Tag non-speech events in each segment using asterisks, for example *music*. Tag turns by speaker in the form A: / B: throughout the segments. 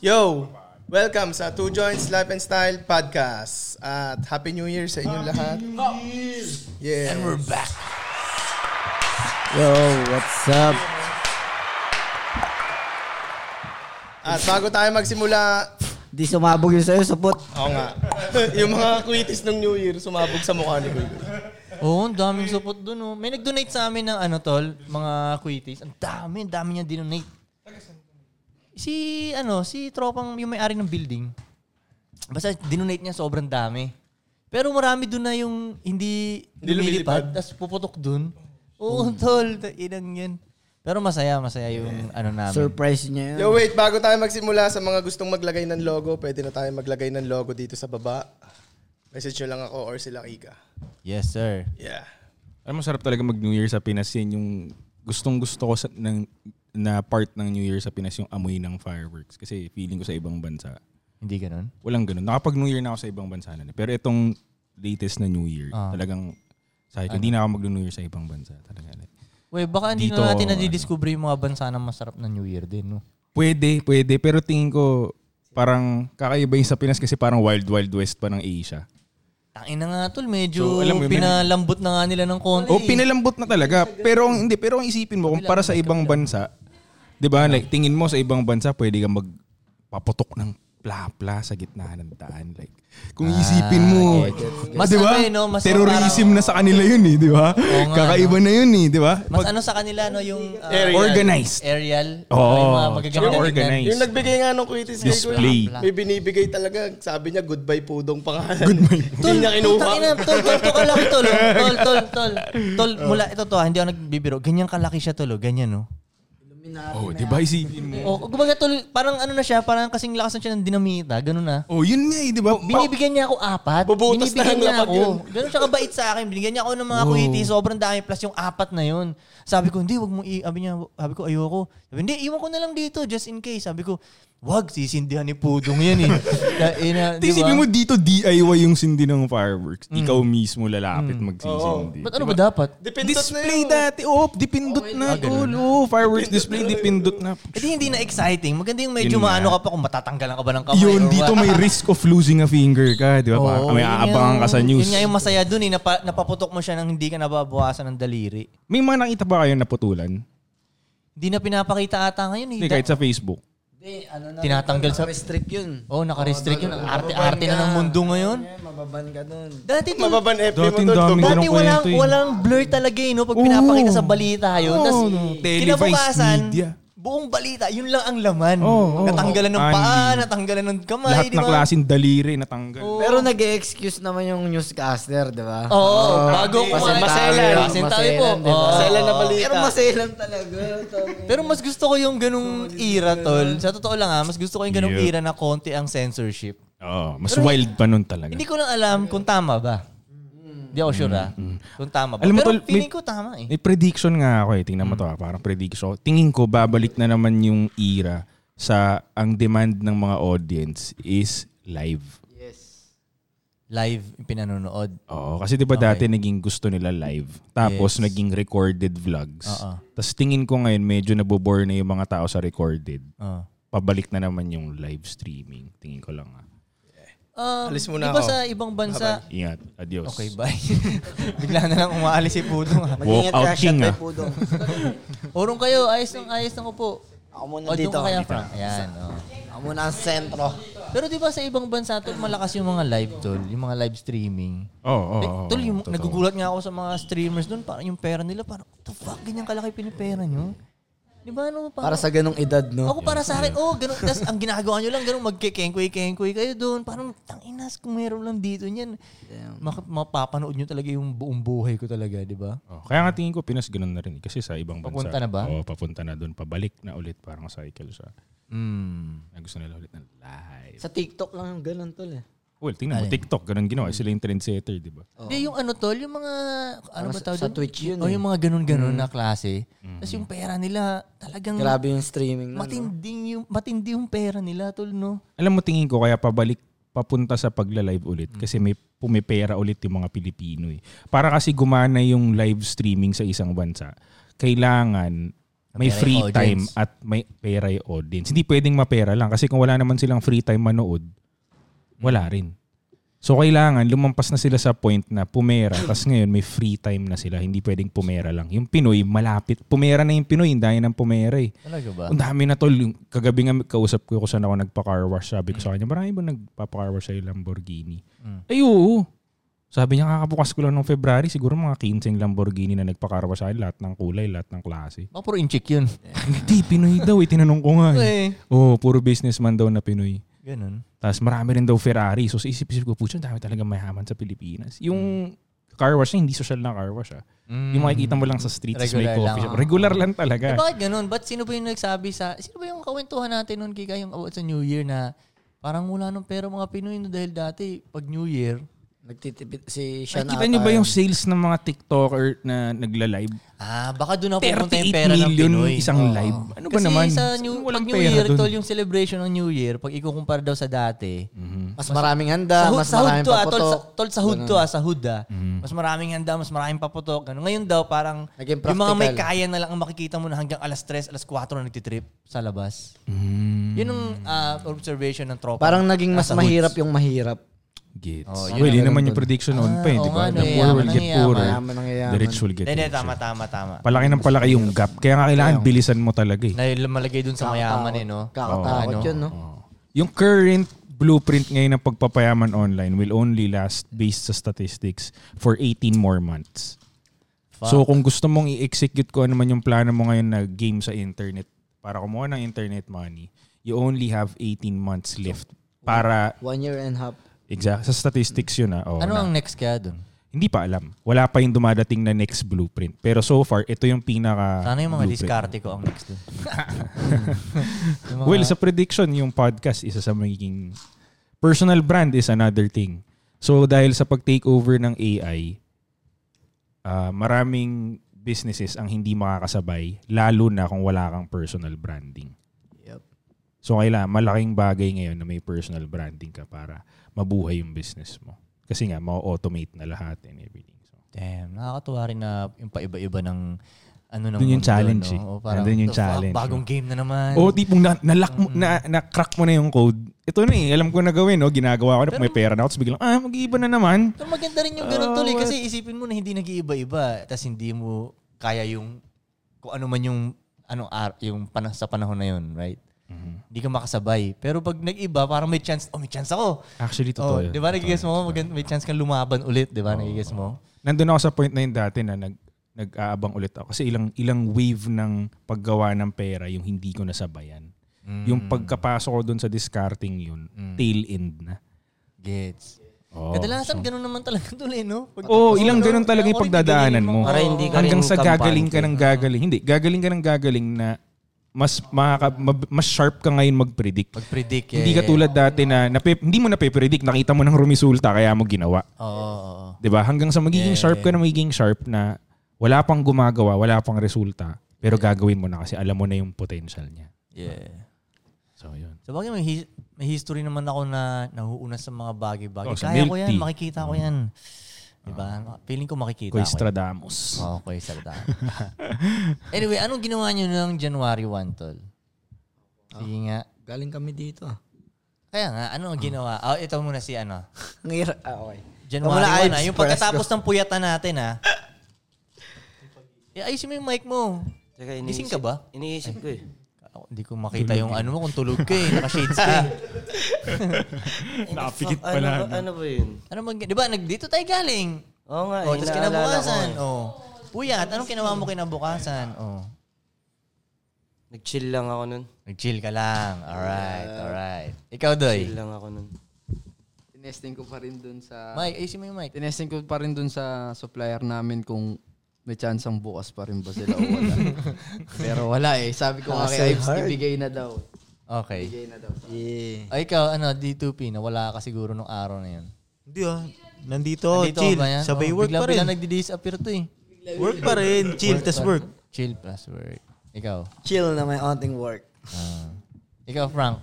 A: Yo! Welcome sa Two Joints Life and Style Podcast. At Happy New Year sa inyong lahat. Yeah. And we're back.
B: Yo, what's up?
A: At bago tayo magsimula, *laughs*
B: Di sumabog yun sa'yo, supot.
A: oo nga, yung mga kuitis ng New Year sumabog sa mukha ni Kuya. Boy.
C: Oo, ang daming support dun. Oh. May nag-donate sa amin ng ano tol, mga kuitis. Ang dami, ang dami niya dinonate. Si, ano, si tropang yung may-ari ng building. Basta dinonate niya sobrang dami. Pero marami dun na yung hindi,
A: Hindi lumilipad.
C: lumilipad, tapos puputok dun. Oo, tol, inang yan. Pero masaya, masaya yung ano namin.
B: Surprise niya
A: Yo,
B: yun.
A: wait. Bago tayo magsimula sa mga gustong maglagay ng logo, pwede na tayo maglagay ng logo dito sa baba. Message nyo lang ako or sila Kika.
C: yes, sir.
A: Yeah.
D: Alam mo, sarap talaga mag-New Year sa Pinas. Yan yung gustong gusto ko sa, ng, na part ng New Year sa Pinas yung amoy ng fireworks. Kasi feeling ko sa ibang bansa,
C: Hindi ganun.
D: walang ganun. Nakapag-New Year na ako sa ibang bansa na. Pero itong latest na New Year,
C: Ah.
D: talagang sabi ko, hindi na ako mag-New Year sa ibang bansa. Talaga. Like,
C: Wait, baka hindi
D: Dito,
C: na natin
D: ano.
C: nadidiscover yung mga bansa na masarap na New Year din, no?
D: Pwede, pwede. Pero tingin ko, parang kakaiba yung sa Pinas kasi parang Wild Wild West pa ng Asia.
C: Tangin na nga tol, medyo
D: So, alam mo yun, Oh,
C: pinalambot na nga nila ng konti.
D: O pinalambot na talaga. Pero ang hindi, pero ang isipin mo kung para sa ibang bansa, 'di ba? Like tingin mo sa ibang bansa pwede kang magpaputok ng plapla sa gitna ng daan like kung isipin mo
C: Mas
D: 'di ba?
C: ano eh, no? Mas
D: Terrorism na sa kanila 'yun eh, 'di ba?
C: nga,
D: Kakaiba na 'yun eh, 'di ba?
C: Mas ano sa kanila, no? Yung ah,
A: Aerial.
D: Organized.
C: aerial.
D: Oo,
C: yung mga
D: tsaka
C: magaganda
D: organized.
A: Yung nagbigay nga ng kuitis kay Kuya,
D: Display.
A: may binibigay talaga. Sabi niya, goodbye pudong pangalan. Goodbye pudong. Hindi niya
C: Tol, tangin na,
A: kinuha.
C: tol, tol, tol, kalaki,
D: *laughs*
C: tol. oh. Tol, tol, tol. Tol, mula ito to, ah, hindi ako nagbibiro. Ganyan kalaki siya, tol, oh. ganyan, no?
D: Oh, 'di ba isipin mo?
C: O, kumbaga, tol, parang ano na siya, parang kasing lakas na siya ng dinamita, ganun ah. na.
D: Oh, 'yun nga eh, 'di ba?
C: Binibigyan niya ako apat.
A: Bubutas na
C: Binibigyan
A: ang
C: niya
A: lapag
C: ako.
A: yun.
C: Ganun siya kabait sa akin. Binigyan niya ako ng mga kuwiti. Sobrang dami. Plus yung apat na yun. Sabi ko, hindi, wag mo i... Sabi niya, sabi ko, ayoko. Sabi, hindi, iwan ko na lang dito just in case. Sabi ko, wag, sisindihan ni Pudong yan
D: *laughs*
C: eh. Ina,
D: Di isipin mo dito DIY yung sindi ng fireworks.
C: Mm.
D: Ikaw mismo lalapit magsisindi.
C: Ba't ano ba dapat?
A: Dependent na yun.
D: Display dati. Oh, dipindot na. tol. Oh, fireworks display, dipindot na.
C: Kasi hindi na exciting. Maganda yung medyo
D: Yun nga.
C: maano ka pa kung matatanggalan ka ba ng kamay.
D: Yun,
C: or
D: dito
C: *laughs* what.
D: may risk of losing a finger ka, di ba?
C: Oo,
D: Parang may
C: yun
D: aabangan
C: yung-
D: ka sa news.
C: Yun nga yung masaya dun eh. Napa, napaputok mo siya nang hindi ka nababawasan ng daliri.
D: May mga nakita ba kayo na putulan?
C: Hindi na pinapakita ata ngayon eh.
D: Hindi, kahit sa Facebook.
B: Hindi, ano na.
C: Tinatanggal sa-
B: Restrict yun.
C: Oh, naka-restrict yun. Ang
B: Mababan
C: arte-arte na
B: ka.
C: ng mundo ngayon.
B: Yan, mababan ka dun.
C: Dati to,
A: Mababan FB mo
D: Dati ang
A: doon.
D: dami.
A: Dugtong.
C: dati
D: Ganong
C: walang,
D: kwento eh.
C: walang blur talaga eh, no? Pag pinapakita sa balita yun.
D: Oo,
C: Tapos
D: no. Televised
C: kinabukasan,
D: media.
C: buong balita, yun lang ang laman.
D: Oo, oo.
C: natanggalan ng paa,
D: Andy.
C: natanggalan ng kamay,
D: Lahat
C: di
D: ng
C: ba?
D: klaseng daliri natanggal.
B: Pero nag excuse naman yung newscaster, di ba?
C: Oo, oh, bago kumain.
A: maselan.
C: Maselan po.
B: Maselan, di ba?
C: Oo.
A: Maselan na balita.
B: Pero maselan talaga.
C: Pero mas gusto ko yung ganung era, tol. Sa totoo lang ha, mas gusto ko yung ganung
D: Yeah.
C: era na konti ang censorship.
D: Oo, mas wild pa nun talaga.
C: Hindi ko lang alam kung tama ba.
A: Mm-hmm.
C: Hindi ako sure ha. Kung tama ba.
D: Mm-hmm. Alam mo,
C: Pero
D: tol,
C: feeling
D: may-
C: ko tama eh.
D: May prediction nga ako eh. Tingnan
C: Hmm.
D: mo to ah, Parang prediction. Tingin ko, babalik na naman yung era sa ang demand ng mga audience is live.
C: Live yung pinanonood.
D: Oo, kasi 'di ba dati naging gusto nila live, tapos naging recorded vlogs.
C: Oo.
D: Tapos tingin ko ngayon medyo nabobore na yung mga tao sa recorded.
C: Oo.
D: Pabalik na naman yung live streaming. Tingin ko lang ah.
C: Um,
A: Alis muna
C: di ba
A: ako.
C: sa ibang bansa?
D: Ingat. Adios.
C: Okay, bye. *laughs* Bigla na lang umaalis si Pudong. ha.
D: Walk out king ah.
B: Pudong.
C: Orong kayo, ayos ng ayos ng upo.
B: Ako muna
C: O, doon
B: dito.
C: ka kaya, Frank. Ayan, oh.
B: Ako muna ang sentro.
C: Pero di ba sa ibang bansa, tol, malakas yung mga live, tol. Yung mga live streaming.
D: Oo, oo,
C: Eh,
D: oo,
C: tol, yung,
D: totoo.
C: nagugulat nga ako sa mga streamers doon. Parang yung pera nila, parang, what the fuck, ganyan kalaki pinipera nyo? Di ba, ano, parang,
B: Para sa ganong edad, no?
C: Ako para sa akin, oh, ganun. Tapos ang ginagawa nyo lang, ganun, magkikengkoy-kengkoy kayo doon. Parang, tanginas, kung meron lang dito niyan. Mak- mapapanood nyo talaga yung buong buhay ko talaga, di ba?
D: Oh, kaya nga tingin ko Pinas ganun na rin eh, kasi sa ibang bansa.
C: Papunta na ba?
D: Oo, papunta na doon. Pabalik na ulit parang cycle siya.
B: Hmm.
C: Mm.
D: Na gusto nila ulit ng live.
B: Sa TikTok lang yung ganon, tol eh.
D: Well, tingnan mo TikTok, ganun ginawa. Sila yung trendsetter, di ba?
C: Di, yung ano tol, yung mga, ano
B: Parang
C: ba
B: sa-
C: tawag
B: sa
C: doon?
B: Twitch yun
C: Oh,
B: eh.
C: yung mga ganun-ganun na klase. Tapos yung pera nila, talagang
B: Mm. Grabe yung streaming. nun, no?
C: matinding yung, matindi yung pera nila tol, no?
D: Alam mo tingin ko kaya pabalik papunta sa pagla-live ulit kasi may pumipera ulit yung mga Pilipino eh. Para kasi gumana yung live streaming sa isang bansa, kailangan
C: Pera
D: may
C: yung
D: free time
C: audience.
D: at may pera yung audience. Hindi pwedeng mapera lang kasi kung wala naman silang free time manood, wala rin. So kailangan lumampas na sila sa point na pumera tapos ngayon may free time na sila. Hindi pwedeng pumera lang. Yung Pinoy malapit. Pumera na yung Pinoy. Hindi ng pumera eh.
C: Talaga ba?
D: Ang dami na tol. Yung Kagabi nga kausap ko kung saan ako nagpa-car wash. Sabi ko sa kanya, marami ba nagpa-car wash sa'yo Lamborghini?
C: Mm.
D: Ay oo. Sabi niya, kakabukas ko lang noong February. Siguro mga 15 Lamborghini na nagpa-car wash sa'yo. Lahat ng kulay, lahat ng klase. *laughs*
C: Baka puro incheck yun.
D: Hindi, Pinoy daw. Eh, tinanong ko nga.
C: Eh,
D: Eh. Oo, puro businessman daw na Pinoy.
C: ganun.
D: Tapos marami rin daw Ferrari. So sa isip-isip ko, putya, ang dami talaga mayaman sa Pilipinas. Yung
C: Mm.
D: car wash na, hindi social na car wash ah. Yung makikita mo lang sa streets, may
C: Regular
D: coffee
C: lang,
D: shop.
C: ah.
D: Regular lang
C: Eh,
D: talaga.
C: bakit ganun? Ba't sino ba yung nagsabi sa... Sino ba yung kawentuhan natin nun, Kika, yung about sa New Year na parang wala nung pera mga Pinoy no, dahil dati, pag New Year,
B: Nagtitipid si Sean
D: Nakita niyo ba yung sales ng mga TikToker na nagla-live?
C: ah, baka doon ako pumunta
D: 38
C: yung pera ng
D: million
C: Pinoy.
D: isang
C: Oo.
D: live. Ano ba
C: Kasi
D: naman?
C: sa
D: Sino
C: New,
D: walang
C: pag New
D: pera
C: Year,
D: dun?
C: tol, yung celebration ng New Year, pag ikukumpara daw sa dati,
B: Mas maraming handa, mas
C: hood
B: maraming
C: to, ah, tol, sa,
B: paputok.
C: tol, sa hood to, ah, sa hood, ah.
D: Mhm.
C: Mas maraming handa, mas maraming paputok. Ganun. Ngayon daw, parang
B: Naging
C: yung mga may
B: practical.
C: kaya na lang ang makikita mo na hanggang alas 3, alas 4 na nagtitrip sa labas.
D: Mm,
C: Yun ang ah, observation ng tropa.
B: Parang naging mas
C: Nasa
B: mahirap yung mahirap.
D: gets.
C: Oh, yun
D: well, yun
B: ang
D: naman
B: ganun
D: yung
B: dun.
D: prediction noon pa,
C: Ah,
D: eh, di
C: oo
D: ba?
C: nga,
D: The
C: no,
D: poor
C: yaman
D: will
C: ang
D: get
C: yaman.
D: poorer.
B: Mayaman ang yayaman.
D: The rich will get
C: Hindi, hindi,
D: richer.
C: tama, tama, tama.
D: Palaki ng palaki yung gap. Kaya nga kailangan bilisan mo talaga eh.
C: Dahil malagay dun sa mayaman eh, no?
B: Kakatakot yun,
D: ano?
B: no?
D: Oh. Yung current blueprint ngayon ng pagpapayaman online will only last based sa statistics for 18 more months. So kung gusto mong i-execute ko ano man yung plano mo ngayon na game sa internet para kumuha ng internet money, you only have 18 months left para
B: One year and a half.
D: exact sa statistics yun ah. Oo,
C: Ano
D: na.
C: ang next kaya dun?
D: Hindi pa alam. Wala pa yung dumadating na next blueprint. Pero so far, ito yung pinaka
C: Sana yung mga
D: blueprint.
C: diskarte ko ang next dun. Yung mga-
D: Well, sa prediction, yung podcast isa sa magiging personal brand is another thing. So dahil sa pag-takeover ng AI, ah, maraming businesses ang hindi makakasabay lalo na kung wala kang personal branding.
B: Yep.
D: So kailangan malaking bagay ngayon na may personal branding ka para mabuhay yung business mo. Kasi nga ma-automate na lahat and everything. So,
C: Damn, nakakatuwa rin na yung paiba-iba ng ano ng
D: Dun yung
C: mundo,
D: challenge, eh.
C: Oo, parang,
D: Nandun yung
C: "The fuck,
D: challenge, eh.
C: Bagong game na naman.
D: O oh, tipong na, nalock mo- na, na-crack mo na yung code. Ito na eh, alam ko na gawin. No? Ginagawa ko na, may pera na ako. Tapos biglang, ah, mag-iiba na naman.
C: Pero maganda rin yung
D: Ah,
C: ganun tuloy kasi isipin mo na hindi nag-iiba-iba tapos hindi mo kaya yung kung ano man yung anong ar- yung panah sa panahon na yun, right?
D: Mm-hmm.
C: Hindi ka makasabay. Pero pag nag-iba, parang may chance, oh may chance ako.
D: Actually, totoo
C: Oh,
D: yun. Oh.
C: di ba nagigess mo? Magand- may chance kang lumaban ulit, di ba? Nagigess mo?
D: nandun ako sa point na yun dati na nag nag-aabang ulit ako kasi ilang ilang wave ng paggawa ng pera yung hindi ko nasabayan.
C: Mm.
D: Yung pagkapasok ko doon sa discarding yun, tail end na.
C: Gets.
D: Oh.
C: Kadalasan ganun naman talaga tuloy, no? Pag-
D: Oo,
C: Ako,
D: Oh,
C: no,
D: ilang ganun talaga yung
C: ako rin
D: pagdadaanan
C: binigyan
D: mo.
C: ng-
B: Para hindi ka
D: Hanggang
B: rin
D: sa gagaling ka
B: kampante.
D: ng gagaling. Hindi, gagaling ka ng gagaling na mas makaka, mab- mas sharp ka ngayon mag-predict.
C: Pag-predict, eh.
D: Hindi ka tulad dati na, nape, hindi mo nape-predict, nakita mo ng rumisulta kaya mo ginawa.
C: Oo, oo, oo.
D: 'di ba? Diba? Hanggang sa magiging sharp ka na magiging sharp na wala pang gumagawa, wala pang resulta, pero gagawin mo na kasi alam mo na yung potential niya.
C: Yeah.
D: So, yun.
C: Sa bagay, may, his- may history naman ako na nahuuna sa mga bagay-bagay.
D: Oh, sa
C: Kaya
D: milk
C: ko yan,
D: tea. Mm. Ah.
C: makikita ko yan. Diba? Feeling ko makikita ko. Oh.
D: Koy
C: yan.
D: Stradamus.
C: Oo, Koy
D: *laughs*
C: Strada. anyway, anong ginawa nyo ng January 1, tol? Sige nga.
B: Galing kami dito. ah. *laughs*
C: Kaya nga, ano ang ginawa? Oh, ito muna si ano.
B: Ang hirap. Ah, okay.
C: January 1, ah.
B: Express
C: Yung pagkatapos ng puyatan natin, ha? Eh, ayusin mo yung mic mo.
E: Teka,
C: Gising ka ba?
E: Iniisip ko eh.
C: Ako, Hindi ko makita yung ano mo kung tulog ka eh. Naka-shades ka
E: *laughs*
C: eh.
D: Napikit
E: Ano, ba, ano ba yun?
C: Ano mag... Di ba, nag- dito tayo galing.
E: Oo nga,
C: Oh, tapos
E: inaalala
C: kinabukasan.
E: ko eh.
C: Oh. Puyat, anong kinawa mo kinabukasan? Oh.
E: Nag-chill lang ako nun.
C: Nag-chill ka lang. Alright, alright. Ikaw, Doy.
E: Chill lang ako nun.
F: Tinesting ko pa rin dun sa...
C: Mike, ayusin mo yung mic.
F: Tinesting ko pa rin dun sa supplier namin kung may chance ang bukas pa rin ba sila o wala. Pero wala eh. Sabi ko
B: Ah,
F: nga kay Ives, ibigay na daw.
C: Okay.
F: Ibigay na daw.
B: Yeah.
C: O, ikaw, ano, D2P, nawala ka siguro nung araw na yun.
G: Hindi ah. Nandito,
C: Nandito ka
G: chill.
C: ba yan?
G: Sabay
C: Oh,
G: work
C: bigla,
G: pa rin.
C: Bigla nagdi-disappear to eh.
G: Work pa rin. Chill, tas
C: pa-
G: work.
C: Chill plus work. Ikaw.
B: Chill na may onting work.
C: Ikaw, Frank.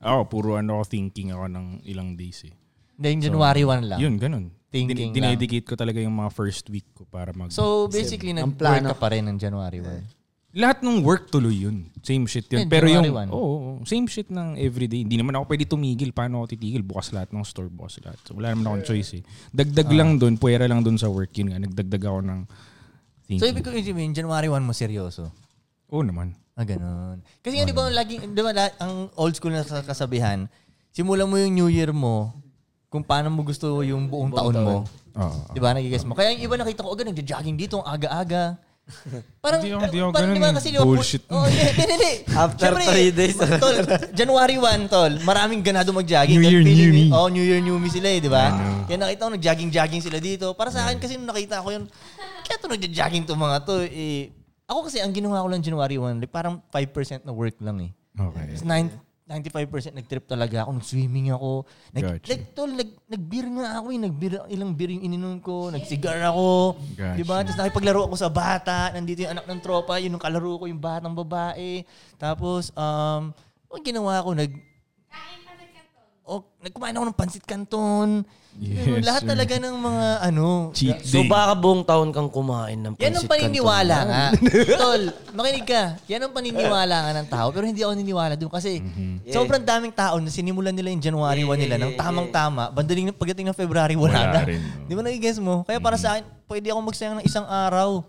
D: Ako, puro ano ako, thinking ako ng ilang days eh.
C: Hindi, yung January 1 lang.
D: Yun, ganun.
C: Thinking
D: Din- dinedicate ko talaga yung mga first week ko para mag...
C: So, basically,
B: Ang
C: nag-work
B: plano.
C: ka pa rin ng January 1.
D: Lahat ng work tuloy yun. Same shit yun.
C: Eh,
D: Pero yung,
C: January 1.
D: oo, same shit ng everyday. Hindi naman ako pwede tumigil. Paano ako titigil? Bukas lahat ng store, boss lahat. So wala naman akong choice eh. Dagdag
C: Ah.
D: lang dun, puwera lang dun sa work yun nga. Nagdagdag ako ng
C: So, ibig
D: thinking.
C: ko sabihin, January 1 mo seryoso.
D: oo naman.
C: Ah, ganun. Kasi nga, di ba, laging, di ba, la- ang old school na sa- kasabihan, simulan mo yung New Year mo kung paano mo gusto yung buong taon mo.
D: Oo.
C: Di ba, nagigess mo. Kaya yung iba nakita ko, agad nagja-jogging dito, ang aga-aga.
D: *laughs*
C: Parang,
D: Hindi ako- hindi ako
C: parang
D: ganun
C: di ba
D: eh.
C: kasi di ba,
D: Bullshit.
C: Oh, hindi, hindi, hindi.
E: *laughs* After
C: Siyempre,
E: three days.
C: *laughs* Tol, January 1, tol, maraming ganado mag-jogging.
D: New
C: Dahil
D: Year,
C: feeling
D: new
C: ni-
D: me.
C: Oh, New Year, new me sila eh, di ba? Kaya nakita ko, nag-jogging-jogging sila dito. Para sa akin kasi nung nakita ko yun, kaya to nag-jogging to mga to eh. Ako kasi, ang ginawa ko lang January 1, like, parang 5% na work lang eh.
D: Okay.
C: Tapos nine- 95% nag-trip talaga ako. Nag-swimming ako. Nag,
D: Gotcha.
C: like, tol, nag, nag-beer nga ako eh. Nag-beer, ilang beer yung ininom ko. Nag-cigar ako.
D: Gotcha.
C: Diba? Tapos nakipaglaro ako sa bata. Nandito yung anak ng tropa. Yun yung kalaro ko, yung batang babae. Tapos, um, ang ginawa ko, nag... O, nagkumain ako ng pansit canton.
D: Yes,
C: lahat
D: sir.
C: talaga ng mga ano.
D: Cheat
E: So
D: day.
E: baka buong taon kang kumain ng
C: Yan ang
E: pancit
C: paniniwala
D: *laughs*
C: nga. Tol, makinig ka. Yan ang paniniwala nga ng tao. Pero hindi ako niniwala doon kasi
D: Mm-hmm.
C: sobrang daming tao na sinimulan nila yung January 1 nila ng tamang-tama. Bandaling na pagdating ng February, wala,
D: Wala
C: na.
D: rin, no. Mm-hmm.
C: Di ba nagigess mo? Kaya para sa akin, pwede ako magsayang ng isang araw.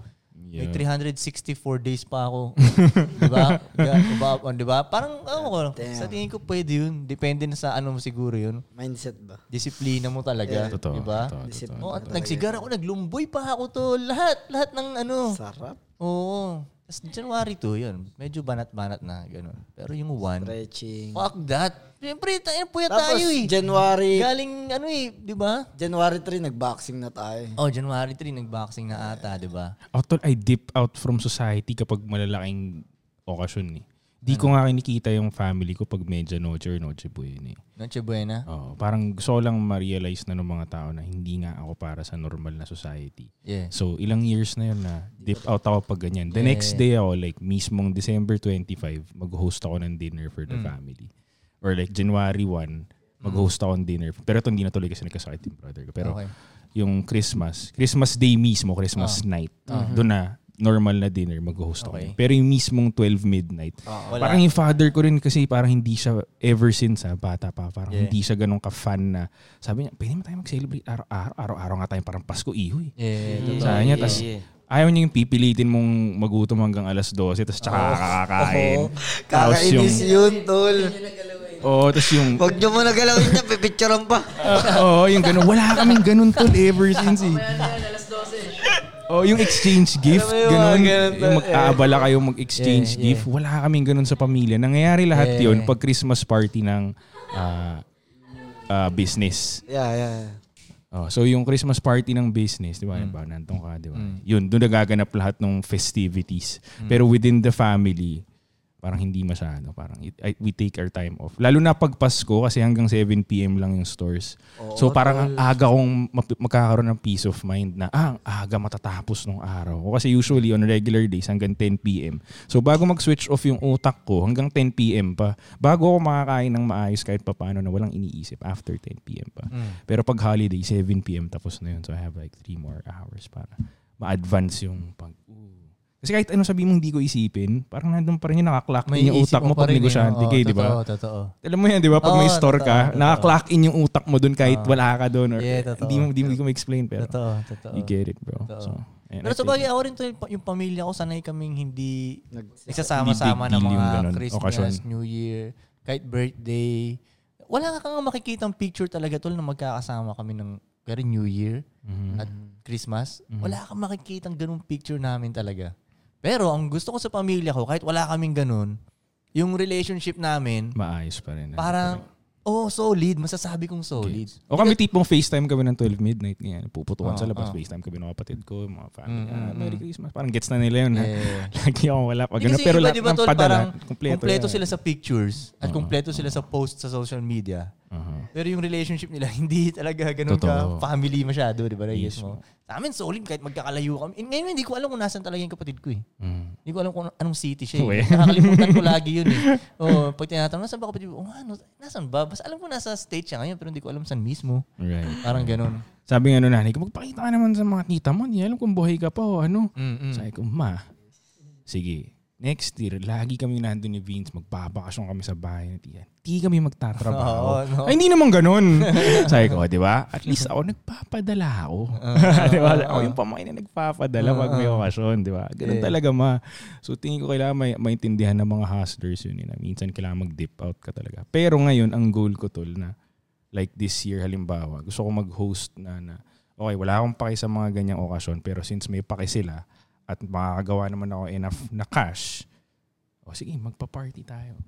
C: May 364 days pa
D: *laughs*
C: ako. di ba? Di ba? Di ba? Parang, ano ko, sa tingin ko pwede yun. Depende na sa ano mo siguro yun.
B: Mindset ba?
C: Disiplina mo talaga. Di
D: Totoo,
C: ba?
D: totoo,
B: Mindset mo.
C: Oh, at nagsigar ako, naglumboy pa ako to. Lahat, lahat ng ano.
B: Sarap.
C: Oo. Tapos January 2, yun. Medyo banat-banat na, ganun. Pero yung 1,
G: Stretching.
C: fuck that. Siyempre, tayo, puya
G: Tapos,
C: tayo eh.
G: January,
C: Galing, ano eh, di ba?
G: January 3, nag-boxing na tayo.
C: *laughs* Oh, January 3, nag-boxing na ata, di ba?
D: Oh, tol, I dip out from society kapag malalaking okasyon eh. Di
E: Ano?
D: ko nga kinikita yung family ko pag medyo noche or noche po yun eh.
C: Noche Buena.
D: Oo, parang gusto ko lang ma-realize na ng mga tao na hindi nga ako para sa normal na society.
C: Yeah.
D: So, ilang years na yun na dip out ako pag ganyan. The next day ako, like mismong December 25, mag-host ako ng dinner for
E: Mm.
D: the family. Or like January 1, mag-host ako ng dinner. Pero ito hindi na tuloy kasi nagkasakit yung brother ko. Pero
C: Okay.
D: yung Christmas, Christmas day mismo, Christmas night, doon na normal na dinner mag-host
C: Ah.
D: ako.
C: Uh-huh. Okay. Ah,
D: Pero yung mismong 12 midnight, parang yung father ko rin kasi parang hindi siya ever since ha, bata pa, parang hindi siya ganun ka-fan na sabi niya, pwede mo tayo mag-celebrate araw-araw, araw-araw nga tayo parang Pasko, ihoy.
C: Yeah.
D: Sa kanya, tas ayaw niya yung pipilitin mong magutom hanggang alas 12, tas
C: Oh.
D: tsaka kakakain. Tapos yung,
G: Kakainis yun, tol.
D: oh, tas yung,
G: Huwag nyo muna galawin niya, pipicturean pa.
D: oo, oh, yung ganun. Wala kaming ganun tol ever since eh. Oh, yung exchange gift, ganun. Yung mag-aabala kayo mag-exchange gift. Wala kaming ganun sa pamilya. Nangyayari lahat yun pag Christmas party ng ah, ah, business.
G: Yeah, yeah. yeah.
D: Oh, so yung Christmas party ng business, di ba? Yan ba, nandun ka, di ba? Yun, doon nagaganap lahat ng festivities. Pero within the family, parang hindi masyado. Parang it- I- we take our time off. Lalo na pag Pasko kasi hanggang 7 p.m. lang yung stores. so parang ang aga kong map- magkakaroon ng peace of mind na, ah, ang aga matatapos nung araw. O kasi usually on regular days hanggang 10 p.m. So bago mag-switch off yung utak ko, hanggang 10 p.m. pa, bago ako makakain ng maayos kahit papaano na walang iniisip after 10 p.m. pa.
C: Hmm.
D: Pero pag holiday, 7 p.m. tapos na yun. So I have like 3 more hours para ma-advance yung pag... Kasi kahit ano sabi mo hindi ko isipin, parang nandun pa rin yung nakaklack in yung utak mo pag negosyante ka, eh, di
C: Oh,
D: ba?
C: Totoo, totoo.
D: Alam mo yan, di ba? Pag may
C: Oo,
D: store
C: totoo,
D: ka,
C: totoo.
D: nakaklock in yung utak mo dun kahit wala ka dun. Or,
C: Yeah, totoo.
D: Hindi mo, hindi, hindi ko ma-explain pero
C: Totoo, totoo.
D: you get it, bro. So, and
C: Pero
D: I
C: sa
D: think
C: bagay, ako rin to, yung pa- yung pamilya ko, sanay kaming hindi
D: Hindi
C: nagsasama-sama
D: big
C: ng mga
D: deal yung ganun,
C: Christmas,
D: okasyon.
C: New Year, kahit birthday. Wala ka nga makikita picture talaga tol na magkakasama kami ng pero New Year
D: mm-hmm.
C: at Christmas. Wala kang makikita ganung picture namin talaga. Pero ang gusto ko sa pamilya ko, kahit wala kaming ganun, yung relationship namin,
D: maayos pa rin.
C: parang, oh, solid. Masasabi kong solid.
D: O kami tipong FaceTime kami ng 12 midnight.
C: Ah,
D: Ganyan, puputukan sa labas. FaceTime kami ng kapatid ko, mga
C: Mm,
D: family. Ah, Merry Christmas. Parang gets na nila yun. ha? *laughs* Lagi ako wala
C: Eh.
D: pa.
C: Hindi
D: Ganun,
C: kasi
D: pero
C: iba,
D: lahat
C: di ba,
D: ng
C: tol,
D: padala,
C: parang
D: kumpleto,
C: kumpleto
D: yan.
C: sila sa pictures at kumpleto sila sa post sa social media.
D: Aha.
C: Pero yung relationship nila, *laughs* hindi talaga ganun ka
D: Totoo.
C: family masyado, di ba? Yes, mo. Sa amin, solid kahit magkakalayo kami. Eh, Ngayon, hindi ko alam kung nasan talaga yung kapatid ko eh.
D: Mm.
C: Hindi ko alam kung anong city siya eh.
D: Uwe.
C: *laughs* Nakakalimutan
D: *laughs*
C: ko lagi yun eh. Oo, pag tinatanong, nasan ba kapatid ko? Oh, ano, nasan ba? Basta alam ko nasa state siya ngayon, pero hindi ko alam saan mismo.
D: Right.
C: Parang ganun.
D: Sabi nga nung nanay ko, magpakita
C: Hmm.
D: ka naman sa mga tita mo. Hindi alam kung buhay ka pa o ano. Sabi ko, ma, sige. Next year, lagi kami nandun ni Vince, magbabakasyon kami sa bahay ng tiyan. Di kami magtatrabaho.
C: *laughs* Oo, no.
D: Ay, hindi naman ganun. Sabi ko, di ba? At least ako, nagpapadala ako. *laughs* di ba? Ako yung pamain na nagpapadala pag may okasyon, di ba? Ganun talaga, ma. So, tingin ko kailangan may, maintindihan ng mga hustlers yun. yun na minsan kailangan mag-dip out ka talaga. Pero ngayon, ang goal ko, tol, na like this year halimbawa, gusto ko mag-host na na okay, wala akong paki sa mga ganyang okasyon pero since may paki sila at makakagawa naman ako enough na cash, o sige, magpa-party tayo.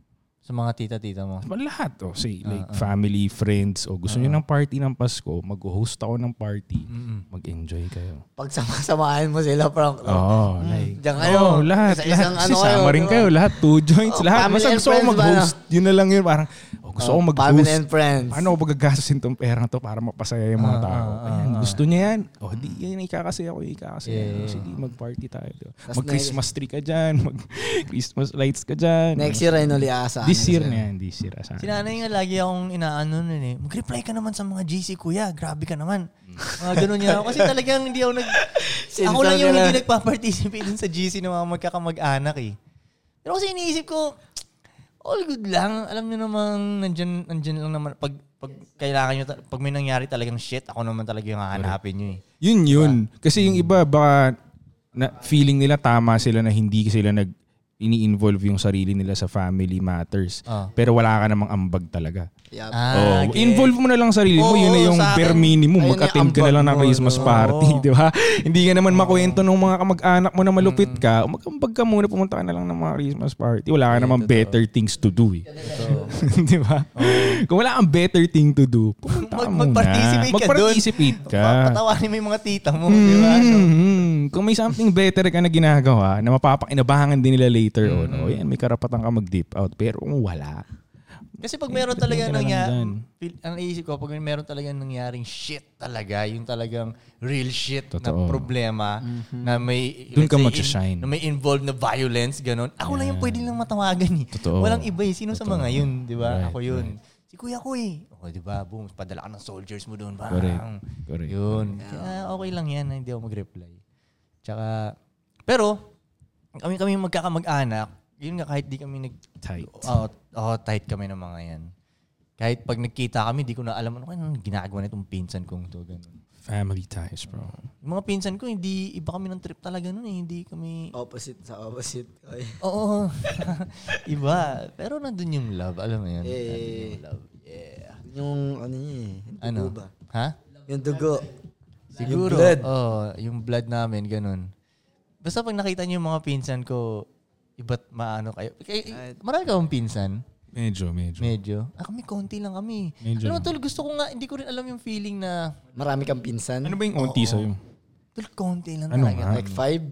C: Sa mga tita-tita mo.
D: Sa Lahat, o say, like family, friends, o gusto niyo nyo ng party ng Pasko, mag-host ako ng party, mag-enjoy kayo.
B: Pagsama-samahan mo sila, Frank.
D: Oo, oh, like,
B: Diyan kayo.
D: Oo, lahat.
B: Sa
D: lahat.
B: isang
D: Kasi
B: ano
D: sama
B: kayo,
D: rin
B: di ba?
D: kayo. Lahat. Two joints.
B: Oh,
D: lahat.
B: family
D: Basta
B: and
D: gusto ko
B: friends ba
D: mag-host. Yun na lang yun. Parang, oh, gusto Ano? ko
B: Family
D: mag-host.
B: and friends.
D: Paano ko pagagastusin tong perang to para mapasaya yung mga tao? Ayan, gusto niya yan. O, di yan, ikakasaya ko, ikakasaya. ko. Sige, mag-party tayo. di ba? Mag-Christmas tree ka dyan, *laughs* mag-Christmas lights ka dyan.
B: Next year, ayun uli asa.
D: This year na yan, this year. Asahan.
C: Si nanay nga lagi akong inaano nun eh. Mag-reply ka naman sa mga GC, kuya. Grabe ka naman. Mga ganun niya ako. Kasi talagang hindi ako *laughs* nag... ako lang yung hindi nagpa-participate dun sa GC ng mga magkakamag-anak eh. Pero kasi iniisip ko, all good lang. Alam niyo namang, nandyan, nandyan lang naman. Pag, pag kailangan nyo, ta- pag may nangyari talagang shit, ako naman talaga yung hahanapin nyo eh.
D: Yun yun. Kasi
C: Mm.
D: yung iba, baka na, feeling nila tama sila na hindi sila nag ini-involve yung sarili nila sa family matters.
C: Ah.
D: Pero wala ka namang ambag talaga.
C: Ah,
D: oh, involve mo na lang sarili mo. yun na yung bare minimum. Mag-attend ka na lang ng Christmas party, *laughs* di ba? Hindi ka naman makwento ng mga kamag-anak mo na malupit
C: Mm.
D: ka. Magambag ka muna, pumunta ka na lang ng mga Christmas party. Wala ka naman better things to do. Eh. *laughs* di ba? Kung wala kang better thing to do, pumunta
C: Mag-
D: ka muna.
C: mag-participate ka dun.
D: Mag-participate ka.
C: Patawanin mo yung mga tita mo,
D: Oh,
C: di ba? So,
D: Mm, kung may something better ka na ginagawa na mapapakinabangan din nila later on, oh, yan, may karapatan ka mag-dip out. Pero kung wala,
C: Kasi pag meron talaga
D: ka na lang dyan.
C: nangyari, ang iisip ko, pag meron talaga nangyaring shit talaga, yung talagang real shit na
D: Totoo.
C: problema, na may,
D: Dun ka
C: let's say,
D: mag-shine.
C: in- na may involved na violence, ganun, ako lang yung pwede lang matawagan eh.
D: Totoo.
C: Walang iba eh. Sino sa mga yun, di ba?
D: Right,
C: Ako yun. Si Kuya ko eh. O, di ba? Boom, padala ka ng soldiers mo doon. Bang.
D: Correct. Correct.
C: Yun. Kaya okay lang yan, hindi ako mag-reply. Tsaka, pero, kami kami yung magkakamag-anak, yun nga kahit di kami nag
D: tight.
C: Oo, oh, tight kami ng mga yan. Kahit pag nagkita kami, di ko na alam ano kaya anong ginagawa nitong pinsan kong to. Ganun.
D: Family ties, bro.
C: Yung mga pinsan ko, hindi iba kami ng trip talaga nun eh. Hindi kami...
B: Opposite sa opposite. Oy.
C: Oo. *laughs* iba. Pero nandun yung love. Alam mo yun? Nandun yung love. Yeah.
B: Yung ano niya eh. yung
C: Ano?
B: dugo Eh, ba?
C: Ha?
B: Yung dugo.
C: Siguro.
B: Yung blood.
C: Oo, yung blood namin, ganun. Basta pag nakita niyo yung mga pinsan ko, iba't maano kayo. Kay, marami ka bang pinsan?
D: Medyo, medyo.
C: Medyo. Ah, kami, konti lang kami.
D: Medyo
C: Alam mo,
D: lang.
C: tol, gusto ko nga, hindi ko rin alam yung feeling na,
B: Marami kang pinsan.
D: Ano ba yung onti sa'yo?
C: tol, konti lang
D: Ano
C: talaga.
D: nga?
B: Like five?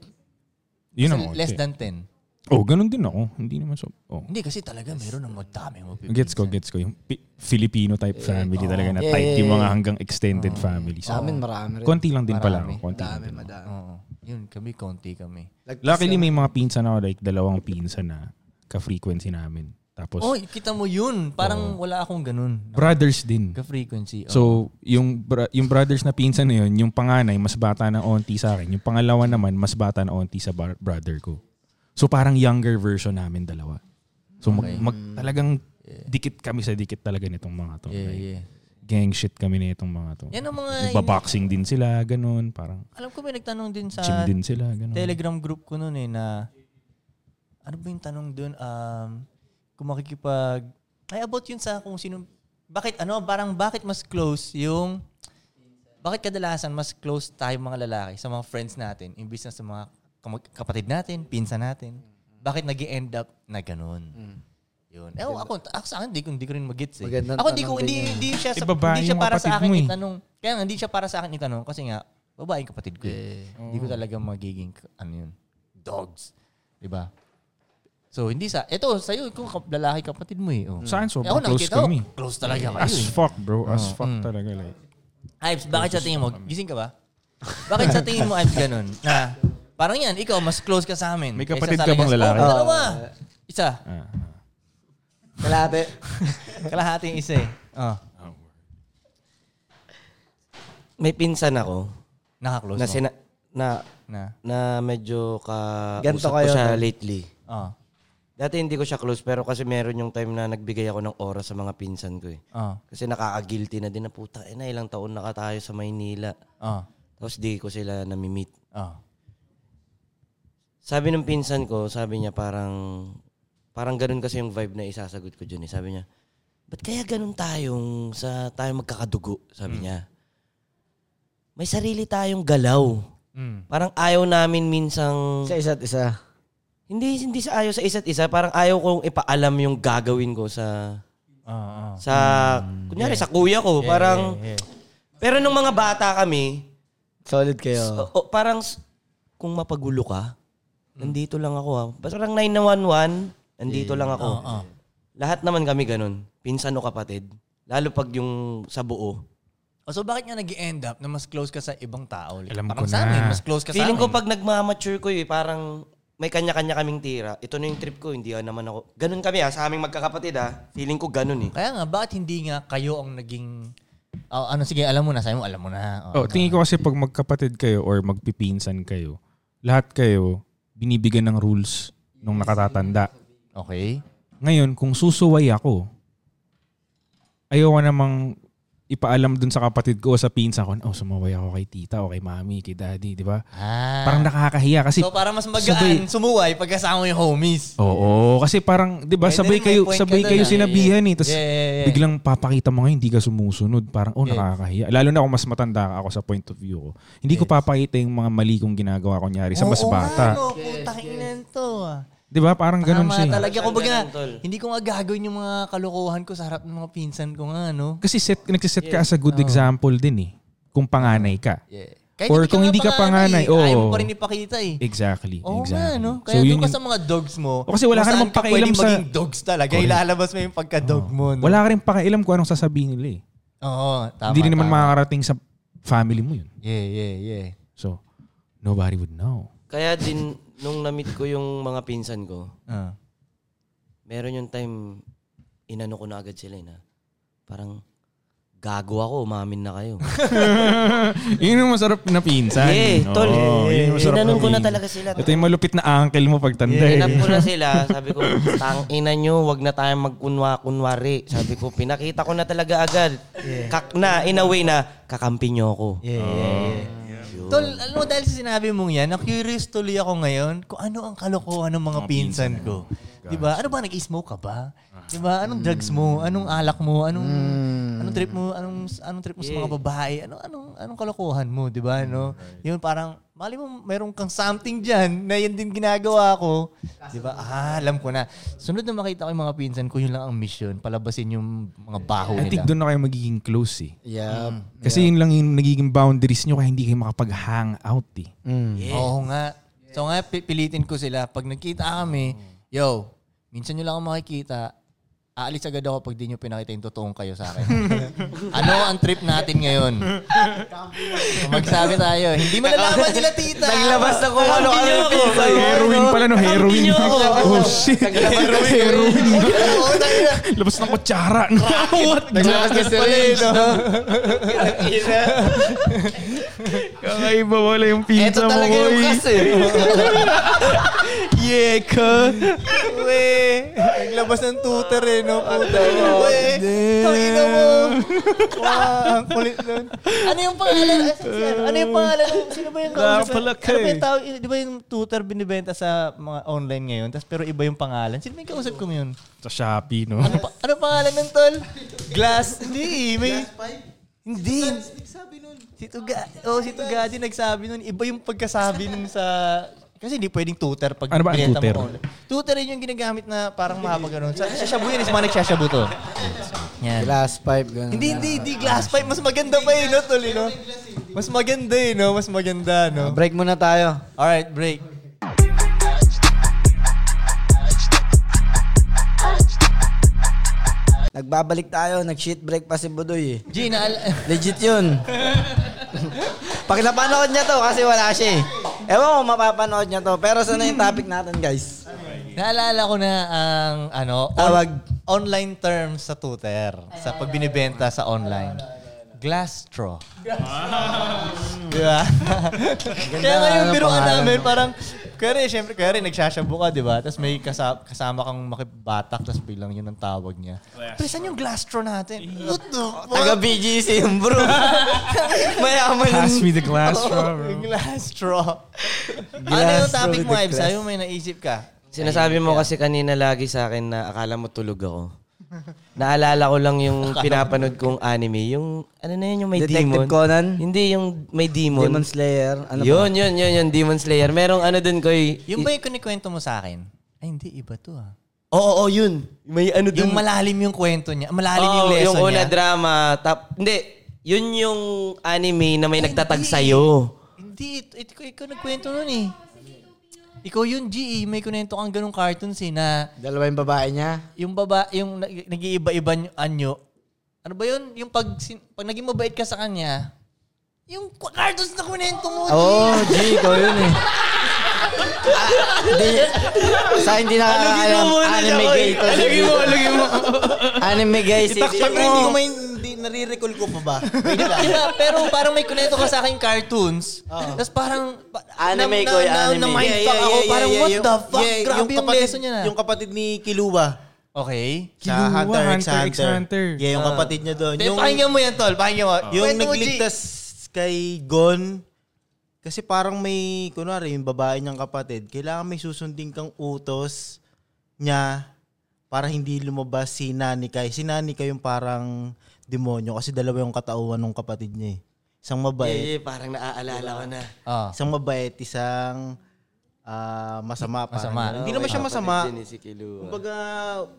D: Yun ang
C: Kasi
D: onti.
C: less than 10.
D: Oh, ganun din ako. Hindi naman so... Oh.
C: Hindi, kasi talaga meron ng madami. magpipinsan.
D: Gets ko, gets ko. Yung Pi- Filipino type family talaga na
B: Yeah,
D: tight
B: yeah,
D: yung mga
B: yeah.
D: hanggang extended families.
B: Sa amin marami rin.
D: Oh. Konti lang din pala.
C: Marami.
D: ako, Konti lang
B: Madami,
D: din ako.
B: madami.
C: Oo. Yun, kami, konti kami.
D: Luckily, may mga pinsan ako, like dalawang pinsan na ka-frequency namin. Tapos,
C: Oh, kita mo yun. Parang wala akong ganun.
D: brothers din.
C: Ka-frequency. oo.
D: So, yung bra- yung brothers na pinsan na yun, yung panganay mas bata ng onti sa akin. Yung pangalawa naman mas bata ng onti sa bar- brother ko. So parang younger version namin dalawa. So mag, mag- talagang dikit kami sa dikit talaga nitong mga to.
C: yeah,
D: Like,
C: Oh, yeah.
D: Gang shit kami nitong mga to.
C: Yan ang mga...
D: Nagbaboxing din sila, ganun. Parang
C: alam ko may nagtanong din sa
D: gym din sila, ganun.
C: Telegram group ko noon eh na... Ano ba yung tanong dun? Um, kung makikipag... Ay, about yun sa kung sino... Bakit ano? Parang bakit mas close yung... Bakit kadalasan mas close tayo mga lalaki sa mga friends natin imbis na sa mga kamag- kapatid natin, pinsan natin? Bakit nag end up na ganun?
B: Mm.
C: Yun. Eh, ako, ako sa akin, hindi ko, hindi ko rin mag-gets eh.
B: Magandang
C: ako, hindi
B: tanong
C: ko,
B: din
C: hindi,
B: yun.
C: hindi siya, sa,
D: Eh, babae
C: hindi siya
D: yung
C: para sa
D: kapatid
C: akin
D: mo eh.
C: itanong. Kaya nga, hindi siya para sa akin itanong kasi nga, babaeng kapatid ko eh. Hindi ko talaga magiging, ano yun, dogs. Diba? So, hindi sa, eto, sa'yo, kung kap- lalaki kapatid mo eh. Oh.
D: Sa akin,
C: Eh,
D: sobrang
C: ako,
D: close
C: nakikita ko,
D: kami.
C: Close talaga kayo
D: As
C: eh.
D: fuck, bro. As fuck talaga. Like,
C: Ives, bakit sa tingin mo, gising ka ba? Bakit sa tingin mo, Ives, ganun? Na, parang yan, ikaw, mas close ka sa amin.
D: May
C: kaysa sa
D: kapatid ka
C: lakas-
D: bang lalaki?
C: Oh, dalawa. Isa.
D: ah, ah.
B: Kalate.
C: Kalahati yung isa eh. Oh.
E: May pinsan ako
C: Nakaklose
E: na,
C: mo.
E: sina- na,
C: na.
E: na medyo ka
B: Ganto
E: usap ko
B: kayo,
E: siya
B: tol.
E: lately.
C: Ah.
E: Dati hindi ko siya close pero kasi meron yung time na nagbigay ako ng oras sa mga pinsan ko eh.
C: Ah.
E: Kasi nakaka-guilty na din na puta. Eh na ilang taon na ka tayo sa Maynila.
C: Ah.
E: Tapos di ko sila nami-meet.
C: Ah.
E: Sabi ng pinsan ko, sabi niya parang, parang ganun kasi yung vibe na isasagot ko dyan eh. Sabi niya, ba't kaya ganun tayong sa tayo magkakadugo? Sabi
B: Hmm.
E: niya. May sarili tayong galaw.
C: Mm.
E: Parang ayaw namin minsang...
B: Sa isa't isa.
E: Hindi, hindi sa ayaw sa isa't isa. Parang ayaw kong ipaalam yung gagawin ko sa...
C: Ah. ah.
E: Sa, kunyari, sa kuya ko. parang...
C: yeah, yeah.
E: Pero nung mga bata kami,
B: Solid kayo.
E: So,
C: Oh.
E: o, parang s- kung mapagulo ka, nandito lang ako ha. Parang 911, nandito lang ako. Lahat naman kami ganun. Pinsan o kapatid. Lalo pag yung sa buo.
C: Oh, so bakit nga nag end up na mas close ka sa ibang tao? Like,
D: Alam
C: parang
D: ko
C: sa
D: na.
C: amin, mas close ka
E: Feeling
C: sa
E: ko
C: amin.
E: pag nagmamature ko eh, parang may kanya-kanya kaming tira. Ito na yung trip ko, hindi ah, naman ako. Ganun kami ha, sa aming magkakapatid ha. Feeling ko ganun eh.
C: Kaya nga, bakit hindi nga kayo ang naging... Oh, ano, sige, alam mo na. Sabi mo, alam mo na.
D: Oh, tingin ko kasi pag magkapatid kayo or magpipinsan kayo, lahat kayo binibigyan ng rules nung nakatatanda.
C: Okay.
D: Ngayon, kung susuway ako, ayaw ko namang ipaalam dun sa kapatid ko o sa pinsan ko, oh, sumaway ako kay tita o kay mami, kay daddy, di ba?
C: Ah.
D: Parang nakakahiya kasi
C: so, para mas
D: sabay-
C: magaan, sumuway pag kasama mo yung
D: Oh,
C: homies.
D: Oo, kasi parang 'di ba
C: Pwede
D: sabay
C: rin, may
D: kayo
C: point
D: sabay
C: ka
D: kayo
C: dun, ah.
D: sinabihan eh tapos
C: Yeah, yeah, yeah.
D: biglang papakita mo nga hindi ka sumusunod parang oh
C: Yes.
D: nakakahiya. Lalo na kung mas matanda ka ako sa point of view ko. Hindi ko papakita yung mga mali kong ginagawa kunyari sa mas
C: Oo nga,
D: bata.
C: no, putang ina nito, ah.
D: 'Di ba? Parang ganun
C: Tama
D: siya. eh.
C: talaga. Kung baga,
E: Ganun, tol.
C: hindi ko nga gagawin yung mga kalokohan ko sa harap ng mga pinsan ko nga, no?
D: Kasi set nagsiset ka as a good example din eh kung panganay ka.
F: Yeah.
D: Or kung
C: nga
D: hindi ka
C: eh,
D: panganay,
C: ayaw mo
D: oo.
C: pa rin ipakita eh.
D: Exactly.
C: Oo
D: exactly.
C: nga, no?
D: so
C: Kaya doon
D: yun
C: ka
D: yung-
C: sa mga dogs mo.
D: O kasi wala ka
C: kung
D: namang
C: saan
D: pakialam
C: pwedeng
D: sa-
C: maging dogs talaga.
D: Correct.
C: Ilalabas mo yung pagka-dog mo. No?
D: wala ka rin pakialam kung anong sasabihin nila eh.
C: Oo, tama.
D: hindi rin naman
C: tama.
D: makakarating sa family mo yun.
C: Yeah, yeah, yeah.
D: So nobody would know.
E: Kaya din, nung na-meet ko yung mga pinsan ko,
C: Ah.
E: meron yung time, inano ko na agad sila eh, na parang gago ako, umamin na
D: *laughs*
E: kayo.
D: yun yung masarap na pinsan.
E: Yeah, tol.
D: Oo, yun yung masarap
E: Inanong ko na
D: pinsan.
E: talaga sila.
D: Ito yung malupit na uncle mo pag tanda eh.
E: Hinap ko na sila, sabi ko, tang ina nyo, wag na tayong magkunwa-kunwari. Sabi ko, pinakita ko na talaga agad. Kak na, in a way na, kakampi nyo ako.
C: Yeah, yeah, yeah. Tol, alam mo, dahil sa sinabi mong yan, na-curious tuloy ako ngayon kung ano ang kalokohan ng mga pinsan Ah. ko. Di ba? Ano ba, nag-smoke ka ba? Di ba? Anong drugs mo? Anong alak mo? Anong anong trip mo? Anong anong trip mo sa mga babae? Ano anong anong kalokohan mo, di ba? No? Yun parang mali mo meron kang something diyan na yun din ginagawa ko. Di ba? Ah, alam ko na. Sunod na makita ko yung mga pinsan ko, yun lang ang mission, palabasin yung mga baho
D: I
C: nila.
D: think doon na kayo magiging close eh.
B: Yeah.
D: Kasi yun lang yung nagiging boundaries nyo kaya hindi kayo makapag-hangout eh.
C: Oo nga. So nga, pi- pilitin ko sila. Pag nagkita kami, yo, minsan nyo lang ako makikita, aalis agad ako pag di nyo pinakita yung totoong kayo sa *laughs* akin. ano ang trip natin ngayon? Magsabi tayo, hindi malalaman nila tita.
E: Naglabas na kung ano ano ako.
D: Heroin pala no, heroin.
E: niyo ako.
D: Oh shit. *laughs* Heroin. Labas ng kutsara. no? What?
F: Naglabas ka sa range, no?
D: Kakaiba wala yung pinsa mo,
F: talaga yung
D: boy.
F: kasi.
C: Yeah, ka. Uwe. Naglabas ng tutor eh, no? Puta. Uwe. Tangina mo. Wow, ang kulit nun. Ano yung pangalan? Ah, si- si- Ano, ano yung pangalan? Sino ba yung kausap?
D: Nakapalaki.
C: Ano ba yung tawag? Di ba yung tutor binibenta sa mga online ngayon? Tapos pero iba yung pangalan. Sino ba yung kausap ko ngayon?
D: Sa Shopee, no?
C: Ano, pa- ano pangalan nun, tol? Glass. Hindi, eh, may... Hindi. Si Tuga, oh, si Tuga din nagsabi nun. Iba yung pagkasabi nun sa... Kasi hindi pwedeng tutor pag
D: Ano ba ang
C: binenta
D: tutor?
C: mo online. Tutor yun yung ginagamit na parang mahaba ganun. Sa shabu yun, is mga nagsashabu to. Yan.
B: Glass pipe, Mm. ganun.
C: Hindi, hindi, hindi. Glass pipe. Mas maganda pa eh, no, tol, eh, no? Mas maganda eh, no? Mas maganda, no?
B: Break muna tayo.
C: Alright, break.
B: Nagbabalik tayo. Nag-shit break pa si Budoy eh.
C: Gina, al-
B: Legit yun. Pag napanood niya to, kasi wala siya eh. Ewan ko mapapanood niya to. Pero sana yung topic natin, guys.
C: Naalala ko na ang ano,
B: Tawag.
C: online term sa tutor, sa pagbinibenta sa online. glass straw. Di ba? kaya ngayon, biruan namin, parang, kaya rin, syempre, kaya rin, nagsasabu ka, di ba? Tapos may kasama, kasama kang makibatak, tapos biglang yun ang tawag niya. Pre, saan yung glass straw natin? What the
B: Taga BGC yung
E: *laughs*
B: bro. Mayaman
D: Pass
B: yung
D: me the glass,
C: Oh,
D: bro.
C: glass straw. ano
B: Glass
C: yung topic
B: straw
C: mo,
B: with the
C: Ives? Sabi mo may naisip ka.
E: Sinasabi mo kasi kanina lagi sa akin na akala mo tulog ako. Naalala ko lang yung pinapanood kong anime. Yung, ano na yun, yung may
G: Detective
E: demon.
G: Conan?
E: Hindi, yung may demon.
G: Demon Slayer? Ano
E: yun, yun, yun, yun, Demon Slayer. Merong ano dun ko
C: Yung ba yung kinikwento mo sa akin? Ay, hindi. Iba to ah.
E: Oo, oo, yun. May ano dun.
C: Yung malalim yung kwento niya. Malalim yung
E: Oo,
C: lesson
E: yung una
C: niya.
E: drama. Tap, hindi, yun yung anime na may nagtatag sa'yo.
C: hindi. It, it, ikaw, ikaw nagkwento nun eh. Ikaw yun, G. eh. May kunento kang ganung cartoons eh na
G: Dalawa yung babae niya?
C: yung baba, yung nag- nag-iiba-iba yung anyo. Ano ba yun? Yung pag, sin- pag naging mabait ka sa kanya, yung ku- cartoons na kunento mo,
B: Oo,
C: G.
B: oh, G, ikaw yun eh. Ah, Di, sa hindi nakakaalam, anime gay ito. Alugin mo, alugin mo. anime gay si
C: Siyempre, hindi ko may hindi, nare-recall ko pa ba? Wait lang. pero parang may kunento ka sa akin cartoons. Tapos parang... pa-
G: Anime
C: na-
G: ko,
C: na- na-
G: anime.
C: Na-mindfuck ako. parang what the fuck? Grabe yung,
H: kapatid,
C: lesson niya na.
H: Yung kapatid ni Kiluwa.
C: okay.
H: Sa
D: Kiluwa,
H: Hunter, x
D: Hunter,
H: Hunter.
D: X Hunter.
H: Yeah, yung kapatid niya doon.
C: Yung, pakinggan mo yan, Tol. Pakinggan mo.
H: Yung
C: Kwento mo, G.
H: nagligtas kay Gon, kasi parang may, kunwari, yung babae niyang kapatid, kailangan may susundin kang utos niya para hindi lumabas si Nanikay. Si Nanikay yung parang demonyo kasi dalawa yung katauhan ng kapatid niya eh. Isang mabait,
E: Eh, parang naaalala ko na.
C: Ah.
H: isang mabait, isang ah, masama. parang
C: Masama.
H: ganun. Hindi naman siya masama.
E: Si Kilua.
H: Kumbaga,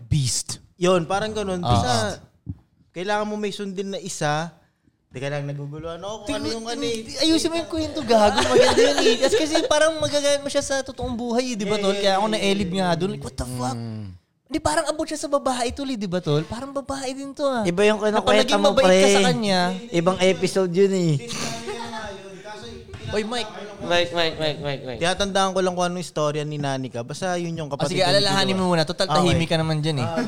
D: Beast.
H: yun, parang ganun. Basta, kailangan mo may sundin na isa. Teka lang, naguguluhan ako kung ano yung ano eh.
C: Ayusin mo yung kwento, gago. Maganda yun eh. Kasi, kasi parang magagamit mo siya sa totoong buhay, eh, di ba, Tol? Kaya ako na-elib nga
H: eh.
C: doon. Like, what the fuck?
G: Mm.
C: Hindi, parang abot siya sa babae, Tol, eh, di ba, Tol? Parang babae din to, ah.
G: Iba yung
C: Na
G: kinukwenta
C: pag naging
G: mo, pre.
C: mabait ka sa kanya.
G: Ibang episode yun eh.
C: Oy, Mike.
E: Mike, Mike, Mike, Mike, Mike.
H: Tinatandaan ko lang kung anong istorya ni Nanika. Basta yun yung
C: Ah,
H: kapatid.
C: sige,
H: ko ni
C: alalahanin
H: Kiluwa.
C: mo muna. Total, tahimik ka naman dyan eh.
H: Ah,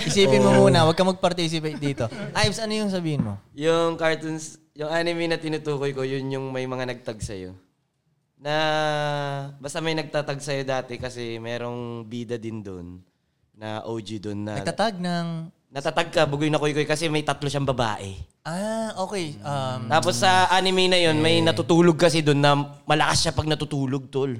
C: Isipin
G: Oh.
C: mo muna. Huwag ka mag-participate dito. Ives, ano yung sabihin mo?
E: Yung cartoons, yung anime na tinutukoy ko, yun yung may mga nagtag sa'yo. Na, basta may nagtatag sa'yo dati kasi merong bida din doon na OG doon na
C: Nagtatag ng...
E: natatag ka, bugoy na kuy-kuy kasi may tatlo siyang babae.
C: Ah, okay. Um, eh.
E: Tapos sa anime na yun, may natutulog kasi doon na malakas siya pag natutulog, tol.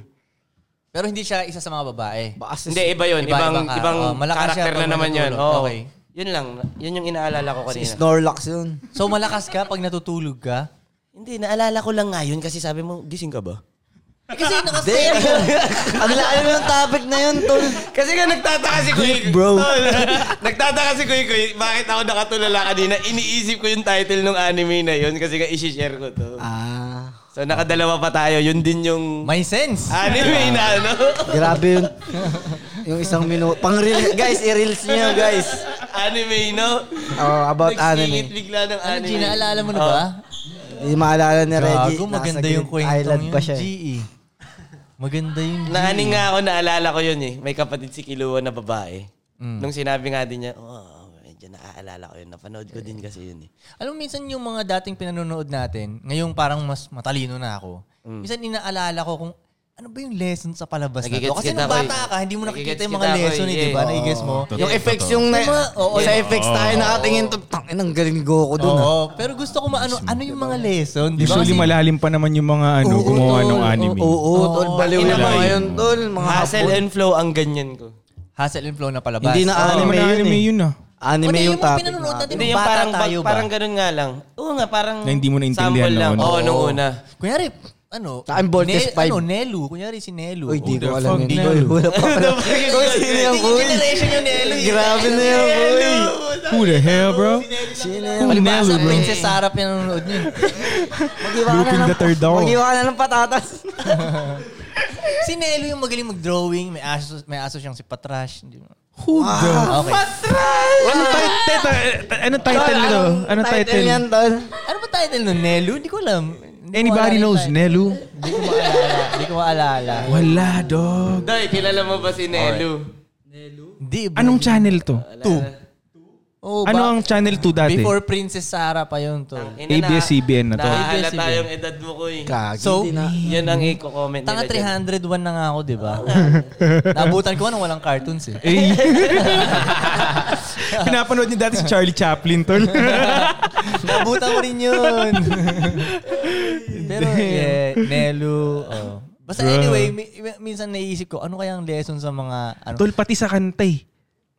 C: pero hindi siya isa sa mga babae.
E: Hindi, iba yun.
C: Iba,
E: ibang
C: iba ka.
E: ibang
C: Oh, malakas siya
E: character
C: pag
E: na naman yun.
C: natutulog.
E: Oo.
C: Okay.
E: Yun lang. Yun yung inaalala ko kanina.
G: Snorlax yun.
C: So malakas ka pag natutulog ka?
E: Hindi, naalala ko lang nga yun kasi sabi mo, gising ka ba?
C: Eh, Kasi nakastayan ka.
G: Ang lalim yung topic na yun, tol.
E: Kasi nga nagtataka si Kuy.
G: bro.
E: *laughs* nagtataka si Kuy Kuy, bakit ako nakatulala kanina? Iniisip ko yung title ng anime na yun kasi nga isi-share ko to.
G: Ah,
E: So nakadalawa pa tayo, yun din yung
C: May sense.
E: anime na ano. *laughs*
G: grabe yun. Yung isang minuto. Pang reel, guys, i-reels niyo, guys.
E: anime, no?
G: Oh, about
E: Nagsingit
G: anime.
E: bigla ng
C: Ano,
E: anime.
C: Gina, alala mo na
E: oh.
C: ba?
G: Hindi maalala ni Reggie.
C: Gago,
G: nasa
C: maganda
G: Green
C: yung kwento
G: Island
C: yung
G: pa siya. eh.
C: GE. E. Maganda yung E. GE.
E: Naaning ano nga ako, naalala ko yun eh. May kapatid si Kilua na babae.
G: Mm.
E: Nung sinabi nga din niya, oh, medyo naaalala ko yun. Napanood ko din kasi yun eh.
C: Alam mo, minsan yung mga dating pinanonood natin, ngayong parang mas matalino na ako,
E: Mm.
C: minsan inaalala ko kung ano ba yung lesson sa palabas na to.
E: Nagigets
C: Kasi
E: kita
C: nung
E: ko eh.
C: bata ka, hindi mo nakikita
E: Nagigets
C: yung
E: kita
C: mga
E: ko eh,
C: lesson eh, di
E: yeah.
C: ba? Nai-guess mo.
G: Yung effects yung na,
C: Oo,
G: sa effects tayo nakatingin to, tang inang galing ni Goku doon. ah.
C: Oo, pero gusto ko maano, ano yung mga lesson, di ba?
D: Usually
C: Kasi-
D: malalim pa naman yung mga ano, gumawa ng anime.
G: Oo, oo, tol, baliw
E: ina
G: na
E: mo.
G: mga yun, tol. Mga
E: Hustle
G: hapon.
E: and flow ang ganyan ko.
C: Hustle and flow na palabas.
G: Hindi na
D: Ano
G: anime
D: naman
G: yun
D: anime
G: eh.
D: yun ah.
G: Anime
C: Hindi,
G: yung topic.
C: pinanonood
G: na.
C: natin,
E: Hindi,
C: nung
E: yung
C: bata
E: parang,
C: tayo ba?
E: parang ganun nga lang. Oo nga, parang
D: Na hindi mo naintindihan
E: sample
D: noon.
E: Oo, nung
C: Oo.
E: una.
C: Kunyari, ano,
G: Sa akin, Voltes five.
C: ano, Nelu. Kunyari si Nelu.
G: Uy, di
D: the
G: ko alam
D: fuck,
G: yun.
D: Nelo?
G: tol. Wala pa pala. Kung sino yung boy.
C: generation yung Nelu.
G: Grabe na yun, boy.
D: Who the hell, bro?
G: Sino yung
C: Palibasa, Princess Sarah pinanonood niyo.
G: Mag-iwa ka
D: Lupin
G: na
D: the
G: ng-
D: third daw.
G: Mag-iwa ka na ng patatas.
C: Si Nelo yung magaling mag-drawing. May aso, may aso siyang si Patrash. Hindi mo-
D: Who the...
C: Okay.
D: Ano title? Ano title nito? Ano title?
G: yan, tol?
C: Ano ba title nun? Nelu? Hindi ko alam. Hindi ko maalala
D: Anybody
C: yung
D: knows
C: title.
D: Nelu?
C: Hindi ko maalala. Hindi ko maalala.
D: Wala, dog.
E: Doy, kilala mo ba si Nelu?
C: Hindi, bro.
D: Anong channel to?
E: Two.
C: Oh,
D: Ano ang Channel 2 dati?
C: Before Princess Sarah pa yun, tol.
D: ABS-CBN na to.
E: Nahala tayong edad mo ko eh.
B: Ah,
C: So,
E: Yan ang i-comment nila.
C: tanga
E: dyan.
C: 301 na nga ako, di
E: *laughs*
C: ba? Nabutan ko nga nung walang cartoons eh.
D: Eh. *laughs* Pinapanood niyo dati si Charlie Chaplin, tol.
C: Nabutan ko rin yun. *laughs* Pero, yeah, Nelu. Oh. Basta
D: Bro.
C: anyway, mi- mi- minsan naiisip ko, ano kaya ang lesson sa mga... Ano?
D: tol, pati sa kanta eh.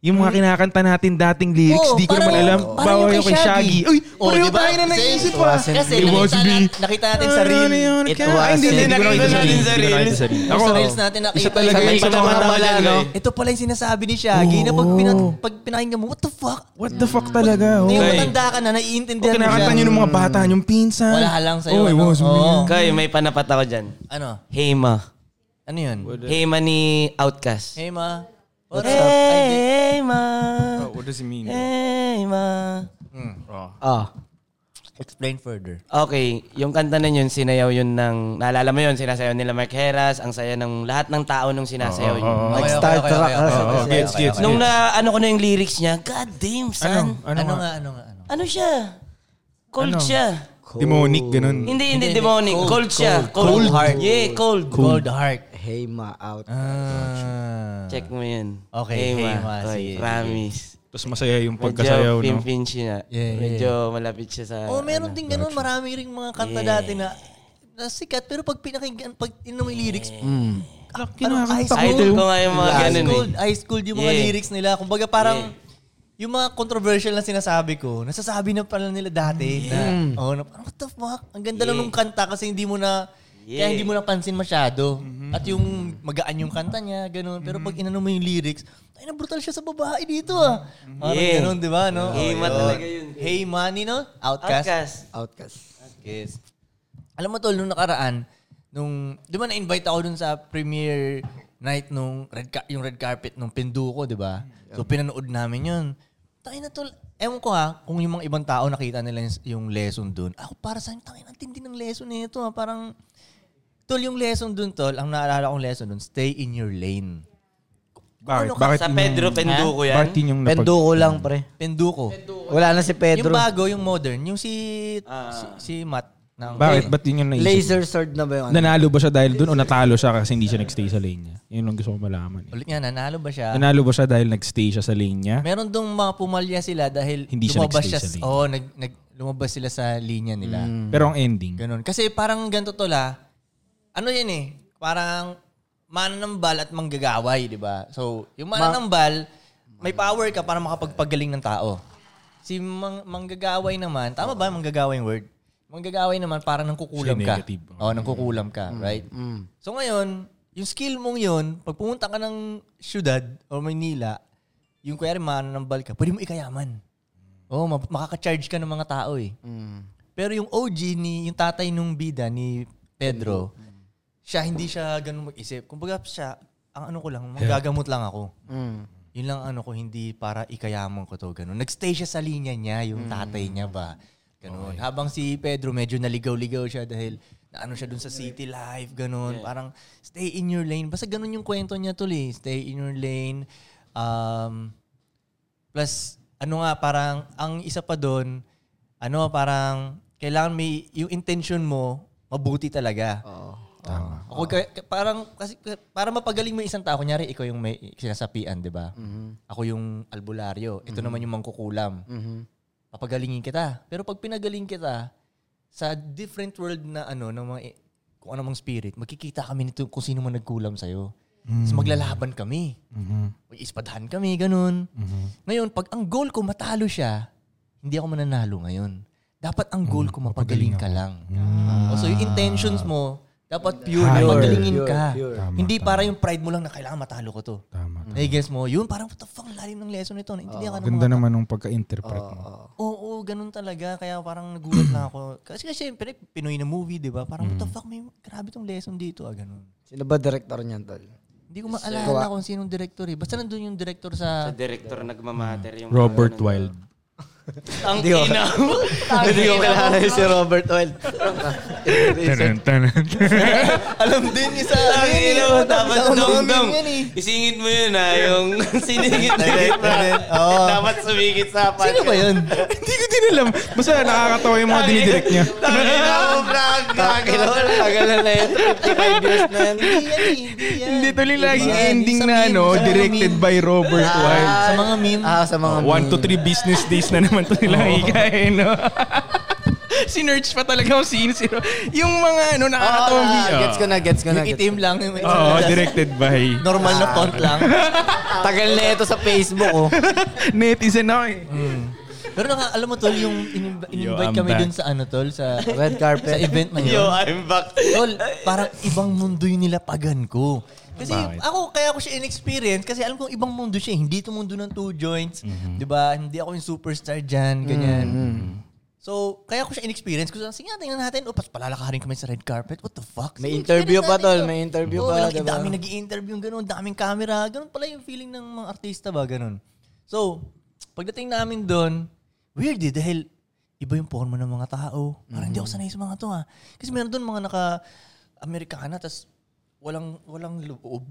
D: Yung mga kinakanta natin dating lyrics,
C: Oo,
D: di ko
C: parang-
D: naman alam.
C: parang
D: Bawa yung kay Shaggy. Uy,
C: Oh,
D: pareho
C: di ba?
D: tayo na naisip ah.
C: Same.
D: pa.
C: Kasi
D: It was
C: nakita,
D: me. Ano
C: na- nakita natin sa reel.
D: It was
E: was me.
D: Hindi ko nakita sa reel. Hindi ko nakita sa reel.
C: Ako,
D: Ako,
C: sa reels natin nakita
D: isa talaga
C: yung-
D: yung sa mga talaga.
C: Ito pala yung sinasabi ni Shaggy na pag, pina- pag pinakinggan mo, what the fuck?
D: What the fuck talaga?
C: Na
D: Oh.
C: yung
E: Okay.
C: matanda ka na,
D: Kung
C: naiintindihan
D: kinakanta nyo ng mga bata, yung pinsan.
C: Wala lang sa'yo.
D: Oh, it
C: ano?
D: was me.
C: Oo.
E: Kay, may panapat ako dyan.
C: Ano?
E: Hema.
C: Ano yun?
E: Hema ni Outcast.
C: Hey, ma. What's up? Ay, di-
E: Hey, ma.
D: Oh, What does it mean? Hmm. Oh.
E: Hey, ma. Ah.
C: Explain further.
E: Okay, yung kanta na yun, sinayaw yun ng, naalala mo yun, sinasayaw nila Mark Heras, ang saya ng lahat ng tao nung sinasayaw yun.
C: Okay, okay,
G: Star
C: okay, okay,
G: Trek.
C: okay, okay, okay,
D: gets,
C: okay,
D: gets.
C: okay.
E: Nung na, ano ko na yung lyrics niya, God damn, son. Ano,
C: Ano, nga, ano nga, ano?
E: siya?
D: Ano?
E: Cold siya.
D: Demonic, ganun.
E: Hindi, hindi,
C: Hindi,
E: demonic.
C: cold,
E: Cold, siya.
C: Cold.
E: Cold. Yeah, cold.
C: Cold heart.
G: Hey, ma out.
C: Ah.
E: Check mo yun.
C: Okay, hey, ma.
E: Oy,
C: Sige, sige.
E: Promise.
D: Tapos masaya yung
E: Medyo
D: pagkasayaw, no?
E: pimpin siya.
C: Yeah, yeah.
E: Medyo malapit siya sa... ano.
C: Oh, meron din ganun. Marami ring mga kanta
E: Yeah.
C: dati na na sikat pero pag pinakinggan pag inong yung lyrics ano, ice
E: Idol ko nga yung mga
C: ice
E: ganun eh.
C: cold ice cold yung mga
E: Yeah.
C: lyrics nila kumbaga parang
E: Yeah.
C: yung mga controversial na sinasabi ko nasasabi na pala nila dati na oh na, parang what the fuck ang ganda lang
E: Mm. Yeah.
C: nung kanta kasi hindi mo na
E: Yeah. Mm-hmm.
C: kaya hindi mo napansin masyado at yung magaan yung kanta niya ganun pero pag inano mo yung lyrics ay na brutal siya sa babae dito ah parang
E: Mm-hmm. Yeah.
C: ganun di ba no
E: Hey, ma
C: Oh,
E: talaga yun.
C: hey money no outcast
E: Outcast.
G: Outcast.
C: Yes. Alam mo tol, nung nakaraan, nung, di ba na-invite ako dun sa premiere night nung red, car- yung red carpet nung Pinduko, di ba? So pinanood namin yun. Tayo na tol, ewan ko ha, kung yung mga ibang tao nakita nila yung- yung lesson dun. Ako para sa akin, tayo na tindi ng lesson na ito ha. Parang, tol, yung lesson dun tol, ang naalala kong lesson dun, stay in your lane.
D: Bakit? Bakit
E: Sa
D: yun
E: Pedro
D: yung-
E: Penduko yan.
D: Bakit yun yung napag...
G: Pendo ko lang, pre.
C: Pinduko.
G: Wala na si Pedro.
C: Yung bago, yung modern, yung si, si, si Matt. ng-
D: Bakit? Ba't yun yung naisip?
G: Laser sword na ba yun?
D: Nanalo ba siya dahil doon o natalo siya kasi hindi siya nagstay sa lane niya? Yun ang gusto ko malaman. Eh.
C: Ulit nga, nanalo ba siya?
D: Nanalo ba siya dahil nagstay siya sa lane niya?
C: Meron dong mga pumalya sila dahil
D: Hindi siya
C: lumabas
D: nagstay
C: siya.
D: sa linya. Mm.
C: Oo, nag, nag, lumabas sila sa linya nila.
D: Pero ang ending.
C: Ganun. Kasi parang ganito to la. Ano yan eh? Parang mananambal at manggagaway, di ba? So, yung mananambal, may power ka para makapagpagaling ng tao. Si mang- manggagaway naman, tama ba manggagaway yung word? Manggagaway naman para nang kukulam
D: Siya
C: ka.
D: negative. Mm.
C: Oo, nang kukulam ka, right? So ngayon, yung skill mong yun, pag pumunta ka ng syudad o Maynila, yung kaya mananambal ka, pwede mo ikayaman. Oo, ma- makaka-charge ka ng mga tao eh.
D: Mm.
C: Pero yung OG ni yung tatay nung bida ni Pedro,
D: Mm.
C: siya hindi siya ganun mag-isip. Kumbaga siya, ang ano ko lang, magagamot lang ako.
B: Mm.
C: Yun lang ano ko, hindi para ikayaman ko to. Ganun. Nagstay siya sa linya niya, yung tatay niya ba. Ganun. Habang si Pedro medyo naligaw-ligaw siya dahil na ano siya dun sa city life, ganun. Parang stay in your lane. Basta ganun yung kwento niya tuloy. Stay in your lane. Um, Plus, ano nga, parang, ang isa pa doon, ano, parang, kailangan may, yung intention mo, mabuti talaga. Oo. Tama. Ako, ka- ka- parang, kasi, ka- para mapagaling mo yung isang tao, kunyari, ikaw yung may sinasapian, di ba? Ako yung albularyo. Ito naman yung mangkukulam. Papagalingin kita. Pero pag pinagaling kita, sa different world na ano, ng mga, i- kung ano mang spirit, magkikita kami nito kung sino man nagkulam sa'yo. Tapos maglalaban kami.
D: Mm-hmm.
C: Mag-ispadahan kami, ganun. Ngayon, pag ang goal ko matalo siya, hindi ako mananalo ngayon. Dapat ang
D: Mm,
C: goal ko mapagaling ka lang. O, so yung intentions mo, dapat pure,
D: Ah. Higher.
C: magalingin ka.
D: Tama,
C: hindi para yung pride mo lang na kailangan matalo ko to.
D: Tama.
C: Nai-guess mo, yun parang what the fuck, ang lalim ng lesson nito. Naintindihan ka ng
D: Ah, Ganda
C: mga
D: naman nung pagka-interpret mo.
C: Oo, ganun talaga. Kaya parang nagulat na
D: *clears throat*
C: ako. Kasi kasi syempre, Pinoy na movie, di ba? Parang, what
D: Mm.
C: the fuck, may grabe tong lesson dito. Ah, ganun.
G: Sino ba director niyan, tol?
C: Hindi ko maalala kung sinong director eh. Basta nandun yung director sa...
E: Sa director Ah, nagmamatter yung...
D: Robert Wilde.
C: Ang ina mo. Ang
E: Hindi ko
C: ina mo.
E: kilala si Robert Oil.
A: Alam din isa. Alam
E: Ang ina mo, dapat dumdum. Isingit mo yun ha, yung siningit na Dapat sumingit sa apat.
C: Sino ba yun?
D: Hindi ko din alam. Basta nakakatawa yung mga dinidirect niya.
E: Tangina mo, Frank. Tangina mo, tagal na na yun. 55 years na yan.
D: Hindi tuloy laging ending na ano, directed by Robert
B: Ah.
D: Wilde.
C: Sa mga meme.
F: Ah, sa mga
D: One to three business days na naman to nila hikain, no? *laughs* Sinerch pa talaga kung sino si Ro- Yung mga ano,
F: Oh,
B: Ah,
D: nakakatawang video.
F: gets ko na, gets ko na.
C: Yung
F: gets
C: itim
F: ko.
C: *laughs* lang. Yung
D: Oo, directed by
C: normal na font
D: *laughs*
C: lang.
F: Tagal na ito sa Facebook,
B: *laughs*
F: oh.
D: netizen ako eh.
C: Pero naka, alam mo tol, yung in-
D: Yo,
C: in-invite
D: I'm
C: kami
D: back.
C: dun sa ano tol, sa
F: Red carpet.
C: sa event na
E: Yo,
C: yun.
E: I'm back.
C: Tol, parang ibang mundo yung nilapagan ko. Kasi
D: Bakit?
C: ako, kaya ako siya inexperience kasi alam kong ibang mundo siya. eh. Hindi ito mundo ng two joints.
D: Mhm.
C: Di ba? Hindi ako yung superstar dyan, ganyan. So, kaya ko siya inexperience. Kasi sige nga, tingnan natin. Upas, palalakarin kami sa red carpet. What the fuck?
B: May
C: Sige,
B: interview
C: experience
B: pa,
C: natin
B: tol.
C: to.
B: May interview
C: Oo,
B: pa,
C: walang-
B: diba?
C: Daming nag-i-interview, ganun. Daming camera. Ganun pala yung feeling ng mga artista ba, ganun. So, pagdating namin doon, weird eh, dahil iba yung forma ng mga tao. Parang hindi ako
B: Mm-hmm.
C: sanay sa mga to ha. Kasi meron doon mga naka-Amerikana, tas walang walang loob.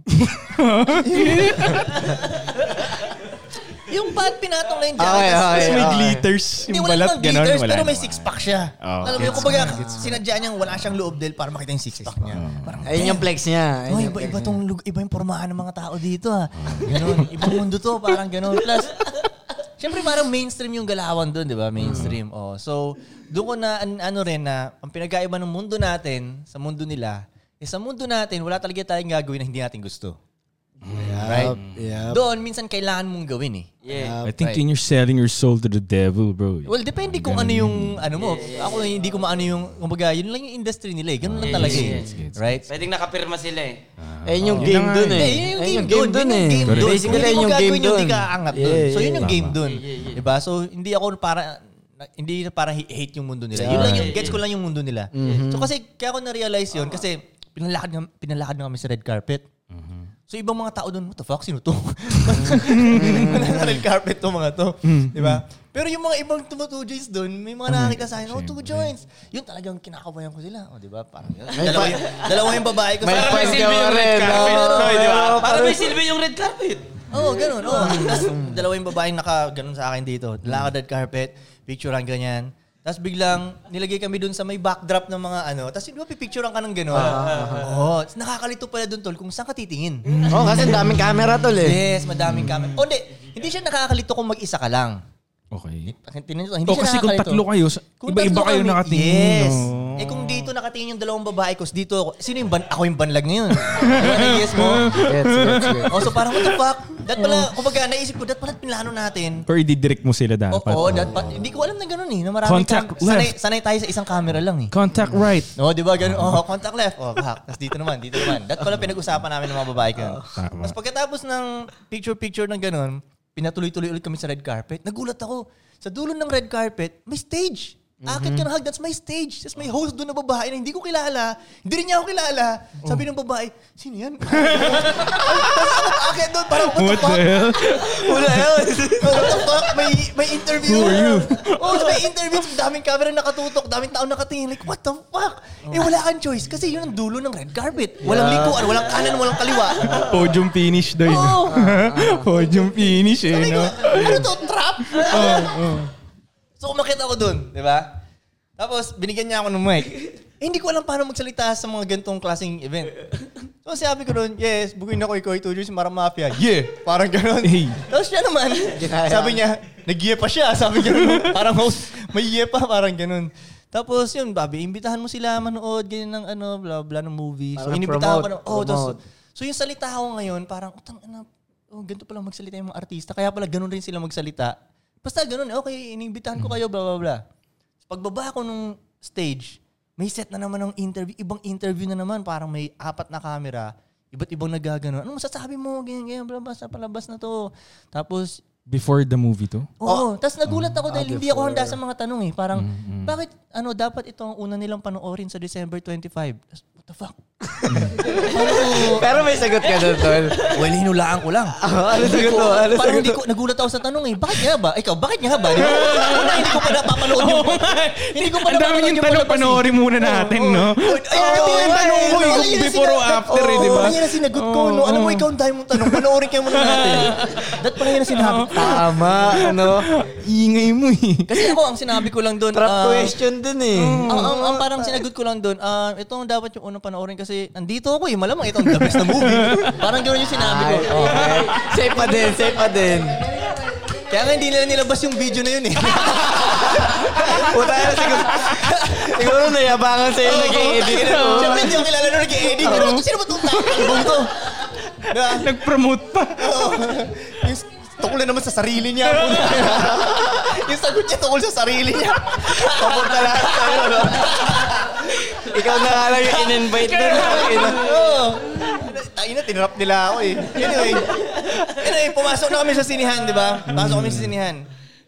C: yung pad pinatong na yung jacket.
F: Okay,
C: tas-
F: okay.
D: Tapos may
F: okay.
D: glitters.
C: Hindi,
D: Yung
C: wala
D: balat,
C: namang
D: ganun.
C: glitters,
D: Wala
C: pero may
D: naman.
C: six-pack siya.
D: Oh,
C: Alam mo, yung kumbaga, sinadya niyang wala siyang loob dahil para makita yung six-pack niya.
D: Oh.
C: Parang,
B: Ayun yung flex niya.
C: Oh,
B: Ayun
C: iba, iba tong lug- iba yung pormahan ng mga tao dito ah. *laughs* Ganun, ibang mundo to, parang ganun. Plus, *laughs* syempre parang mainstream yung galawan doon, 'di ba? Mainstream. Oh. So, doon ko na an- ano rin na ang pinagkaiba ng mundo natin sa mundo nila, eh, sa mundo natin wala talaga tayong gagawin na hindi natin gusto. Right? Doon minsan kailangan mong gawin eh.
D: I think yun you're selling your soul to the devil, bro.
C: Well, depende kung ano yung ano mo. Ako hindi ko maano yung kumbaga, yun lang yung industry nila eh. Ganun lang talaga eh. Right?
E: Pwedeng nakapirma sila eh.
B: Ayun yung game dun eh.
C: Eh, yun
B: Ayun
C: yung game doon. Yun yung game doon.
B: Basically,
C: Kung
B: ayun yung
C: hindi mo
B: game eh.
C: gagawin yun,
B: doon.
C: Hindi ka aangat doon.
B: Yeah,
C: So, yun yung
D: yeah.
C: game doon. Diba? So, hindi ako para na- hindi na para hi- hate yung mundo nila. Yun lang yung, gets ko lang yung mundo nila.
B: Mm-hmm.
C: So, kasi, kaya ko na-realize yun, kasi pinalakad, nga- pinalakad na kami sa red carpet.
B: Mm-hmm.
C: So, ibang mga tao doon, what the fuck, sino to?
B: Mm-hmm.
C: Nasa *laughs* red carpet to mga to. Di ba? Pero yung mga ibang tumo two joints doon, may
B: Ano
C: mga nakakita sa akin, oh, two joints. Yun talagang kinakabayan ko sila. O, di ba? Parang yun. Dalawa, yung- dalawa yung babae ko.
B: May
C: Parang
B: point ka
C: may silbi
B: pa
C: yung red
B: rin.
C: carpet.
B: oo,
C: Oo, di ba?
B: oo,
E: Para may silbi yung red carpet.
C: Oo, oh, ganun. Oo. Tapos dalawa yung babaeng naka, ganun sa akin dito. Lakad at carpet, picturean ganyan. Tapos biglang nilagay kami dun sa may backdrop ng mga ano. Tapos di ba pipicturean ka ng
D: Ah,
C: ganun? Oo. Tapos nakakalito pala dun tol kung saan ka titingin.
D: Hmm.
B: Oh, kasi daming camera tol eh.
C: Yes, madaming camera. O di, hindi siya nakakalito kung mag-isa ka lang.
D: Okay.
C: Tinan nyo, hindi
D: O
C: siya
D: Oh, kasi kung
C: nakakalito.
D: tatlo kayo, sa-
C: Kung
D: iba-iba
C: tatlo
D: kayo
C: kami,
D: nakatingin.
C: Yes.
D: no?
C: Eh kung dito nakatingin yung dalawang babae ko, dito ako. Sino yung ban? Ako yung banlag
D: *laughs*
C: ngayon. Ano yes mo?
F: Gets,
B: *laughs*
F: gets, gets.
C: Oh, so parang what the fuck? That pala, kumbaga naisip ko, that pala pinlano natin.
D: Or i-direct mo sila
C: Oo,
D: dapat.
C: oh, that pa, hindi ko alam na gano'n eh. Na marami
D: Contact
C: cam- sanay,
D: left.
C: sanay tayo sa isang camera lang eh.
D: Contact right.
C: No, di ba? Ganun, oh, contact left. Oh, back. Tapos dito naman, dito naman. That pala pinag-usapan namin ng mga babae ko.
D: tama.
C: Tapos pagkatapos ng picture-picture ng ganun, pinatuloy-tuloy ulit kami sa red carpet. Nagulat ako. Sa dulo ng red carpet, may stage.
D: Mhm.
C: Akit ka ng hagdan, may stage. Tapos may host doon na babae na hindi ko kilala. Hindi rin niya ako kilala. Sabi
D: Oh.
C: ng babae, sino yan? *laughs* Tapos ako akit doon, parang what the
D: What the
C: fuck?
D: hell?
C: Wala yun. What the fuck? May, may interview.
D: Who are you?
C: Oh, may interview. Daming camera nakatutok. Daming tao nakatingin. Like, what the fuck? Eh, wala kang choice. Kasi yun ang dulo ng red carpet. Walang likuan, walang kanan, walang kaliwa.
D: Podium finish daw yun.
C: Oo.
D: *laughs* Podium finish eh,
C: Oh. Sabi ko,
D: no?
C: ano to? Trap? So, umakit ako dun. Di ba? Tapos, binigyan niya ako ng mic. Eh, hindi ko alam paano magsalita sa mga ganitong klaseng event. So, sabi ko doon, yes, bukuin ako ikaw ito si Marang Mafia. Yeah! Parang ganun.
D: Hey.
C: Tapos siya naman, sabi niya, nag pa siya. Sabi ganun, parang host, may yeah pa, parang ganun. Tapos yun, babi, imbitahan mo sila manood, ganyan ng ano, bla bla ng movie. So,
F: Parang
C: inibitahan ko
F: promote,
C: ng, oh, tapos,
F: promote.
C: so yung salita ko ngayon, parang, utang, ano, oh, ganito pala magsalita yung mga artista. Kaya pala, ganun rin sila magsalita. Basta ganun, okay, inibitahan ko kayo, bla bla bla. Pagbaba ko nung stage, may set na naman ng interview, ibang interview na naman, parang may apat na camera, iba't ibang nagagano. Ano masasabi mo? Ganyan, ganyan, bla bla, sa palabas na to. Tapos,
D: Before the movie to?
C: Oo, tas nagulat ako
D: mm. Ah,
C: dahil hindi ako handa
D: Mm-hmm.
C: sa mga tanong eh. Parang, bakit ano dapat ito ang una nilang panoorin sa December 25? Tas, what
D: *laughs*
C: the fuck?
B: Pero may sagot ka doon, tol.
C: Well, hinulaan ko lang.
B: ano
C: Hindi
B: sagot
C: ko,
B: mo? Ano
C: parang
B: sagot
C: hindi ko, nagulat ako sa tanong eh. Bakit nga ba? Ikaw, bakit nga ba? Di ba? Una, hindi ko pa napapanood
D: *laughs*
C: yung... hindi ko pa
D: Ang
C: napapanood
D: dami niyong tanong,
C: palabas eh.
D: panoorin muna natin, no?
C: Ayun,
D: Oo,
C: ayun,
D: yung tanong ko,
C: ayun,
D: yung
C: ayun,
D: before
C: ayun,
D: or after eh, di ba?
C: Oo, ayun ang sinagot ko. No? Alam mo, ikaw ang dahil mong tanong. Panoorin kayo muna
D: *laughs*
C: natin. That pala yun ang sinabi ko.
B: Tama, ano?
D: Ingay mo eh.
C: *laughs* Kasi ako, ang sinabi ko lang doon.
B: Trap
C: ah,
B: question din eh.
C: ang, ang, ang parang sinagot ko lang doon, ah, ito ang dapat yung unang panoorin kasi nandito ako eh. Malamang ito ang the best na *laughs* movie. parang gano'n yung sinabi ko.
B: Okay. Safe pa din, safe pa din.
C: Kaya nga hindi nila nilabas yung video na *laughs* yun eh.
B: Puta na siguro. *laughs* Siguro nayabangan sa'yo nag-i-edit.
C: Siyempre hindi ako kilala nung nag-i-edit. Pero ito, sino ba itong *laughs* tatakbong to? Diba?
D: Nag-promote pa.
C: Oo. Yung s- tukol na naman sa sarili niya.
B: *laughs*
C: yung sagot niya tukol sa sarili niya.
B: Papunta
C: *laughs*
B: lahat sa'yo, no? Ikaw na nga lang yung in-invite doon.
C: Oo. Tayo na, tinrap nila ako eh. Anyway, anyway, pumasok na kami sa sinihan, di ba? Pumasok kami sa sinihan.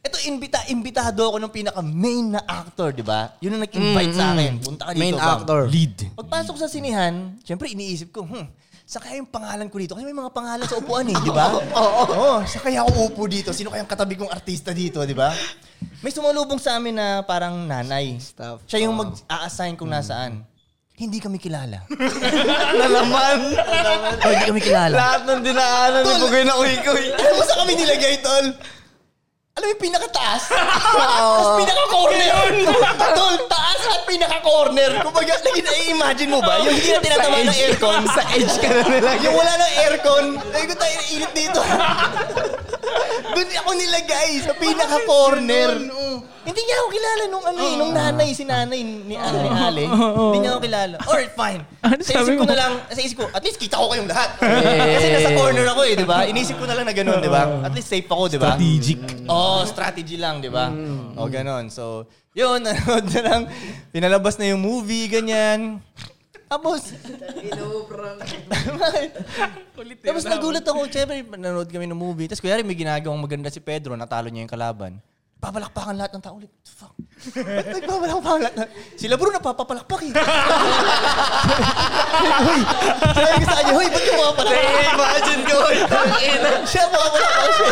C: Ito, imbita, imbitado ako ng pinaka-main na actor, di ba? Yun ang nag-invite sa akin. Punta ka dito.
B: Main
C: bang.
B: actor.
D: Lead.
C: Pagpasok sa sinihan, syempre iniisip ko, hmm, sa kaya yung pangalan ko dito? Kasi may mga pangalan sa upuan eh, di ba? Oo. Oh, sa kaya ako upo dito? Sino kayang katabi kong artista dito, di ba? May sumalubong sa amin na parang nanay.
B: Staff.
C: Siya yung mag-a-assign kung nasaan. Hindi kami kilala.
B: Nalaman.
C: Oh, hindi kami kilala.
B: Lahat ng dinaanan ni Bugoy na kuy-kuy.
C: Alam mo saan kami nilagay, tol? Alam mo yung *laughs* pinakataas? Tapos pinaka-corner. tol, taas at pinaka-corner. Kumbaga, naging na-imagine mo ba? Yung hindi na tinatama ng aircon. Sa edge ka na nilagay. Yung wala ng aircon. Ay, ko tayo init dito. *laughs* Doon ako nilagay sa pinaka-corner. Hindi niya ako kilala nung ano eh, nung nanay, si nanay ni, ano, ni Ale. Hindi niya ako kilala. Alright, fine. sa
D: sabi
C: isip ko
D: mo?
C: na lang, sa isip ko, at least kita ko kayong lahat. Kasi nasa corner ako eh, di ba? Inisip ko na lang na gano'n, di ba? At least safe ako, di ba?
D: Strategic.
C: Oh, strategy lang, di ba? O, gano'n. So, yun, *laughs* nanood na lang. Pinalabas na yung movie, ganyan. Tapos, *laughs* Bakit? Tapos nagulat ako, syempre, nanood kami ng movie. Tapos kuyari, may ginagawang maganda si Pedro, natalo niya yung kalaban. Papalakpakan lahat ng tao ulit. Fuck. *laughs* Ba't Nagpapalakpakan lahat. ng- Sila bro, napapapalakpak eh. *laughs* Hoy! Sabi ko sa kanya, hoy, ba't yung mapapalakpak?
B: Imagine ko.
C: *laughs* Siya, mapapalakpak siya.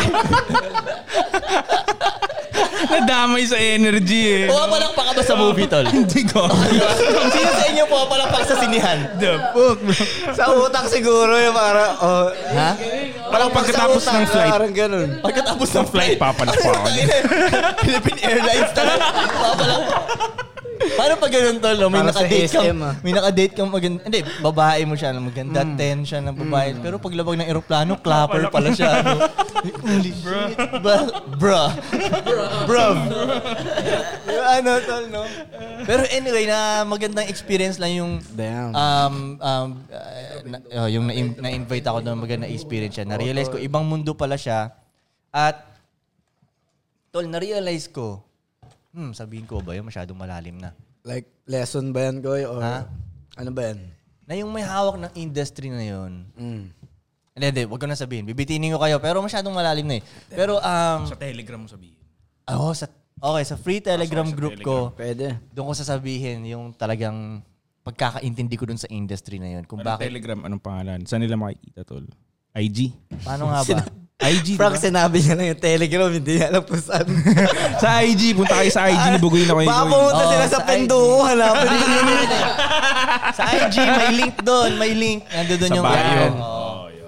D: Nadamay sa energy eh.
C: Oh. Pumapalakpak ka ba sa movie, tol?
D: Hindi
C: *laughs*
D: ko.
C: Sino sa inyo pumapalakpak sa sinihan?
D: The fuck, bro.
B: Sa utak siguro yung para, oh.
C: Ha?
D: Parang pagkatapos
B: Sa utak,
D: ng flight.
B: Parang ganun.
C: Pagkatapos ng flight,
D: papalakpakan.
C: Ay, Philippine Airlines talaga. Papalakpakan. Paano pag ganun tol, no? may
B: Para sa
C: nakadate ka,
B: SM, ah.
C: may nakadate kang maganda, hindi, babae mo siya, no? maganda, ten siya na babae. Pero paglabag ng eroplano, clapper pala siya. No? Holy shit. Ba- Bruh. Bruh. Yung *laughs* ano tol, no? Pero anyway, na magandang experience lang yung
B: Damn.
C: um, um, uh, na, oh, yung na- na-invite ako doon, maganda experience siya. Na-realize ko, ibang mundo pala siya. At Tol, na-realize ko, hmm, sabihin ko ba yun, masyadong malalim na.
B: Like, lesson ba yan, Koy? Or,
C: Ha?
B: ano ba yan?
C: Na yung may hawak ng industry na yun.
B: Mm.
C: Hindi, hindi, wag ko na sabihin. Bibitinin ko kayo, pero masyadong malalim na eh. Pero, um,
D: Sa telegram mo sabihin. Ah,
C: oh, sa, okay, sa free telegram group ko,
B: Pwede.
C: doon ko sasabihin yung talagang pagkakaintindi ko dun sa industry na yun. Kung
D: Anong
C: bakit,
D: telegram? Anong pangalan? Saan nila makikita, tol? IG?
C: paano nga ba?
D: IG,
G: *laughs*
D: di ba?
B: Frank, sinabi niya lang yung telegram, hindi niya alam kung saan.
D: Sa IG, punta kayo sa IG ni Bugoy na kayo.
B: Baka Ah,
D: Goy.
B: pumunta
C: Oo,
B: sila sa
C: sa
B: penduko, hanapin
C: Hindi, hindi, hindi. *laughs* sa IG, may link doon, may link. Nandun doon
D: Sa
C: yung
D: bio.
C: Oo.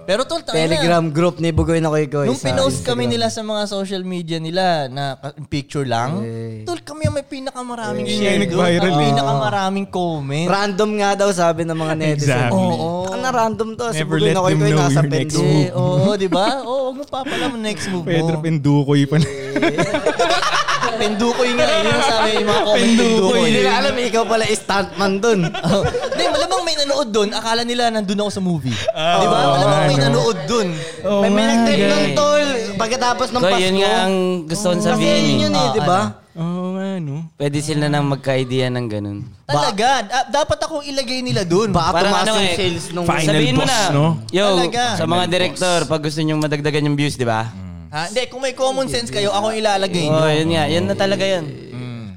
C: Pero tol, tayo
B: Telegram group ni Bugoy na Koy Koy.
C: Nung
B: sa
C: pinost
B: Instagram.
C: kami nila sa mga social media nila na ka- picture lang, tol kami ang may pinakamaraming
D: Yun
C: share
D: yung
C: doon.
D: nag-viral
C: Ang
D: eh.
C: pinakamaraming comment.
B: Random nga daw sabi ng mga netizen.
D: Exactly.
B: Oo. Ang na random to. Si
D: Never
B: Bugoy
D: let
B: na Koy
D: them
B: Koy
D: know
B: nasa
D: your next
B: penduko.
D: move.
C: Eh, oo, di ba? Oo, huwag mo pa pala mo next move
D: Pedro
C: mo.
D: Pendukoy
G: *laughs*
D: pa na.
C: Pendukoy nga, eh. yun ang sabi yung mga comment
D: Pendukoy.
C: pendukoy.
B: Hindi nila alam, ikaw pala eh, stuntman dun.
C: Oh, Hindi, malamang may nanood doon. Akala nila nandun ako sa movie.
D: Ah,
C: di ba? Malamang may nanood doon.
D: Oh,
B: May may
D: man.
B: nag-trend
E: God.
B: nun, tol. Pagkatapos ng
E: Ko,
B: Pasko.
E: yun nga ang gusto kong
B: Kasi
E: sabihin.
B: yun yun eh,
C: Ah,
B: di ba?
D: Oo nga, no?
E: Pwede sila nang magka-idea ng ganun.
C: Talaga. da- dapat akong ilagay nila doon.
B: Baka
E: Parang
B: tumaas
E: ano
B: yung
E: eh,
B: sales nung...
D: Final
E: sabihin mo
D: boss,
E: na,
D: no?
E: yo,
C: Talaga.
E: sa mga director, pag gusto nyo madagdagan yung views, di ba?
C: Ha? Hindi, kung may common sense kayo, ako ang ilalagay.
E: Oo, oh, yun nga. Yun na talaga yun.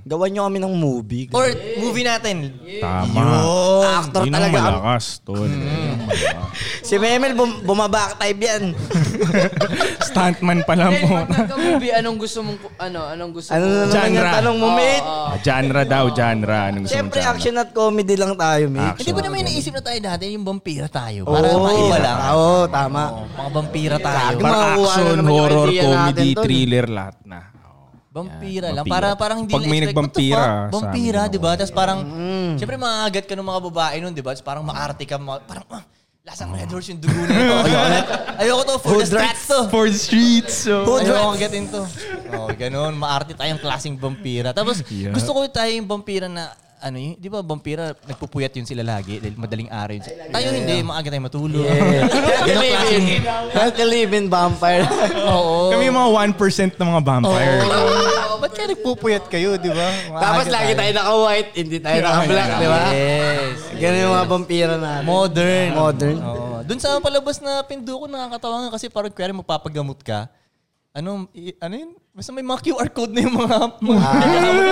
G: Gawan nyo kami ng movie.
C: Or movie natin.
D: Tama.
G: actor
D: Yun ang
G: talaga. ang- Mm.
D: malakas, tol. Yun ang malakas.
G: Si Memel, bum- bumaba type
E: *laughs*
G: yan.
D: Stuntman pala
F: Then,
D: mo.
F: pag nagka-movie, anong gusto mong, ano, anong gusto
G: Ano na
F: mong...
G: naman yung
D: Genre.
G: tanong mo, mate?
D: Ah, *laughs* genre daw, genre. Anong gusto mong
G: Siyempre,
D: genre?
G: action at comedy lang tayo, mate.
C: Hindi
D: Action.
C: ba naman naisip na tayo dati yung vampira tayo? Para maiba lang.
G: Oo, tama.
C: Mga vampira tayo.
G: Yung
D: Parang
G: makukuha na
D: action,
G: naman yung
D: horror,
G: idea
D: comedy,
G: natin, tol. Oh.
D: thriller, lahat na.
C: Vampira
D: Yan,
C: lang.
D: vampira.
C: Para parang hindi
D: Pag
C: nila
D: may
C: expect, what the
D: nagvampira,
C: fuck?
D: sa
C: Vampira,
D: amin
C: di ba? Tapos parang, syempre maagat ka ng mga babae nun, di ba? Tapos parang maarte ka, ma- parang, ah, lasang red horse yung dugo na
D: *laughs*
C: ito. Ayoko, na- ayoko to, for the strats to.
D: For the streets, so.
C: Ayoko gatin to. Oh, ganun, maarte tayong klaseng vampira. Tapos
D: Yeah.
C: gusto ko tayo yung vampira na, ano yun, di ba vampira, nagpupuyat yun sila lagi, dahil madaling araw yun. sila. Tayo hindi, maaga tayo matulog. *laughs*
B: *laughs*
C: Ganun klaseng,
G: Nagka-live-in vampire.
B: *laughs*
G: Oh.
C: oo.
D: Kami yung mga 1% ng mga vampire.
C: Oo. *laughs* Ba't kaya nagpupuyat kayo, di ba? Maaga
G: Tapos lagi tayo naka-white, hindi tayo naka-black, di ba?
C: Yes.
G: Ganun yung mga vampira natin.
C: Modern.
G: Modern.
C: Oo. Doon sa palabas na pindo ko nakakatawa nga kasi parang kuwari magpapagamot ka. Ano, i- ano yun? Basta may mga QR code na yung mga... mga
G: Ah.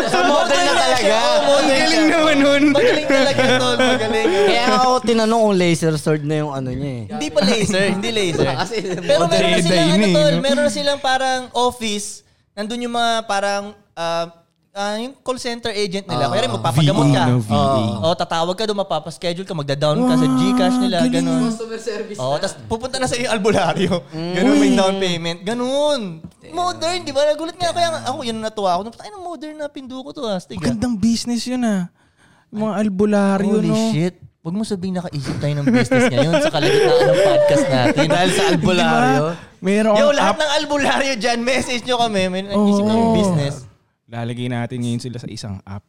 C: *laughs*
G: So, modern na talaga.
C: Magaling naman nun. Magaling talaga tol. Magaling.
G: Kaya nga ako tinanong kung laser sword na yung ano niya eh.
C: hindi pa laser. Hindi laser. Pero meron na
D: Jedi
C: silang ano
D: na eh,
C: tol.
D: no?
C: Meron na silang parang office. Nandun yung mga parang... ah, ah, yung call center agent nila. Kuwari magpapagamot
D: VA,
C: ka.
D: Ah, no? VA.
C: Oo, tatawag ka doon, mapapaschedule ka, magda-down ka sa Gcash nila, ganun.
F: Customer service.
C: Oh, tapos pupunta na sa iyong albularyo.
D: Mm.
C: Ganun may down payment. Ganun. Modern, di ba? Nagulat nga kaya nga- ako, yun ang natuwa ako. Ay, na modern na pindo ko to, ah,
G: Oh.
C: astiga.
D: Gandang business yun ah. Yung Mga albularyo,
C: Holy
D: no?
C: shit. Huwag mo sabing nakaisip tayo ng business ngayon sa kalagitnaan ng podcast natin. Dahil sa
D: Albularyo? Meron
C: Yo,
D: akong
C: lahat
D: app.
C: ng albularyo dyan, message nyo kami. May nag-isip kami business.
D: Lalagay natin ngayon sila sa isang app,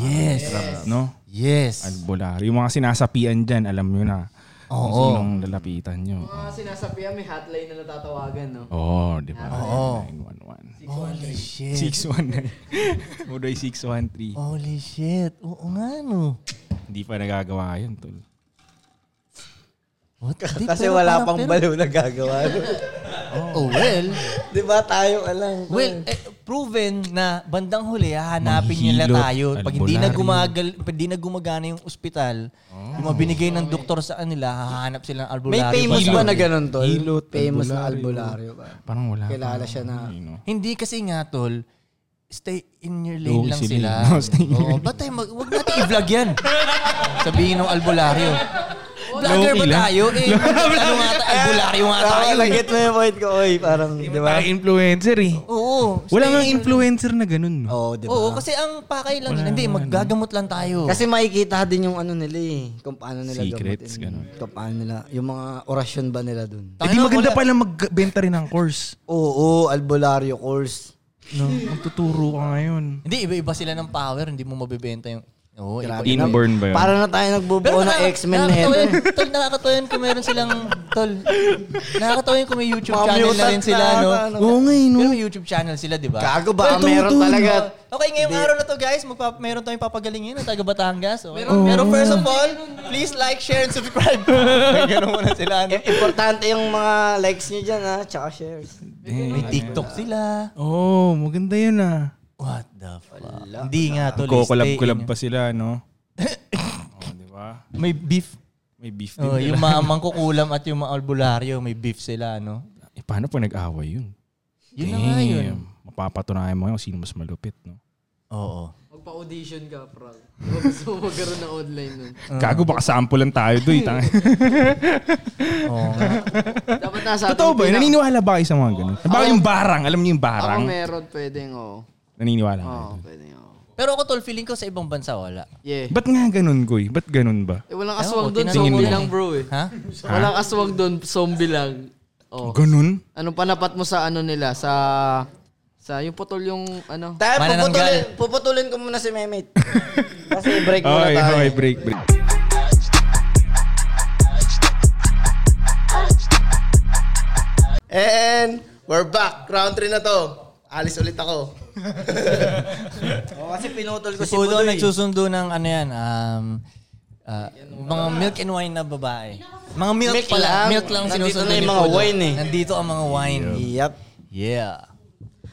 C: Yes.
D: no?
C: Yes.
D: Albularyo. Yung mga sinasapian dyan, alam nyo na. Kung
C: Oo.
D: sinong lalapitan nyo.
F: Mga sinasabihan, may hotline na natatawagan, no?
D: Oo, di ba?
C: Oo.
D: 911.
C: Holy shit.
D: *laughs* 619. Mudoy 613.
C: Holy shit. Oo nga, no.
D: Hindi pa nagagawa yun, tol.
C: What? *laughs* Di,
G: Kasi
C: pero
G: wala
C: parang-
G: pang
C: pero-
G: baliw na gagawa.
C: *laughs* Oh, well.
G: Di ba tayo alam?
C: Well, eh, proven na bandang huli, hahanapin nila
D: Manghilot,
C: tayo. Pag hindi na,
D: albularyo.
C: gumagal, pag hindi na gumagana yung ospital, yung mga binigay ng doktor sa kanila, hahanap sila ng albularyo.
G: May famous
C: Bago-
G: ba na ganun, tol?
D: Hilot,
G: famous na
D: albularyo.
G: albularyo ba?
D: Parang wala.
G: Kilala siya na.
D: You know?
C: Hindi kasi nga, tol, stay in your lane
D: Low
C: lang
D: sila.
C: sila.
D: No, stay in your
C: Oo, ba't tayo mag... Huwag natin i-vlog yan. Sabihin ng albularyo. Vlogger ba
D: Low-key lang.
C: tayo? Eh,
D: *laughs*
C: ano nga, ta- albularyo nga tayo.
G: Tayo, nag-get mo yung point ko, oy. Parang, di
B: Diba?
G: ba?
D: Parang influencer eh.
C: Oo.
D: Wala
C: stay
D: nga
C: in-
D: influencer na ganun, no?
G: Oo, di ba?
C: Oo, kasi ang pakay lang, yun. hindi, maggagamot lang
D: Oh.
C: tayo.
G: Kasi makikita din yung ano nila eh. Kung paano nila
D: Secrets,
G: gamutin.
D: ganun.
G: Kung paano nila. Yung mga orasyon ba nila dun?
D: Eh, di maganda pala magbenta rin ng course.
G: Oo, albularyo course.
D: No, magtuturo ka ngayon.
C: Hindi, iba-iba sila ng power. Hindi mo mabibenta yung... Oo, iba.
D: Inborn ba yun?
G: Para na tayo nagbubuo ng
C: nakaka-
G: X-Men head.
C: nakakatawa yun. Tol, nakakatawa yun kung meron silang... Tol, nakakatawa yun kung may YouTube
G: Mga
C: channel na
G: mutant
C: rin sila, no?
G: lahat, ano.
D: Oo nga, eh, no?
C: Pero may YouTube channel sila, di ba?
G: Gago ba? Meron talaga.
C: Okay, ngayong araw na to guys, magpa meron tayong papagalingin ng taga Batangas. Okay? Pero first of all, please like, share, and subscribe. *laughs* Eh, May ganun muna sila. ano? No?
G: *laughs* Importante yung mga likes nyo dyan ha, tsaka shares.
C: May TikTok sila.
D: Oo, oh, maganda yun ah.
C: What the fuck? Hindi nga, tol. stay in-
D: Kokolab-kulab pa sila, no? oh, di ba?
C: May beef.
D: May beef din
C: Oh,
D: nila.
C: yung mga mangkukulam at yung mga albularyo, may beef sila, ano? no?
D: Eh, paano pag nag-away yun?
C: Yun na nga yun.
D: Damn. Mapapatunayan mo yun kung sino mas malupit, no?
C: Oo.
F: Magpa-audition ka, Pral. Huwag gusto mo magkaroon ng online nun.
D: Gago, baka sample lang tayo eh, doy. tanga. *laughs*
F: Dapat nasa atin
D: Totoo ba? yun?
F: pinak-
D: Naniniwala ba kayo sa mga ganun? Baka yung barang, alam niyo yung
F: Ako
D: barang?
F: meron, pwedeng oo.
D: Naniniwala
F: Oo,
D: ka.
F: pwedeng oo.
C: Pero ako tol, feeling ko sa ibang bansa wala.
F: Yeah.
D: Ba't nga ganun, Goy? Ba't ganun ba?
F: Eh, walang
C: Ewan
F: aswang
C: ko,
F: doon,
C: tinanong
D: ko
F: zombie
D: eh.
F: lang bro eh.
C: Ha?
F: Walang aswang doon, zombie lang. Oh.
D: Ganun?
F: Anong panapat mo sa ano nila? Sa... Sa yung putol yung ano?
G: Tayo,
C: Manananggal.
G: puputulin, puputulin ko muna si Mehmet.
D: *laughs*
G: Kasi break muna
D: Okay,
G: tayo.
D: okay, break, break.
A: And we're back. Round 3 na to. Alis ulit ako.
G: Oo, kasi pinutol ko
C: Si
G: si
C: Pudo
G: Budoy.
C: nagsusundo ng ano yan, um, ah, mga milk and wine na babae. Mga milk,
G: Milk
C: pala.
G: lang.
C: Milk lang
G: Nandito
C: sinusundo
G: na
C: ni
G: yung mga
C: Pudo.
G: wine eh.
C: Nandito ang mga wine.
G: Yep.
C: Yeah.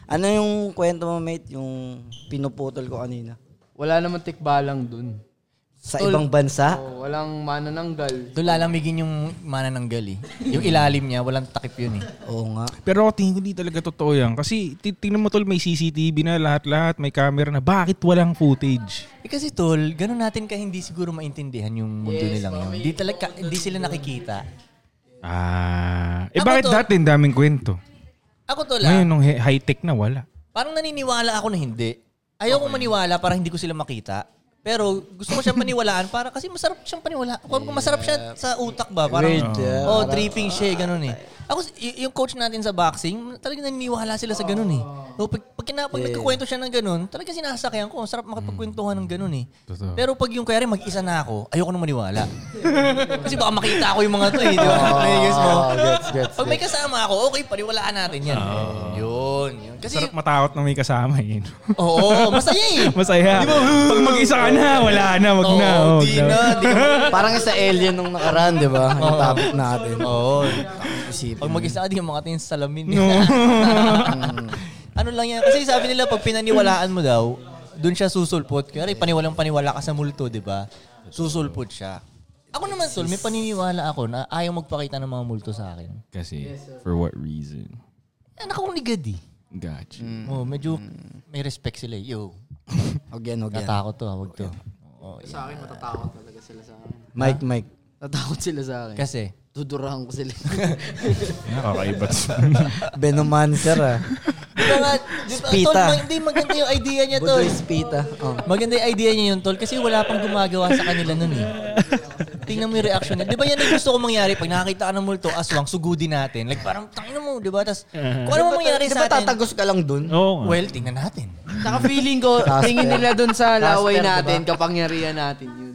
G: Ano yung kwento mo, mate? Yung pinuputol ko kanina.
F: Wala naman tikbalang dun.
G: Sa ibang bansa?
F: So, walang manananggal.
C: Doon lalamigin yung manananggal eh. Yung ilalim niya, walang takip yun eh.
G: Oo nga.
D: Pero ako tingin ko hindi talaga totoo yan. Kasi ti- tingnan mo tol, may CCTV na lahat-lahat, may camera na. Bakit walang footage?
C: Eh kasi tol, ganun natin ka hindi siguro maintindihan yung mundo nilang yun. Hindi talaga, hindi sila nakikita.
D: Ah.
C: Ako,
D: Eh bakit
C: tol.
D: dati ang daming kwento?
C: Ako tol ah,
D: Ngayon, nung he- high-tech na wala.
C: parang naniniwala ako na hindi. Ayaw kong maniwala para hindi ko sila makita. Pero gusto ko
D: *laughs*
C: siyang paniwalaan para kasi masarap siyang paniwala. Kung masarap siya sa utak ba? Parang, oh, tripping siya eh, ganun eh. Ako, y- yung coach natin sa boxing, talagang naniniwala sila sa ganun eh. So,
D: Oh.
C: pag, pag, kina, pag nagkukwento siya ng ganun, talagang sinasakyan ko. Ang sarap makipagkwentuhan ng ganun eh.
D: Totoo.
C: Pero pag yung kaya rin, mag-isa na ako, ayoko nang
D: *laughs*
C: maniwala. kasi baka makita ako yung mga to eh. Di ba?
D: Ah,
C: Players mo. Pag may kasama ako, okay, paniwalaan natin yan. Yun, yun. Kasi
D: Ah. Sarap matakot na may kasama eh, yun.
C: Oo, masaya eh.
D: *laughs* Masaya. Pag mag-isa ka na, wala na, wag na.
C: Oo,
D: wag
C: di na, di ka
B: Parang sa alien nung nakaraan, di ba? Yung topic natin.
C: Oo.
B: Isipin.
C: Pag mag-isa ka, di ka makatingin sa salamin.
D: No.
C: *laughs* ano lang yan. Kasi sabi nila, pag pinaniwalaan mo daw, doon siya susulpot. Kaya paniwalang paniwala ka sa multo, di ba? Susulpot siya. Ako naman, tol, may paniniwala ako na ayaw magpakita ng mga multo sa akin.
D: Kasi, for what reason?
C: Anak akong ligad eh.
D: Gotcha.
C: Oh, medyo may respect sila eh. Yo,
B: Huwag yan, huwag yan.
C: natakot to ha, wag to. Oo, yeah.
F: Sa akin, matatakot talaga sila sa akin.
B: Mike, Mike.
F: Natakot sila sa akin.
C: Kasi,
F: Dudurahan ko
B: *laughs*
F: sila.
D: Nakakaiba.
B: Venomancer, ah.
C: di ba nga, di ba, tol,
B: Spita.
C: ma- hindi maganda yung idea niya, tol.
B: Budoy Spita. Oh.
C: Maganda yung idea niya yun, Tol, kasi wala pang gumagawa sa kanila nun eh. Tingnan mo yung reaction niya. Di ba yan ang gusto ko mangyari? Pag nakakita ka ng multo, aswang, sugudin natin. Like parang, tangin mo, di ba? Tapos, kung ano mo mangyari
B: Di
C: sa
B: ba
C: atin,
B: tatagos ka lang dun?
D: *laughs* Oo nga.
C: well, tingnan natin.
F: Saka feeling ko, tingin nila dun sa laway
B: Casper,
F: natin, kapangyarihan natin yun.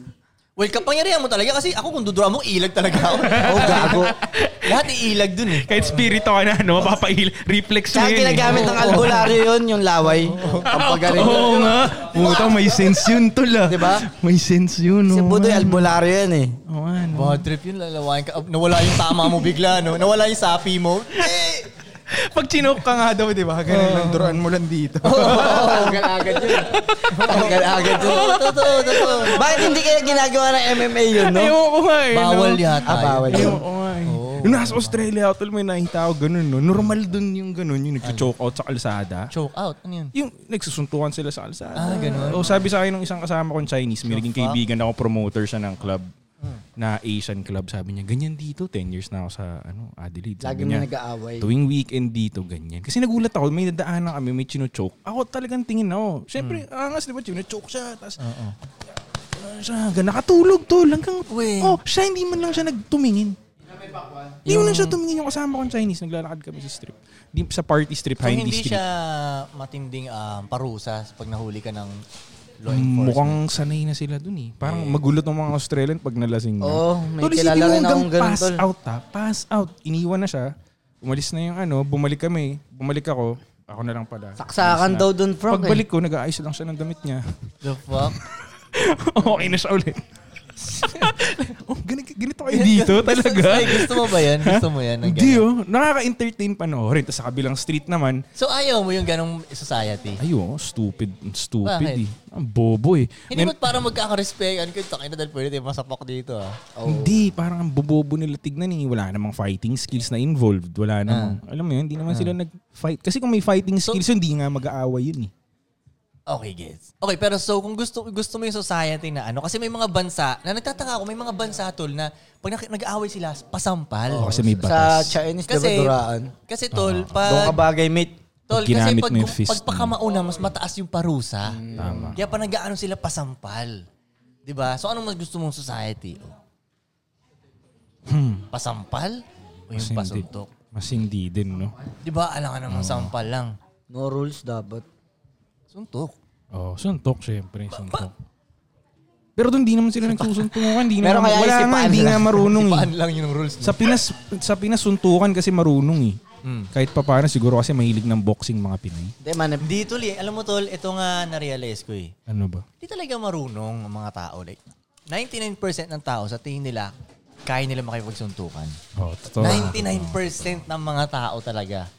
C: Well, kapangyarihan mo talaga kasi ako kung dudura mo, ilag talaga ako.
B: Oh, gago.
C: Lahat iilag dun eh.
D: Kahit spirito ka na, no? Mapapail. Reflex mo
B: Tsaka
D: yun. eh.
B: ginagamit ng albularyo yun, yung laway. Pampagaling.
D: Oo nga. Puta, may sense yun tol ah.
B: Di ba?
D: May sense yun.
B: Kasi
D: oo
B: Budoy,
D: nga.
B: albularyo yan eh.
D: Oo nga, no.
C: Bad trip yun, lalawain ka. Oh, Nawala yung tama mo bigla, no? Nawala yung sapi mo.
D: Pag chinok ka nga daw, di ba? Ganun lang, duraan mo lang dito.
F: Agad-agad yun.
B: Tanggal agad yun.
C: Oo, totoo, totoo.
B: Bakit hindi kaya ginagawa ng MMA yun, no?
D: Ayoko ko nga eh. no?
C: Bawal yata.
B: Ah, bawal
D: Ayoko
B: yun.
D: nga eh. Nung nasa Australia ako, tol, may nakita ako ganun, no? Normal dun yung ganun, yung nag-choke out sa kalsada.
C: Choke out, ano yun?
D: Yung nagsusuntukan sila sa kalsada.
C: Ah, ganun.
D: O sabi sa akin ng isang kasama kong Chinese, may naging kaibigan ako, promoter siya ng club
C: Hmm.
D: na Asian club. Sabi niya, ganyan dito. 10 years na ako sa ano, Adelaide.
B: Lagi
D: Sabi
B: mo
D: niya,
B: nag-aaway.
D: Tuwing weekend dito, ganyan. Kasi nagulat ako, may dadaanan kami, may chinochoke. Ako talagang tingin ako. Siyempre,
B: Hmm.
D: ah, angas, di ba, diba, chinochoke siya. Tapos, ano siya, hanggang nakatulog to. Hanggang, oh, siya, hindi man lang siya nagtumingin. Hindi man lang siya tumingin yung kasama kong Chinese. Naglalakad kami sa strip. Di, sa party strip,
C: So,
D: high
C: hindi
D: street.
C: siya matinding um, parusa pag nahuli ka ng law enforcement.
D: Mm, Mukhang sanay na sila dun eh. Parang magulat ng mga Australian pag nalasing na.
B: Oo, Oh, may
D: Tol, isipin
B: kilala
D: mo
B: rin akong
D: hanggang
B: ganun,
D: Pass
B: tol.
D: out ha. Pass out. Iniwan na siya. Umalis na yung ano. Bumalik kami. Bumalik ako. Ako na lang pala.
B: Saksakan daw dun, Frank. eh.
D: Pagbalik ko, nag-aayos lang siya ng damit niya. *laughs*
C: The fuck?
D: okay na siya
C: *laughs*
D: ulit. oh, ganito, ganito kayo dito talaga.
C: Ay, gusto mo ba yan? Gusto mo yan? ng
D: Hindi
C: ganun?
D: oh. Nakaka-entertain panoorin. Tapos sa kabilang street naman,
C: So ayaw mo yung ganong society?
D: ay oh, stupid. Stupid
C: Bakit?
D: eh. Ang bobo eh.
C: Hindi mo
D: Ngayon-
C: parang magkakarespekan ko. Ano Takay na dahil pwede tayo masapak dito ah.
D: Hindi, parang ang bobobo nila tignan eh. Wala namang fighting skills na involved.
C: Ah.
D: Wala namang, alam mo yun, hindi naman sila nag-fight. Kasi kung may fighting skills yun, hindi nga mag-aaway yun eh.
C: Okay, guys. Okay, pero so kung gusto gusto mo yung society na ano, kasi may mga bansa, na nagtataka ako, may mga bansa tol na pag nak- nag-aaway sila, pasampal.
D: Oo, Oh, kasi may
B: Sa
D: batas.
B: Chinese, di ba,
C: Kasi,
B: duraan?
C: kasi
D: Ah.
C: tol,
B: Doon ka
C: pag,
B: bagay, mate.
C: tol, kasi
D: Pag ginamit
C: pag,
D: mo yung fist Mm. mo.
C: pagpakamauna, mas mataas yung parusa.
D: Tama.
C: Kaya pa nag-aano sila pasampal. 'Di ba? So anong mas gusto mong society? Oh. Hmm. Pasampal o yung
D: Mas hindi,
C: pasuntok?
D: mas hindi din, no?
C: 'Di ba? Alangan naman sampal lang.
B: No rules dapat.
C: Suntok.
D: Oh, suntok syempre, suntok. Pero doon di naman sila nagsusuntukan.
C: *laughs*
D: Di
B: Pero
D: na,
B: kaya
D: wala nga,
B: isipaan
D: hindi
B: lang.
D: nga marunong eh.
C: Paan lang yung rules.
D: Sa Pinas, sa Pinas, suntukan kasi marunong eh. Kahit pa paano, siguro kasi mahilig ng boxing mga Pinay.
B: Hindi, man.
C: Hindi tol eh. Alam mo tol, ito nga na-realize ko eh.
D: Ano ba?
C: Hindi talaga marunong ang mga tao. Like, 99% ng tao sa tingin nila, kaya nila makipagsuntukan.
D: Oh, totoo.
C: 99% ng mga tao talaga.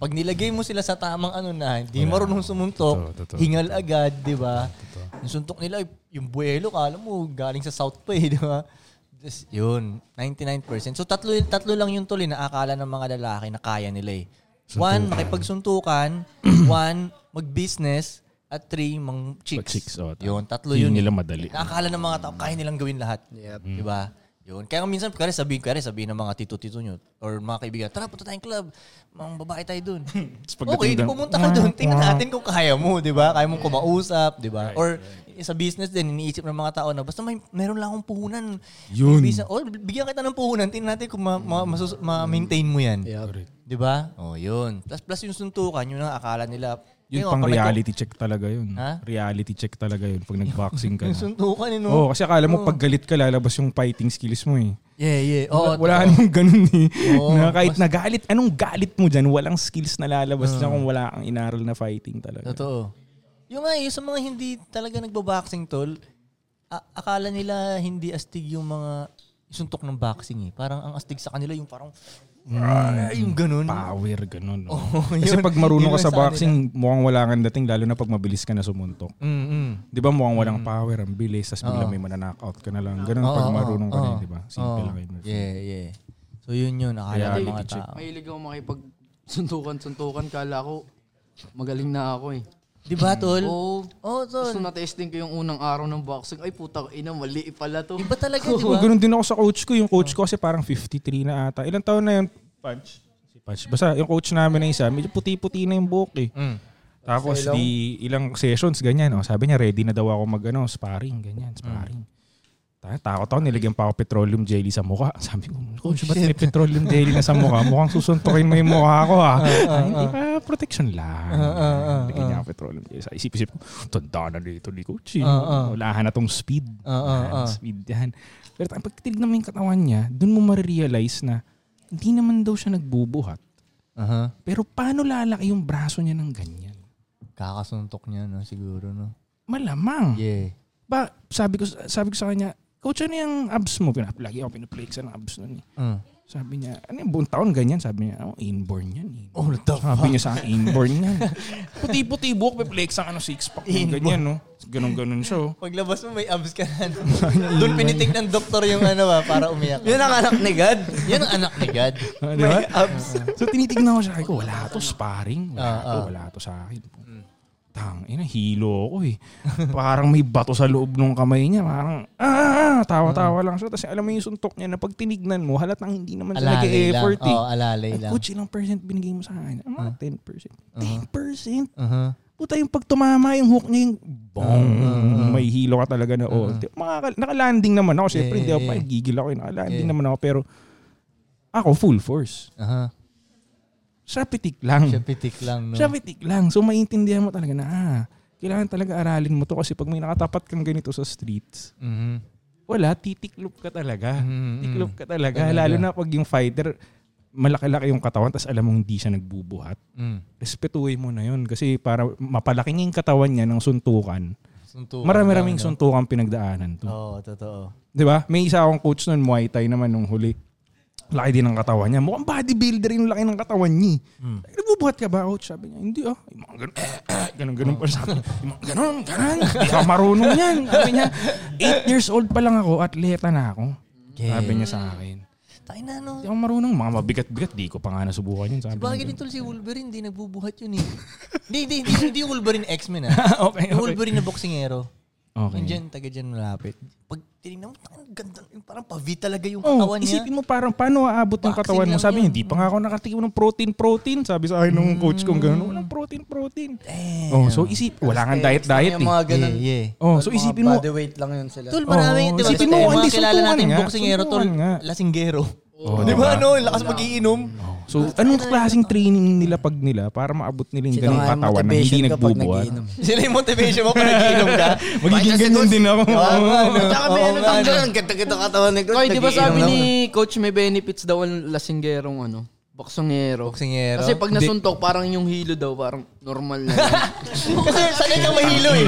C: Pag nilagay mo sila sa tamang ano na, hindi marunong sumuntok,
D: Totoo, totoo,
C: hingal agad, di ba? Yung suntok nila, yung buwelo, kala mo, galing sa South pa eh, di ba? Just, yun, 99%. So tatlo, tatlo lang yung tuloy na akala ng mga lalaki na kaya nila eh. One,
D: *clears throat*
C: makipagsuntukan. one, mag-business. At three, mang chicks.
D: Pag-chicks, oh, tama.
C: yun, tatlo
D: Yun
C: yun.
D: nila
C: eh.
D: madali.
C: Nakakala ng mga tao, kaya nilang gawin lahat. Di ba? Yun. Kaya nga minsan, kaya sabihin, kaya sabihin ng mga tito-tito nyo or mga kaibigan, tara, punta tayong club. Mga babae tayo
D: *laughs*
C: dun. okay, di pumunta ka dun. Tingnan natin kung kaya mo, di ba? Kaya mong kumausap, di ba? Or sa business din, iniisip ng mga tao na basta may meron lang akong puhunan.
D: Yun.
C: Business, or bigyan kita ng puhunan, tingnan natin kung ma- ma- masus- ma-maintain mo yan. Di ba? Oh, yun. Plus, plus yung suntukan, yun ang akala nila.
D: Yun
C: Ngayon,
D: pang
C: pag nag-
D: reality check talaga yun.
C: Ha?
D: Reality check talaga yun pag nag-boxing
C: *laughs*
D: ka
C: Yung
D: na.
C: suntukan, eh, no?
D: Oo, kasi akala mo pag galit ka, lalabas yung fighting skills mo eh.
C: Yeah, yeah. Oo,
D: wala namang *laughs* ganun eh.
C: Oo.
D: na kahit nagalit, anong galit mo dyan, walang skills na lalabas na kung wala kang inaral na fighting talaga.
C: Ah. Totoo. Yung nga, yung sa mga hindi talaga nagbo-boxing, tol, a- akala nila hindi astig yung mga suntok ng boxing eh. Parang ang astig sa kanila yung parang
D: Mm.
C: "Ay," yung ganun.
D: Power, ganun.
C: Mm.
D: no?
C: Oo, *laughs*
D: Kasi
C: yun.
D: pag marunong
C: Yun
D: ka sa
C: ang sa
D: boxing, mukhang wala kang dating, lalo na pag mabilis ka na sumuntok.
C: Mm-mm.
D: Di ba mukhang
C: Mm.
D: walang power, ang bilis, tapos bigla may mananockout ka na lang. Ganun pag marunong ka na yun, di ba? Simple lang yun.
C: Yeah, yeah. So yun yun, akala ng mga tao.
F: Mahilig ako makipag-suntukan-suntukan. Kala ko, magaling na ako eh.
C: Di ba, tol?
F: Oo.
C: Oo, tol.
F: Tapos nung na-testing ko yung unang araw ng boxing, ay puta, ina, mali pala to.
C: Iba talaga, di
D: Oo,
F: *laughs*
C: ba? Ah.
D: ganun din ako sa coach ko. Yung coach ko kasi parang 53 na ata. Ilang taon na yun? Punch. Si Punch. Basta yung coach namin na isa, medyo puti-puti na yung buhok eh.
C: Mm.
D: Tapos di ilang sessions, ganyan. Oh, sabi niya, ready na daw ako mag ano, sparring,
C: Mm.
D: ganyan, sparring. Ta- Takot ako, nilagyan pa ako petroleum jelly sa mukha. *laughs* Sabi ko, coach, ba't may petroleum jelly na sa mukha? Mukhang susuntukin mo yung mukha ko
C: Ah,
D: ha. Ay, Hindi pa, protection lang. Nilagyan niya ako petroleum jelly. Sa isip-isip ko, tanda na dito ni coach. eh.
C: Ah,
D: Walahan na tong speed. Walahan na Speed yan. Pero ta- pag tinignan mo yung katawan niya, dun mo marirealize na hindi naman daw siya nagbubuhat.
C: Aha.
D: Pero paano lalaki yung braso niya ng ganyan?
C: Kakasuntok niya, no? Siguro, no?
D: Malamang.
C: Yeah.
D: Ba, sabi ko sabi ko sa kanya, Coach, ano yung abs mo? Pinap, lagi ako pinaplex ng abs nun eh.
C: Mm.
D: Sabi niya, ano yung buong taon ganyan? Sabi niya, oh, inborn yan. eh.
C: Oh, what the
D: Sabi niya sa akin, inborn
C: *laughs*
D: yan. Puti-puti buhok, piplex ang ano, six-pack. yung Ganyan, no? Ganon-ganon siya, oh.
C: Paglabas mo, may abs ka na.
D: *laughs*
C: no? Doon pinitik ng doktor yung ano ba, para umiyak. yun ang anak ni God. yun ang anak ni God.
D: Ah, di ba? so tinitignan ko siya. Ay, ko, wala to sparring. Wala
C: Ah,
D: to, wala to sa akin.
C: Hmm.
D: Tang, ina, hilo ko eh. Parang may bato sa loob ng kamay niya. Parang, ah,
C: Hmm.
D: tawa-tawa lang siya. Tapos alam mo yung suntok niya na pag tinignan mo, halatang hindi naman siya
C: Ah, Alalay lang.
D: nag-e-effort eh.
C: Oo, alalay
D: At
C: lang. Ah.
D: coach, ilang percent binigay mo sa akin? Mga 10%. 10%?
C: Aha.
D: Puta yung pag tumama yung hook niya yung bong.
C: Ah,
D: May hilo ka talaga na oh. Di- makaka- nakalanding naman ako. Siyempre hindi ako pa gigil ako. eh. Nakalanding naman ako. Pero ako full force.
C: Aha.
D: Siya pitik lang.
C: uh-huh. Siya pitik lang, no?
D: Siya pitik lang. So maintindihan mo talaga na ah, kailangan talaga aralin mo to kasi pag may nakatapat kang ganito sa streets,
C: Mhm.
D: wala, titiklop ka talaga. Tiklop ka talaga. Lalo na pag yung fighter, malaki-laki yung katawan tapos alam mong hindi siya nagbubuhat.
C: Mm.
D: Respetuhin mo na yun kasi para mapalaki niya yung katawan niya ng suntukan.
C: Suntukan
D: Marami-raming
C: lang, no?
D: suntukan pinagdaanan to.
C: Oo, totoo.
D: 'Di ba? May isa akong coach noon, Muay Thai naman nung huli. Laki din ng katawan niya. Mukhang bodybuilder yung laki ng katawan niya. Hmm. Nagbubuhat ka ba, coach? Sabi niya, hindi ah. Yung mga ganun, eh, eh, ganun, ganun pa rin sa akin. Yung mga ganun, ganun. Hindi ka marunong yan. Sabi niya, 8 years old pa lang ako, atleta na ako. Sabi niya sa akin.
C: Tayo na, no?
D: Hindi ako marunong, mga mabigat-bigat, di ko pa nga nasubukan yun. Sabi
C: Bagay
D: niya.
C: din tol, si Wolverine, hindi nagbubuhat yun eh. Hindi, hindi, hindi, hindi yung Wolverine X-Men ah.
D: *laughs* okay,
C: Yung
D: okay.
C: Wolverine na boksingero.
D: Okay.
C: Yung dyan, taga dyan malapit. Pag tinignan mo, ang ganda, yung parang pavi talaga yung
D: Oh,
C: katawan niya.
D: isipin mo parang paano aabot ng
C: Boxing
D: katawan mo.
C: lang
D: Sabi
C: yun.
D: niya, hindi pa nga ako nakatikim ng protein-protein. Sabi sa akin nung coach kong gano'n, walang protein-protein. Oh, so isip, wala kang diet-diet eh.
G: Yung mga ganun.
C: Yeah, yeah.
D: Oh, so isipin mo,
G: Body weight lang yun sila.
C: Tol, maraming,
D: Oo,
C: di ba?
D: isipin
C: Tol,
D: mo,
C: yung mga
D: hindi,
C: kilala
D: suntukan
C: natin
D: nga,
C: boksingero, tol,
D: suntukan nga.
C: lasinggero.
D: Oh,
C: di ba
D: diba?
C: ano, lakas magiinom.
D: so anong klaseng training nila pag nila para maabot nila yung ganung katawan na hindi nagbubuhat?
C: Sila yung motivation mo kung nagiinom *laughs* ka.
D: Magiging ganyan din ako.
G: Tsaka may ano lang dyan, ang ganda-ganda katawan ni Coach.
F: Koy, di ba
G: nagiinom
F: sabi
G: lang.
F: ni Coach may benefits daw ang lasinggerong ano? Boksongero.
C: Boksingero?
F: Kasi pag nasuntok, parang yung hilo daw, parang normal na.
G: *laughs*
C: Kasi sanay kang mahilo eh.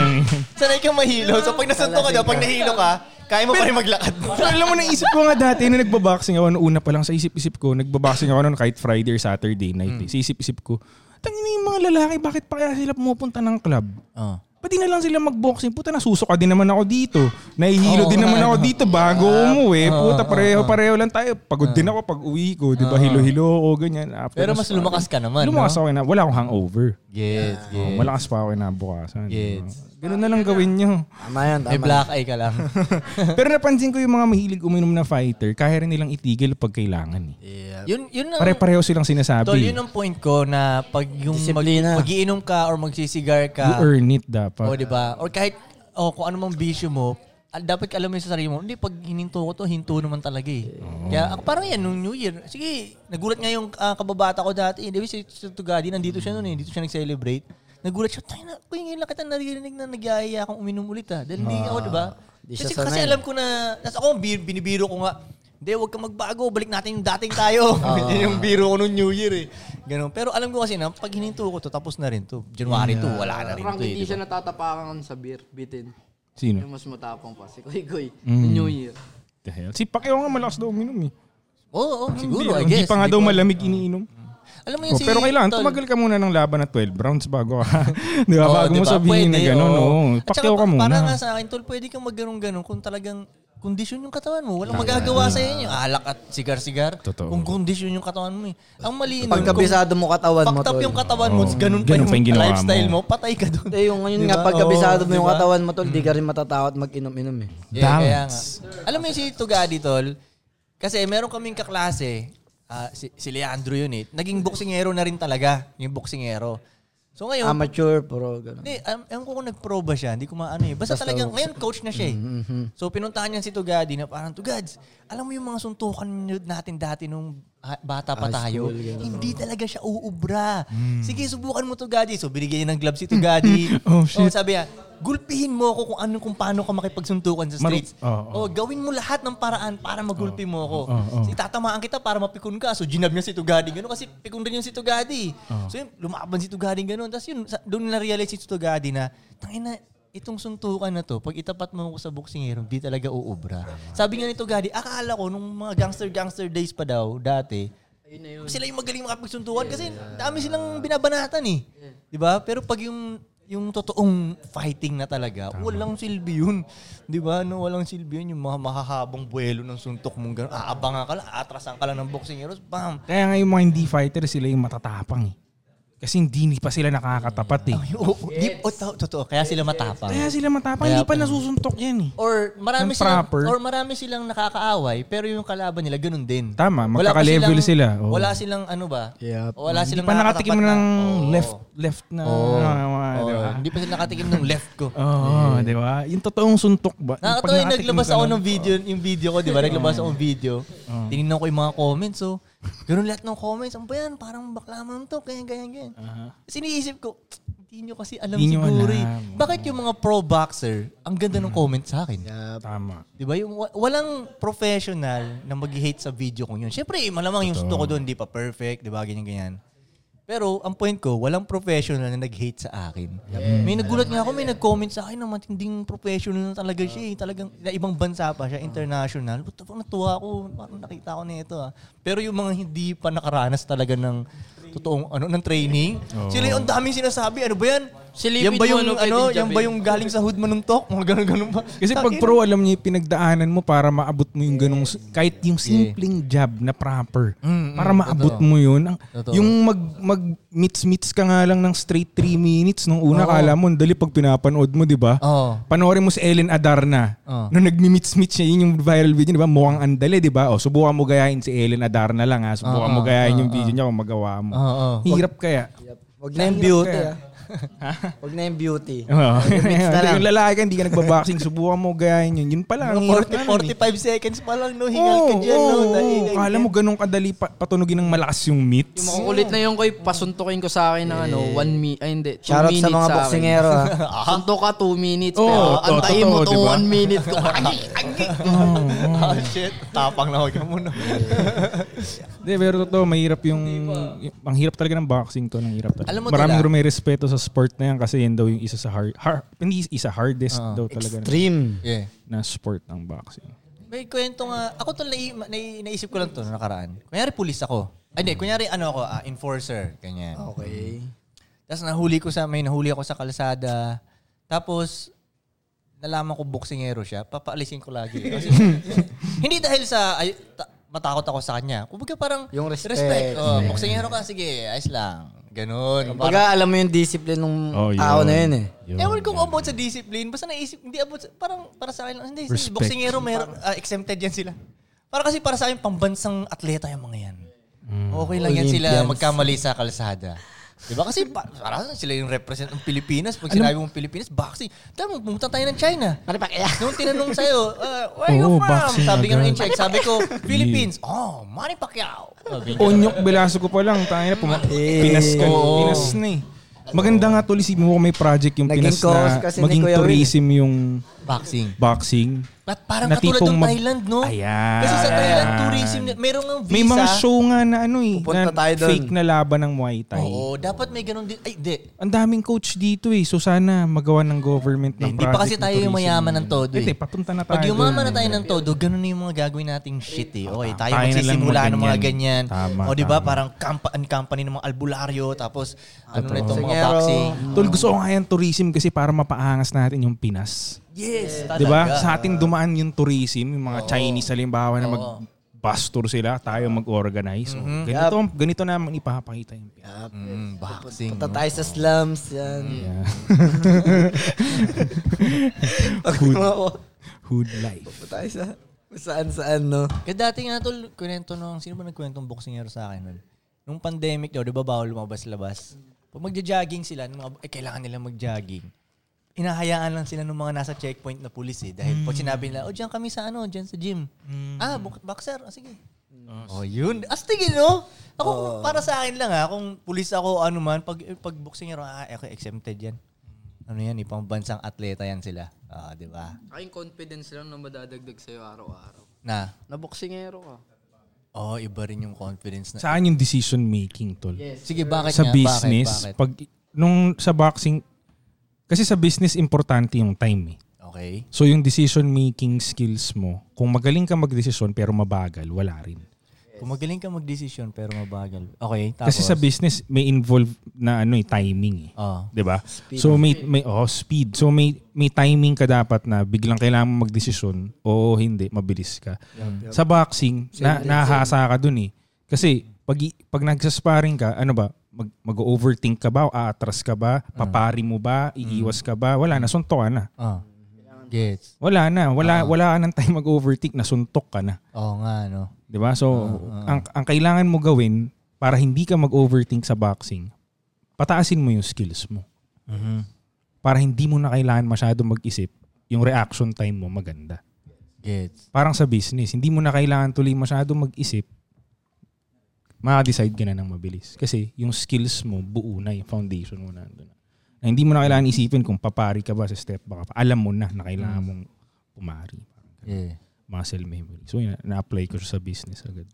C: Sanay kang mahilo. So pag nasunto ka daw, pag nahilo ka, Kaya mo pa rin maglakad.
D: Pero alam mo, naisip ko nga dati na nagbaboxing ako, noong una pa lang sa isip-isip ko, nagbaboxing ako noon kahit Friday or Saturday
C: Mm.
D: night. Eh. Sa isip-isip ko, tangin yung mga lalaki, bakit pa kaya sila pumupunta ng club?
C: Oh.
D: Pati na lang sila magboxing. Puta, nasusuka din naman ako dito. Nahihilo din
C: eh,
D: naman ako dito bago
C: Ah.
D: umuwi. Puta, pareho-pareho lang tayo. Pagod din ako pag uwi ko. Di ba? Hilo-hilo ako, ganyan. After
C: Ah. Pero
D: ng
C: mas
D: spa-
C: lumakas ka naman.
D: Lumakas
C: no?
D: ako na. Wala akong hangover.
C: Yes, yes.
D: Malakas pa ako na bukasan.
C: Gets.
D: Ganun na lang gawin nyo.
B: Tama yan,
C: May
B: tama.
C: black eye ka *laughs* lang.
D: *laughs* Pero napansin ko yung mga mahilig uminom na fighter, kaya rin nilang itigil pag kailangan. Eh.
C: yun, yun ang...
D: Pare-pareho silang sinasabi.
C: Tol, yun ang point ko na pag yung
B: Disiplina.
C: mag, magiinom ka or magsisigar
D: eh. You
C: ka,
D: earn it dapat.
C: o di ba? Or kahit o kung ano mang bisyo mo, al- dapat ka alam mo yun sa sarili mo, hindi, pag hininto ko to, hinto naman talaga eh.
B: Oh.
C: Kaya ako parang yan, nung New Year, sige, nagulat nga yung ah, kababata ko dati, hindi si si Tugadi, nandito siya noon eh, dito siya nag-celebrate. Nagulat siya, tayo na, kuya, ngayon lang kita narinig na nagyayaya akong uminom ulit ha. Dahil hindi ako, di ba?
B: Ah, Di siya
C: Kasi,
B: sanay.
C: kasi alam ko na, tas ako, bi- binibiro ko nga, hindi, huwag kang magbago. Balik natin yung dating
B: *laughs*
C: tayo. *laughs* Yun
B: Ah.
C: yung biro ko nung New Year eh. Ganun. Pero alam ko kasi na, pag hininto ko to, tapos na rin to. January to, wala na rin
F: Parang
C: to eh. di
F: hindi
C: ba?
F: siya natatapakan sa beer, bitin.
D: Sino?
F: Yung mas matapang pa, si Koy Koy. New Year.
D: The hell? Si Pacquiao nga malakas daw uminom eh.
C: Oo, oo, siguro,
D: hindi, ah,
C: I guess.
D: Hindi pa
C: Hindi
D: nga daw
C: ko-
D: malamig iniinom.
C: Alam mo yun,
D: Oh,
C: si
D: pero kailangan,
C: Tol.
D: tumagal ka muna ng laban na 12 rounds bago ka. *laughs* di ba?
C: Oo,
D: bago
C: di
D: mo
C: ba?
D: sabihin na
C: Oh, diba? Pwede,
D: gano'n.
C: oo. At
D: Oh.
C: saka
D: Pacquiao ka
C: pa-
D: muna.
C: Para nga sa akin, Tol, pwede kang magganong-ganon kung talagang kondisyon yung katawan mo. Walang magagawa sa inyo. Alak at sigar-sigar.
D: Mm. Totoo.
C: Kung kondisyon yung katawan mo eh. Ang mali nun,
B: Pagkabisado mo katawan mo,
C: fucked up
B: tol.
C: yung katawan mo,
D: Oo.
C: ganun pa
D: Ganun
C: yung,
D: pa yung ginawa
C: lifestyle
D: mo.
C: mo, patay ka Diba? doon.
B: Eh, yung ngayon nga, pagkabisado mo yung katawan mo, tol, di ka rin matatakot mag-inom-inom eh.
C: Yeah, kaya nga. Alam mo yung si Tugadi, tol, kasi meron kaming kaklase, ah, si, si Leandro yun eh, naging boksingero na rin talaga, yung boksingero. So ngayon,
B: Amateur, pro, gano'n.
C: hindi, um, ewan ko kung nag-pro ba siya, hindi ko maano eh. Basta, talagang, ngayon coach na siya eh. So pinuntahan niya si Tugadi na parang, Tugads, alam mo yung mga suntukan nyo- natin dati nung ha- bata pa tayo, hindi talaga siya uubra.
D: Hmm.
C: Sige, subukan mo Tugadi. So binigyan niya ng gloves si Tugadi.
D: *laughs* Oh, shit.
C: Oh, sabi niya, gulpihin mo ako kung ano kung paano ka makipagsuntukan sa
D: Maru-
C: streets.
D: Oo, oo.
C: Oh, gawin mo lahat ng paraan para magulpi mo ako.
D: Oo, oo.
C: Si tatamaan kita para mapikon ka. So ginab niya si Tugadi ganun kasi pikon rin yung si Tugadi. So yun, lumaban si Tugadi ganun. Tapos yun, sa- doon na realize si Tugadi na, tangin na, itong suntukan na to, pag itapat mo ko sa boksingero, di talaga uubra. Sabi nga ni Tugadi, akala ko nung mga gangster-gangster days pa daw, dati, sila yung magaling makapagsuntukan kasi dami silang binabanatan eh. Di ba? Pero pag yung yung totoong fighting na talaga, walang silbi yun. Di ba? No, walang silbi yun. Yung mga mahahabang buwelo ng suntok mong gano'n. Aabangan ka lang, atrasan ka lang ng boxing heroes. Bam! *laughs*
D: Kaya nga yung mga hindi fighter, sila yung matatapang eh. Kasi hindi pa sila nakakatapat eh.
C: Oh, di, oh, to- totoo. Kaya sila matapang.
D: Kaya sila matapang, hindi pa nasusuntok yan eh.
C: Or marami
D: Yung
C: silang
D: proper.
C: or marami silang nakakaaway pero yung kalaban nila ganun din.
D: Tama,
C: Wala pa
D: magkaka-level sila.
C: silang-
D: Oo.
C: Wala silang ano ba?
B: Yep.
C: Wala
D: Hindi
C: silang
D: pa
C: nakakatapat
D: nakatikim ng
C: na- Oo.
D: left, left na.
C: Oo.
D: mga-
C: Oo,
D: di ba?
C: Hindi pa sila nakatikim ng left ko.
D: *laughs* Oo, di ba? Yung totoong suntok ba? Yung Oh. pag
C: Nakakatawa Ah, yung
D: nakatikim
C: naglabas
D: ka
C: ako
D: nun,
C: ng video, yung video ko, di ba? Naglabas ako ng video. Tinignan ko yung mga comments, so, ganun lahat ng comments. Ano ba yan? Parang baklaman to, ganyan, ganyan, ganyan. Tapos iniisip ko, hindi nyo kasi alam
D: Uh-huh. Hindi nyo
C: siguro eh.
D: alam. Mm.
C: Bakit yung mga pro-boxer, ang ganda ng comments sa akin?
D: Tama.
C: Di ba? Yung wa- walang professional na mag-hate sa video kong yun. Siyempre, eh, malamang yung gusto ko doon, di pa perfect, di ba? Ganyan, ganyan. Pero ang point ko, walang professional na nag-hate sa akin. May nagulat nga ako, may nag-comment sa akin na matinding professional na talaga siya. eh. Talagang na ibang bansa pa siya, international. What the fuck, natuwa ako. Parang nakita ko nito ah. Pero yung mga hindi pa nakaranas talaga ng totoong ano ng training. Sila yung ang daming sinasabi, ano ba yan?
F: Silipin
C: yan ba
F: mo,
C: yung
F: ano,
C: ano,
F: pwedeng
C: yan ba
F: jabin?
C: yung galing sa hood manuntok? Mga ganun-ganun ba?
D: Kasi pag pro, alam niya yung pinagdaanan mo para maabot mo yung ganong, kahit yung simpleng job na proper, para maabot mo yun. Ang, yung mag, mag meets-meets ka nga lang ng straight 3 minutes nung una, kala mo, ang dali pag pinapanood mo, di ba?
C: Oo.
D: Panoorin mo si Ellen Adarna. Nung nagmi-meets-meets siya, yun yung viral video, di ba? Mukhang andali, di ba? O, subukan mo gayahin si Ellen Adarna lang, ha? Subukan mo gayahin yung video niya kung magawa mo.
C: Oo.
D: Hirap kaya. *laughs*
B: Huwag na yung beauty, ah. Huwag na yung beauty.
D: Oo.
B: na lang.
D: yung lalaki ka, Oh. hindi ka nagbaboxing, subukan mo gayahin yun. Yun pala, ang hirap na nun, eh.
C: 40, 45 seconds pa lang, no? Hingal ka dyan, no? Dahil- dahil-
D: Kala mo ganun kadali pa- patunugin ng malakas yung meats.
F: Makukulit na yung Koy, pasuntukin ko sa akin ng ano, one mi ay hindi, two
B: Shoutout
F: minutes
B: sa mga
F: akin.
B: boksingero, ah.
F: Suntok ka two minutes,
D: Oo,
F: pero
D: to-
F: antayin mo
D: totoo,
F: to
D: diba? *laughs*
F: one minute. Ko. Ay, ay,
C: oh, shit. Tapang na huwag ka muna.
D: Hindi, pero totoo, mahirap yung, yung- Ang hirap talaga ng boxing to. Ang hirap talaga.
C: Alam mo,
D: Maraming
C: Tila-
D: rumirespeto sa sport na yan kasi yan daw yung isa sa hard... har- hindi isa hardest daw talaga na,
B: Dream.
C: yeah.
D: na sport ng boxing.
C: May kwento nga. Ako to nai, nai, naisip ko lang to na nakaraan. Kunyari pulis ako. Ay, hindi. Kunyari ano ako, ah, enforcer. Ganyan.
B: Oh. Okay.
C: Tapos nahuli ko sa, may nahuli ako sa kalsada. Tapos, nalaman ko boksingero siya, papaalisin ko lagi. Kasi, hindi dahil sa, ay, ta- matakot ako sa kanya. Kumbaga parang,
B: Yung respect.
C: Oh, boksingero ka, sige, ayos lang. Ganun. Parang,
B: Baga alam mo yung discipline ng
D: Oh, yun.
C: Ah,
B: tao na yun eh.
C: ewan kong about sa discipline. Basta naisip, hindi about, sa- parang para sa akin lang, hindi, si
D: Respect.
C: boksingero, meron, ah, exempted yan sila. Para kasi para sa akin, pambansang atleta yung mga yan.
D: Mm.
C: Okay lang yan sila
B: Olympians.
C: magkamali sa kalsada. Di ba? Kasi pa- para sa sila yung represent ng Pilipinas.
D: Ano?
C: Pag sinabi mong Pilipinas, boxing. Tama, pumunta tayo ng China. Nung tinanong sa'yo, uh, where are you
D: Oo,
C: from?
D: boxing
C: Sabi nga
D: agad.
C: nung check, sabi ko,
D: *laughs*
C: Philippines. Oh, Manny Pacquiao. Sabi niya.
D: Onyok Velasco ko pa lang. Tayo na, puma-
C: Eh,
D: Pinas ka. Pinas na eh. Maganda nga tuloy si mo kung may project yung
B: Naging
D: Pinas
B: cause
D: na
B: kasi ni
D: maging
B: Kuya Will.
D: tourism yung
C: Boxing.
D: boxing.
C: At parang
D: Na
C: katulad
D: tipong
C: ng
D: mag-
C: Thailand, no?
D: Ayan.
C: Kasi sa Thailand, tourism, meron ng visa.
D: May mga show nga na ano eh,
B: Pupunta
D: na
B: tayo doon.
D: fake na laban ng Muay Thai.
C: Oo, dapat may ganun din. Ay, di.
D: Ang daming coach dito eh. So sana magawa ng government ng
C: Hindi Eh, pa kasi
D: project na
C: tayo yung
D: tourism.
C: mayaman ng todo eh.
D: Hindi, papunta na tayo.
C: Pag yumaman na
D: doon.
C: tayo ng todo, ganun na yung mga gagawin nating shit eh. Okay, tayo,
D: Tayo na lang
C: magsisimula
D: mga
C: ng mga ganyan.
D: ganyan. Tama,
C: o di ba
D: tama.
C: parang kampa- ang company ng mga albularyo, tapos ano na itong mga boxing.
D: Tol, gusto ko nga yan tourism kasi para mapaangas natin yung Pinas.
C: Yes, talaga.
D: 'Di ba? Sa ating dumaan yung tourism, yung mga Chinese halimbawa na mag bus tour sila, tayo mag-organize. So,
C: Mm-hmm.
D: ganito, ganito naman ipapakita yung Pinas.
C: Mm, boxing.
B: Punta tayo sa slums. Yan. *laughs*
D: Hood,
B: Ako,
D: hood life.
B: punta tayo sa kung saan-saan, no?
C: Kaya dati nga tol, kwento nung, sino ba nagkwentong boksingero sa akin nun? Nung pandemic daw, di ba bawal lumabas-labas? Pag magja-jogging sila, nung mga, eh, kailangan nila mag-jogging. Inahayaan lang sila ng mga nasa checkpoint na pulis eh. Dahil pag sinabi nila, oh, dyan kami sa ano, dyan sa gym. Ah, buk- boxer. Ah, sige. Oh, yun. Astigin, no? Ako, para sa akin lang ha, kung pulis ako, ano man, pag, pag boksingero, ah, ako exempted yan. Ano yan, ipang bansang atleta yan sila. Ah, di ba?
F: Aking confidence lang na madadagdag sa'yo araw-araw.
C: Na,
F: Naboksingero ka.
C: oh, iba rin yung confidence na
D: Saan yung decision making, tol?
C: Sige, bakit
D: sa
C: nga?
D: business,
C: Bakit? Bakit?
D: pag nung sa boxing kasi sa business importante yung time. Eh.
C: Okay.
D: So yung decision making skills mo, kung magaling ka magdesisyon pero mabagal, wala rin.
C: Kung magaling ka mag-desisyon pero mabagal. Okay, tapos.
D: Kasi sa business may involve na ano eh, timing eh.
C: Oh.
D: 'Di ba? So may may oh, speed. So may may timing ka dapat na biglang kailangan mo magdesisyon o hindi, mabilis ka. Sa boxing, na, nahasa ka dun eh. Kasi pag i- pag nagsasparring ka, ano ba? Mag, mag-overthink ka ba? O Aatras ka ba? Papari mo ba? Iiwas ka ba? Wala na, suntok ka na.
C: Oh. Gets.
D: Wala na, wala wala ka ng time mag-overthink, nasuntok ka na.
C: Oo nga, no?
D: 'Di ba? So, ang ang kailangan mo gawin para hindi ka mag-overthink sa boxing, pataasin mo yung skills mo. Mm-hmm. Para hindi mo na kailangan masyado mag-isip, yung reaction time mo maganda.
C: Gets.
D: Parang sa business, hindi mo na kailangan tuloy masyado mag-isip, maka-decide ka na ng mabilis. Kasi yung skills mo, buo na, yung foundation mo na. andun na. Na hindi mo na kailangan isipin kung papari ka ba sa step ba ka pa. Alam mo na na kailangan mong pumari.
C: Yeah.
D: Muscle memory. So, yun, na-apply ko siya sa business agad.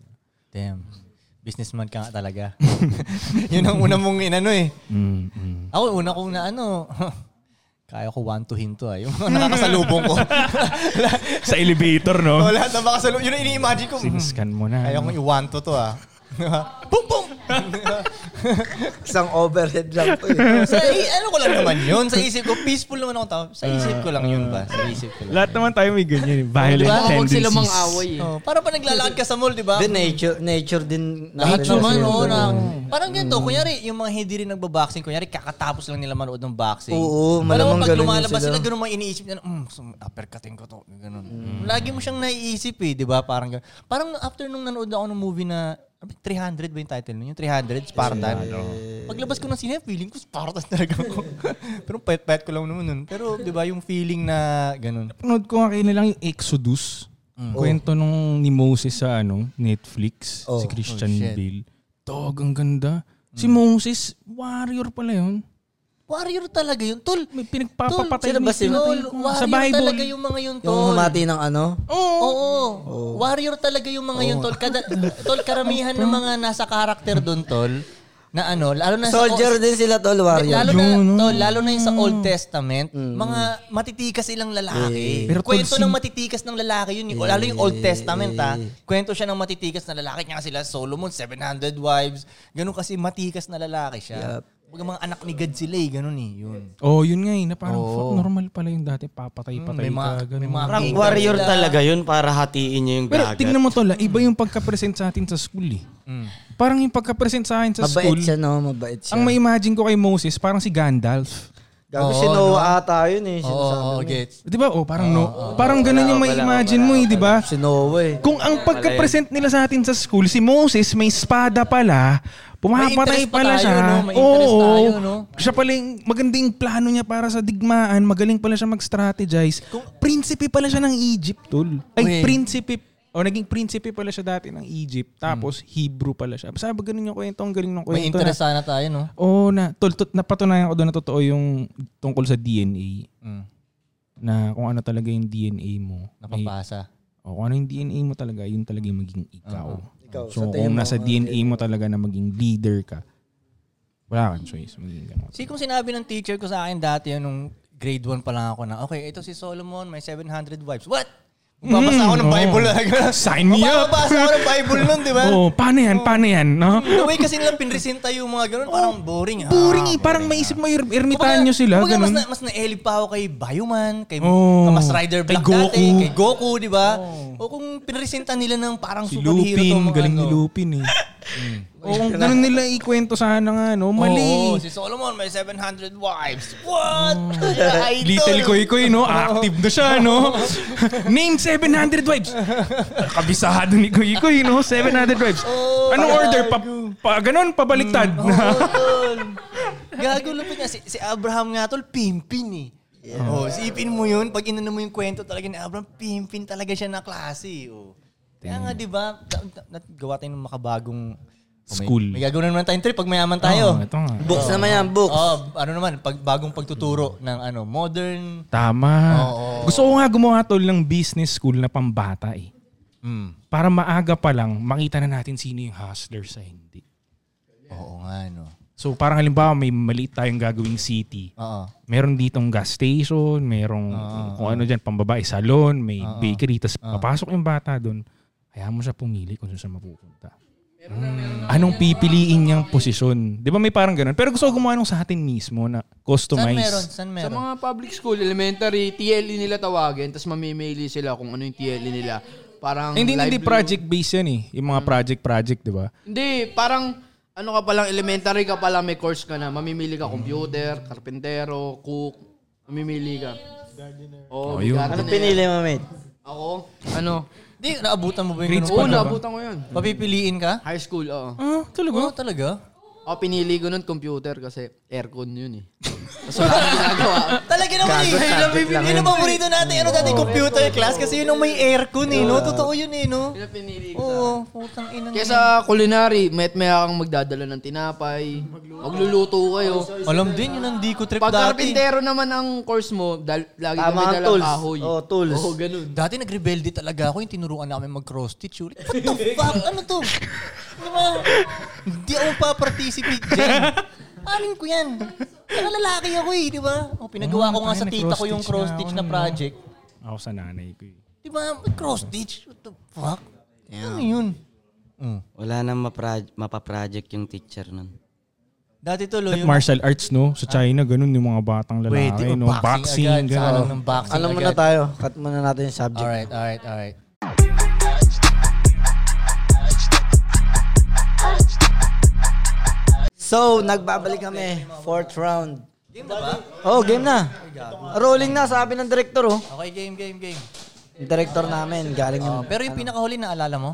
C: Damn. Businessman ka nga talaga. *laughs* Yun ang una mong inano eh.
D: Mm, mm.
C: Ako, una kong na ano, *laughs* kaya ko one to hinto ah. Yung mga nakakasalubong ko.
D: *laughs* sa elevator, no?
C: oh, lahat na makasalubong. Yun ang ini-imagine ko. Hmm,
D: Siniscan mo na.
C: Kaya
D: no?
C: kong i-one to to ah. *laughs* boom, boom! *laughs*
B: Isang overhead lang to eh.
C: sa, i- ano ko lang naman yun. Sa isip ko, peaceful naman ako tao. Sa isip ko lang yun ba? Sa isip ko lang.
D: Lahat naman tayo may ganyan. eh. Violent
F: Diba? Huwag
D: tendencies.
F: sila mang away eh.
C: Oh, para pa naglalakad ka sa mall, di ba?
B: Then nature, nature din.
C: Lahat
B: nature
C: naman,
B: din
C: oo.
B: yun.
C: na, parang ganito, kunyari, yung mga hindi rin nagbaboxing, kunyari, kakatapos lang nila manood ng boxing.
B: Oo,
C: Alam
B: malamang
C: mo, pag
B: ganun yun
C: lumalabas
B: sila.
C: sila, ganun mga iniisip nila, mm, so, uppercutting ko to, ganun. Lagi mo siyang naiisip eh, di ba? Parang ganun. Parang after nung nanood ako ng movie na, ano ba, 300 ba yung title nun? Yung 300, Spartan. Paglabas ko ng sine, feeling ko Spartan talaga ako. *laughs* Pero pet-pet ko lang naman nun. Pero di ba yung feeling na ganun?
D: Panood ko nga kanina lang yung Exodus.
C: Mm.
D: Kwento nung ni Moses sa ano, Netflix, si
C: Oh. Mm.
D: Christian Bale. Dog, ang ganda. Si Moses, warrior pala yun.
C: Warrior talaga yun, tol.
D: May pinagpapapatay
C: Tol,
D: na pinatay
C: tol,
D: ko.
C: warrior
D: Sa Bible.
C: talaga yung mga yun, tol.
B: Yung humati ng ano?
F: Oh,
C: Oo. Warrior talaga yung mga yun, tol. Kada, tol, karamihan ng mga nasa karakter doon, tol, na ano, lalo na sa...
B: Soldier din sila tol, warrior.
C: Lalo na, tol, lalo na yung sa Old Testament, mga matitikas silang lalaki.
D: Pero tol,
C: Kwento ng
D: sin-
C: matitikas ng lalaki yun. yung- Lalo yung Old Testament, ha. Kwento siya ng matitikas na lalaki. Kaya sila Solomon, 700 wives. Ganun kasi matikas na lalaki siya. Kumbaga mga anak ni God sila eh, ganun eh. Yun.
D: Oh, yun nga eh. Na parang fuck, normal pala yung dati. Papatay-patay
C: Mm, May mga,
D: ka. Ganun.
C: may mga
E: Parang
C: kingdom
E: warrior
C: sila.
E: talaga yun para hatiin niya yung
D: Pero
E: dagat.
D: tingnan mo tol, ah, iba yung pagka-present sa atin sa school eh.
C: Mm.
D: Parang yung pagka-present sa akin sa
B: Mabait
D: school,
B: siya, no? Mabait siya.
D: ang ma-imagine ko kay Moses, parang si Gandalf.
B: Gago,
C: Oo,
B: si Noah
C: no?
B: ata yun eh. Sinasabi
C: Oo,
B: mo.
C: oh, gets.
D: Di ba? Oh, parang no. parang ganun yung ma-imagine mo eh, di ba?
B: Si Noah eh.
D: Kung ang pagka-present nila sa atin sa school, si Moses may espada pala,
C: May
D: pumapatay
C: interest pa
D: pala
C: tayo,
D: siya.
C: no? May interest
D: Oo.
C: tayo, no?
D: Siya pala yung magandang plano niya para sa digmaan. Magaling pala siya mag-strategize. prinsipe pala siya ng Egypt, tol. Ay,
C: Wait.
D: prinsipe. O naging prinsipe pala siya dati ng Egypt. Tapos, Hebrew pala siya. Sabi ganun yung kwento. Ang galing ng kwento.
C: Hmm. May interest sana tayo, no?
D: Oo na. Tol, tut- napatunayan ko doon na totoo yung tungkol sa DNA. Na kung ano talaga yung DNA mo. May-
C: Napapasa.
D: o kung ano yung DNA mo talaga, yun talaga yung maging ikaw.
B: sa
D: so
B: tingin
D: kung
B: mo,
D: nasa
B: ano
D: DNA mo talaga na maging leader ka, wala kang choice. Magiging ganun.
C: Si kung sinabi ng teacher ko sa akin dati yun, nung grade 1 pa lang ako na, okay, ito si Solomon, may 700 wives. What? Magbabasa ako ng
D: Mm, oo.
C: Bible talaga. *laughs*
D: Sign me up!
C: Magbabasa ako ng Bible nun, di ba? Oh.
D: Oo, Oh, paano yan? Paano yan?
C: *laughs*
D: No?
C: The way kasi nila pinresenta yung mga ganun, parang boring. ah.
D: Boring eh. Parang maisip mo yung ermitan nyo sila.
C: Kumbaga, Mas,
D: Ganun.
C: na, mas naelib pa ako kay Bioman, kay
D: Oo.
C: kay Mas Rider
D: Kay
C: Black dati,
D: Goku.
C: kay Goku, di ba? O kung pinresenta nila ng parang
D: Si
C: superhero
D: Lupin.
C: to mga
D: Galing ni
C: ano.
D: Lupin
C: *laughs*
D: eh. Oo, ganun nila ikwento sana nga, no? Mali.
C: Oo, si Solomon may 700 wives. What? Ay, *laughs* idol.
D: Mm. Little Koy Koy,
C: *laughs*
D: no? Active na siya, no? Name 700 wives. Kabisado ni Koy Koy, no? 700 wives.
C: Oh,
D: Anong order? Pa, pa, ganun, pabaliktad.
C: Mm,
D: *laughs*
C: Tol. Gago lupit nga. Si, si Abraham nga tol, pimpin eh. Oh, isipin mo yun. Pag inano mo yung kwento talaga ni Abraham, pimpin talaga siya na klase. Oh. Kaya nga, di ba, da- da- da- gawa tayo ng makabagong Oh, may-
D: School. Oh,
C: May, gagawin na naman tayong trip pag mayaman tayo.
D: Oo, ito nga.
B: Books naman yan, books.
C: Oh, ano naman, pag, bagong
D: Mm.
C: pagtuturo ng ano, modern.
D: Tama.
C: Oo.
D: Gusto ko nga gumawa tol ng business school na pambata eh. Para maaga pa lang, makita na natin sino yung hustler sa hindi.
C: Oo nga, no.
D: So parang halimbawa may maliit tayong gagawing city.
C: Oo.
D: Meron ditong gas station, merong
C: Ah,
D: kung ano dyan, pambabae, salon, may bakery. Tapos papasok yung bata doon. Hayaan mo siya pumili kung saan siya mapupunta. Anong pipiliin niyang posisyon? Di ba may parang ganun? Pero gusto ko gumawa nung sa atin mismo
C: Saan
D: na
C: meron?
D: customized.
C: Saan
F: Sa
C: meron?
F: mga public school, elementary, TLE nila tawagin, tapos mamimili sila kung ano yung TLE nila. Parang
D: Hindi,
F: live
D: hindi
F: blue-
D: project-based yan eh. Yung
C: Hmm.
D: mga project-project, di ba?
F: Hindi, parang ano ka palang elementary ka pala, may course ka na. Mamimili ka computer, karpentero, cook. Mamimili ka. Oo, oh, yun.
B: Ano pinili mo, mate?
F: Ako? Ano?
C: Di, naabutan mo ba yung
D: Grades
C: ganun?
F: Oo,
D: pa, di ba?
F: naabutan ko yun.
C: Papipiliin ka?
F: High school, oo.
D: Ah, talaga?
C: Oo, talaga?
F: O, pinili ko nun computer kasi aircon yun eh. Tapos wala akong ginagawa.
C: Talaga naman eh. Yun ang bibili- Yun ang paborito natin. Ano dati computer class kasi yun ang may aircon eh. No? Totoo yun eh. No?
F: Yun ang pinili ko.
C: Oo. Putang ina.
F: Kesa culinary, may may kang magdadala ng tinapay, magluluto kayo.
C: Alam din yun ang di ko trip
F: Pag
C: dati.
F: karpintero naman ang course mo, dal- lagi
B: Tama
F: kami
B: ang
F: dalang
B: tools.
F: ahoy.
B: Oo, tools.
F: Oo, ganun.
C: Dati nagrebelde talaga ako yung tinuruan namin mag-cross stitch. What the fuck? Ano to? Di ba? Hindi ako pa-participate dyan. Amin ko yan. Saka lalaki ako eh, di ba? O, pinagawa ko Ano nga sa tita ko yung cross stitch na project.
D: Ako sa nanay ko eh.
C: Di ba? Cross stitch? What the fuck? Ano yun?
E: Wala nang mapra- mapaproject yung teacher nun.
C: Dati tuloy
D: Like
C: yung
D: martial arts, no? Sa China, ganun yung mga batang lalaki,
C: Pwede,
D: no?
C: boxing, agad.
D: Boxing,
C: Sa alam
D: ganun.
C: ng boxing
B: Alam mo na
C: agad.
B: tayo. Cut muna natin yung subject.
C: Alright, alright, alright.
B: So, nagbabalik kami. Fourth round. Oh, game na. Rolling na, sabi ng director, oh.
C: Okay, game, game, game.
B: Yung director namin, galing yung...
F: Oh.
C: Pero yung pinakahuli na alala mo?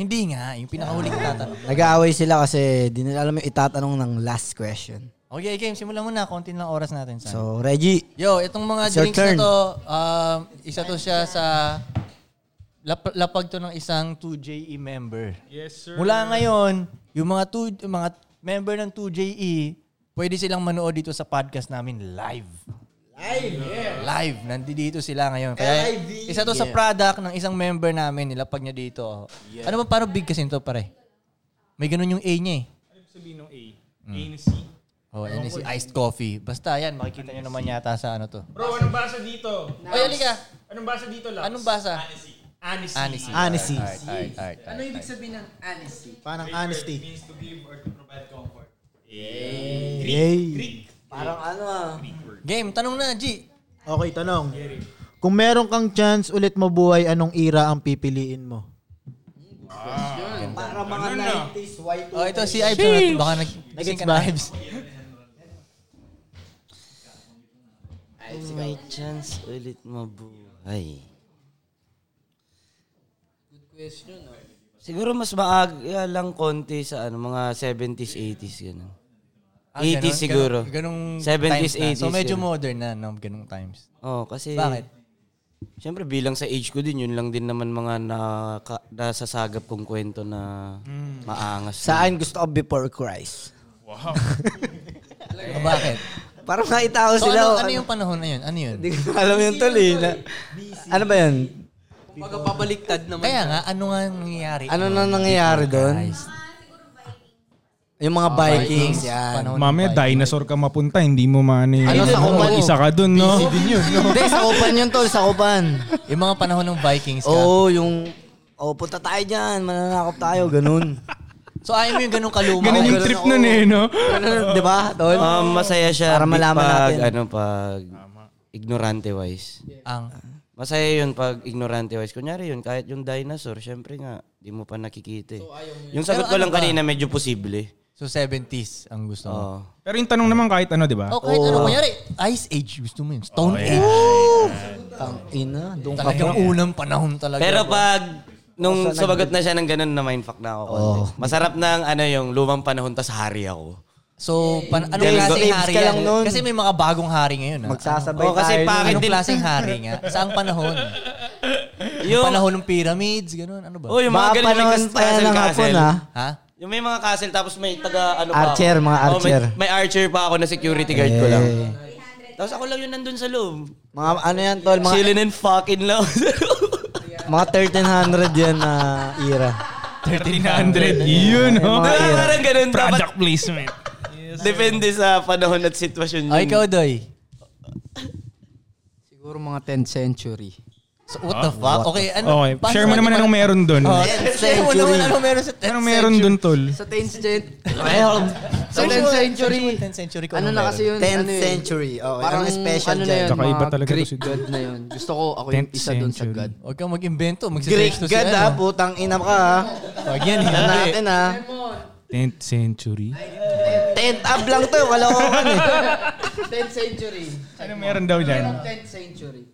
C: Hindi nga, yung pinakahuli na tatanong.
B: Nag-aaway sila kasi di nila alam yung itatanong ng last question.
C: Okay, game, simulan mo na. Konti lang oras natin, son.
B: So, Reggie,
C: Yo, itong mga
B: It's your
C: drinks na
B: turn.
C: to, um, isa to siya sa lap- lapag to ng isang E 2JE member. Yes, sir. Mula ngayon, yung mga, two, yung mga member ng 2JE, E, pwede silang manood dito sa podcast namin live. Live, yeah. Live. Nandito sila ngayon. Kaya isa to sa product ng isang member namin. Nilapag niya dito. Ano ba, parang big kasi ito, pare? May ganun yung A niya eh. Ano sabihin ng A? A na C? Oh, ano si iced coffee. Basta yan, makikita niyo naman yata sa ano to.
I: Bro, anong basa dito?
C: Oy, halika.
I: Anong basa dito, Lux?
C: Anong basa?
I: Honesty.
C: Anisi.
A: Honesty.
C: Alright, alright, alright,
I: Ano
C: alright.
J: ibig sabihin ng honesty?
A: Parang honesty.
I: means to give or to provide comfort.
A: Yay.
B: Parang ano ah.
C: Game, tanong na, G.
A: Okay, tanong. Kung meron kang chance ulit mabuhay, anong era ang pipiliin mo?
B: Para mga 90s, white
C: Oh, ito si Ives. Ano, baka nag nag ka na, Ives.
E: Kung may chance ulit mabuhay.
J: Good question, no?
B: ah.
E: Siguro mas maaga lang konti sa ano, mga 70s, 80s, gano'n.
C: Ah,
E: 80s siguro.
C: Ganong
E: 70s,
C: times na. So
E: 80s,
C: medyo
E: ganun.
C: modern na, no? Ganong times.
E: Oo, kasi...
C: Bakit?
E: Siyempre bilang sa age ko din, yun lang din naman mga naka, nasasagap kong kwento na
C: Hmm.
E: maangas.
B: Saan gusto ko before Christ?
C: O, Oh, Bakit?
B: Parang nakita ko
C: So
B: sila.
C: ano,
B: oh,
C: ano yung panahon na yun? Ano yun?
B: Hindi ko *laughs* alam yung tol eh. Na, ano ba yan?
J: Kumbaga pabaliktad naman.
C: Kaya nga, ano nga ang nangyayari?
B: Ano na nangyayari doon? Yung
I: Ah,
B: mga Vikings, yan.
C: Panahon ng
D: Mamaya
C: Bible.
D: dinosaur ka mapunta, hindi mo man eh.
B: Ano, sa kumpanya?
D: Isa ka dun, no?
B: Hindi, sa Kuban yun tol, sa Kuban.
C: Yung mga panahon ng Vikings ka.
B: Oo, yung... Oh, punta tayo dyan, mananakop tayo,
J: *laughs*
B: ganun.
C: So ayaw mo yung ganong kaluma.
D: Ganun yung
B: ganun
D: trip
B: ako.
D: nun eh, no?
B: Ganun, di ba, tol?
E: Um, masaya siya
B: Para
E: di-
B: malaman
E: pag,
B: natin.
E: ano, pag ignorante wise.
C: Ang,
E: Masaya yun pag ignorante wise. Kunyari yun, kahit yung dinosaur, syempre nga, di mo pa nakikita eh. yung
C: Pero
E: sagot ko lang
C: ano ba?
E: kanina, medyo posible.
C: so 70s ang gusto mo.
B: Oh.
E: Oo.
D: Pero yung tanong naman kahit ano, di ba?
C: Oh, kahit ano, kunyari, Ice Age gusto mo yun. Stone Age.
B: Tang ina, doon ka
C: Talagang unang panahon talaga.
E: Pero pag nung sumagot na siya ng ganun na mindfuck na
B: Oh.
E: ako. konti. Masarap ng ano yung lumang panahon tas hari ako.
C: So, pan- ano
E: Ganun
C: klaseng
E: ba?
C: hari
B: Ka
C: yan?
B: lang nun.
C: Kasi may mga bagong hari ngayon. ah.
B: Magsasabay
J: oh,
E: Oo, kasi
B: tayo.
E: pa-
B: nun.
E: Bakit
C: Anong
E: din-
C: klaseng hari nga? Saang panahon? yung
E: Yung-
C: panahon ng pyramids, ganun. Ano ba?
E: Oh, yung mga
B: Baka
E: ganun yung
B: panahon pa yan
E: castle,
B: ng hapon,
E: castle.
B: ha?
C: Ha?
E: Yung may mga castle tapos may taga ano
B: Archer,
E: pa ako.
B: mga
E: Oo,
B: archer. Eh.
E: may, may archer pa ako na security guard ko lang. Tapos ako lang yung nandun sa loob.
B: Mga ano yan, tol, mga,
E: Chilling and fucking lang sa loob.
B: mga 1300 yan na era.
D: 1300. Yun, no?
B: Mga era.
E: *laughs* Parang ganun dapat.
D: *laughs* Product placement.
E: Depende sa panahon at sitwasyon yun.
C: Ay, ikaw, Doy.
J: Siguro mga 10th century.
C: So, what the fuck? Okay, ano?
D: Ah, Okay,
C: paano
D: share mo
C: sa-
D: naman anong meron dun.
C: Oh, share mo naman
J: ano
C: anong meron sa 10th
D: Anong meron dun, tol?
J: Sa 10th century.
C: Sa
J: Sa 10th century.
C: 10th century ko.
J: Ano na kasi yun?
B: 10th
J: ano eh,
B: century. Okay,
J: Parang
B: anong special
J: ano na
B: dyan?
J: yun,
D: Tsaka iba
J: mga
D: talaga to
J: Greek
D: si God.
J: god na yun. Gusto ko ako yung
D: 10th
J: isa dun sa
D: century.
J: god.
C: Huwag kang mag-invento.
B: Greek
C: Magsisearch
B: god
C: to si
A: ah.
B: ha,
C: ano.
B: putang ina ka ha.
C: Huwag yan,
B: Ano
C: hindi.
B: natin ha.
D: 10th century.
B: 10th up lang to, kalokohan eh.
J: 10th century.
D: Ano meron daw dyan?
J: 10th century.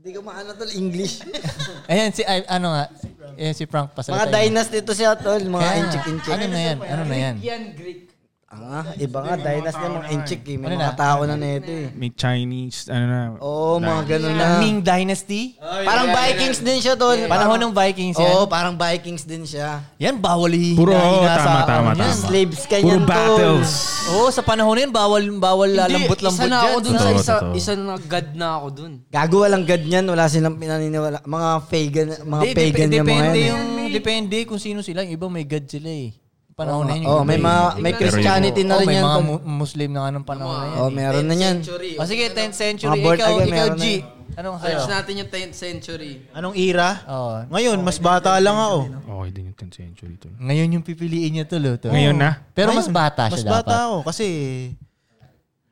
B: Hindi ko maano tol, English.
C: Ayan, si, ay, ano nga. Ayan, si
B: *laughs*
C: Frank
B: Mga
C: pasalita.
B: dynasty to siya tol, mga
C: Kaya nga,
B: inchik-inchik.
C: Ano na yan? Ano na yan?
J: Yan, Greek.
B: Ah, iba nga, dynasty ng mga inchik eh. May
C: Ano
B: mga
C: na?
B: tao na nito eh.
D: May Chinese, ano na.
B: Oo, mga ganun na.
C: Ming Dynasty?
B: Parang Vikings din siya tol.
C: Panahon ng Vikings yan?
B: Oo, parang Vikings din siya.
C: Yan, bawal hihingi.
D: Puro, oo, tama, tama,
C: yan.
D: tama.
B: Slaves ka
D: Puro
B: niyan, tol.
D: battles.
C: Oo, sa panahon na yun, bawal, bawal lalambot-lambot
J: isa na ako dun sa
D: Totoo,
J: isa,
D: totoo.
J: isa na god na ako dun.
B: Gago walang god niyan, wala silang pinaniniwala. Mga pagan, mga
C: Hindi,
B: pagan
C: dep-
B: yung mga
C: depende
B: yan. eh.
C: yung, depende kung sino sila. Yung iba may God sila eh. Panahon na yun. yung
B: Oh,
C: iba
B: may
C: eh.
B: mga may Christianity na
C: Oh,
B: rin
C: may
B: yan.
C: mga
B: tol.
C: mu- Muslim na nga ng panahon na yan.
B: Oh, meron na yan.
C: O sige, 10th century.
B: Mga born
C: Ikaw,
B: again,
C: ikaw
B: meron
C: G.
B: na
C: Anong sa'yo?
J: Search natin yung 10th century.
A: Anong era?
C: Oo.
A: Ngayon, mas bata lang ako.
D: Okay din yung 10th century, tol.
C: Ngayon yung pipiliin niya tulo. to.
D: Ngayon na?
C: Pero mas
A: Ngayon,
C: bata
A: Mas
C: siya
A: bata
C: dapat.
A: ako kasi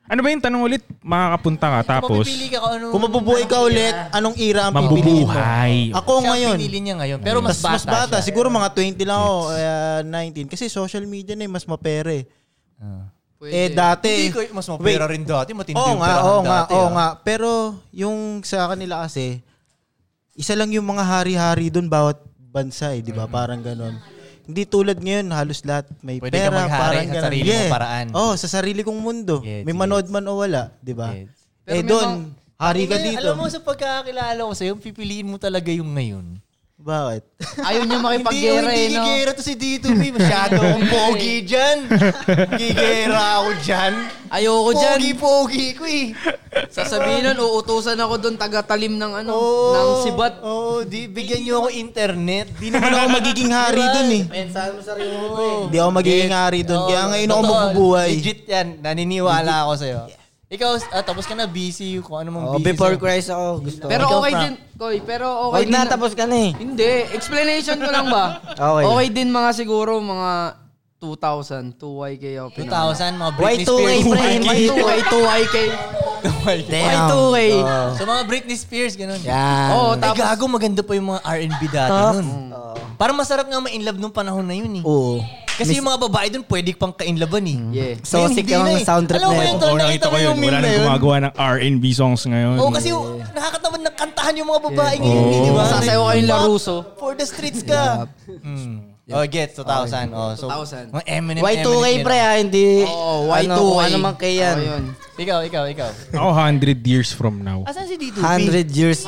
D: Ano ba yung tanong ulit? Makakapunta ka tapos
C: Mapipili ka kung ano.
A: kung mabubuhay ka ulit, anong era ang pipiliin mo?
D: mabubuhay.
A: Ako
C: Siya
A: ngayon.
C: pinili niya ngayon. Pero
A: Mas,
C: mas bata,
A: mas bata.
C: siya.
A: Siguro mga 20 lang ako, eh, 19. Kasi social media na eh, mas mapere. Eh,
C: Hindi
A: dati...
C: ko, mas mapera rin dati. Matindi
A: Oo
C: yung
A: nga,
C: perahan
A: oo nga,
C: dati.
A: oo
C: ah.
A: nga. Pero yung sa kanila kasi, isa lang yung mga hari-hari doon bawat bansa eh, di ba? Parang ganon. Hindi tulad ngayon, halos lahat may
C: Pwede ka
A: pera,
C: maghari
A: parang
C: sa
A: ganon.
C: sarili mong paraan.
A: Oh, sa sarili kong mundo.
C: Yes,
A: may
C: yes.
A: manood man o wala, di ba?
C: Yes.
A: Eh doon, hari ka
C: Ngayon,
A: dito.
C: Alam mo, sa pagkakakilala ko sa'yo, pipiliin mo talaga yung ngayon.
H: Bakit?
F: Ayaw niya
C: Hindi,
F: makipaggera eh, no?
C: hindi gigera to si Dito B. Masyado akong pogi dyan. Gigera ako dyan.
F: Ayoko dyan.
C: Pogi-pogi ko eh.
F: Sasabihin nun, uutusan ako doon taga-talim ng ano,
C: Oo.
F: ng sibat.
C: Oo, di, bigyan niyo ako internet.
H: Di
B: *laughs*
H: naman ako magiging hari dun eh.
B: Pensahan mo sarili mo.
F: eh.
H: Hindi ako magiging hari dun. Kaya ngayon ako
C: Totoo,
H: magbubuhay.
C: Legit yan. Naniniwala ako sa'yo. Ikaw, ah, tapos ka na busy, kung ano mong
B: Oh,
C: busy.
B: before
C: sa'yo.
B: Christ ako, gusto.
F: Pero
B: Ikaw,
F: okay
B: Frank.
F: din, Koy. Pero okay
B: Wag
F: din.
B: na, tapos ka na eh.
F: Hindi, explanation ko lang ba?
B: *laughs* Okay.
F: Okay din mga siguro, mga 2,000, 2YK ako.
C: 2000, mga Britney
B: Y2K,
C: Spears. *laughs* Oh
B: pre. Y2K.
F: 2K, 2YK.
B: Damn.
F: Y2K.
C: So mga Britney Spears, ganun.
B: Yan.
F: Oo,
C: Ay,
F: tapos
C: gago, maganda pa yung mga R&B dati
B: Top.
C: nun. Parang masarap nga ma-inlove nung panahon na yun eh.
B: Oo.
C: Kasi yung mga babae dun, pwede pang kainlaban eh.
B: Mm.
F: Yeah.
B: So,
C: Ngayon,
B: sick
C: hindi
B: ang
C: na eh.
B: soundtrack
C: Alam
B: na
C: mo
B: yun.
C: yun,
D: Oo, nakita ko yun. Wala nang gumagawa ng R&B songs ngayon.
C: Oo, kasi nakakatamad na kantahan yung mga babae ngayon, eh, di ba?
F: Sasayaw kayong laruso.
C: For the streets ka. Mm. Oh, gets 2,000. Oh, so,
F: 2,000.
C: Mga Eminem,
B: Y2K,
C: Eminem,
B: pre, ah, hindi.
F: Oo, Y2K.
B: Ano, ano man kay yan.
F: Oo, yun.
C: Ikaw, ikaw, ikaw.
D: Ako 100 Oh, years from now.
C: Asan si D2B?
B: 100 years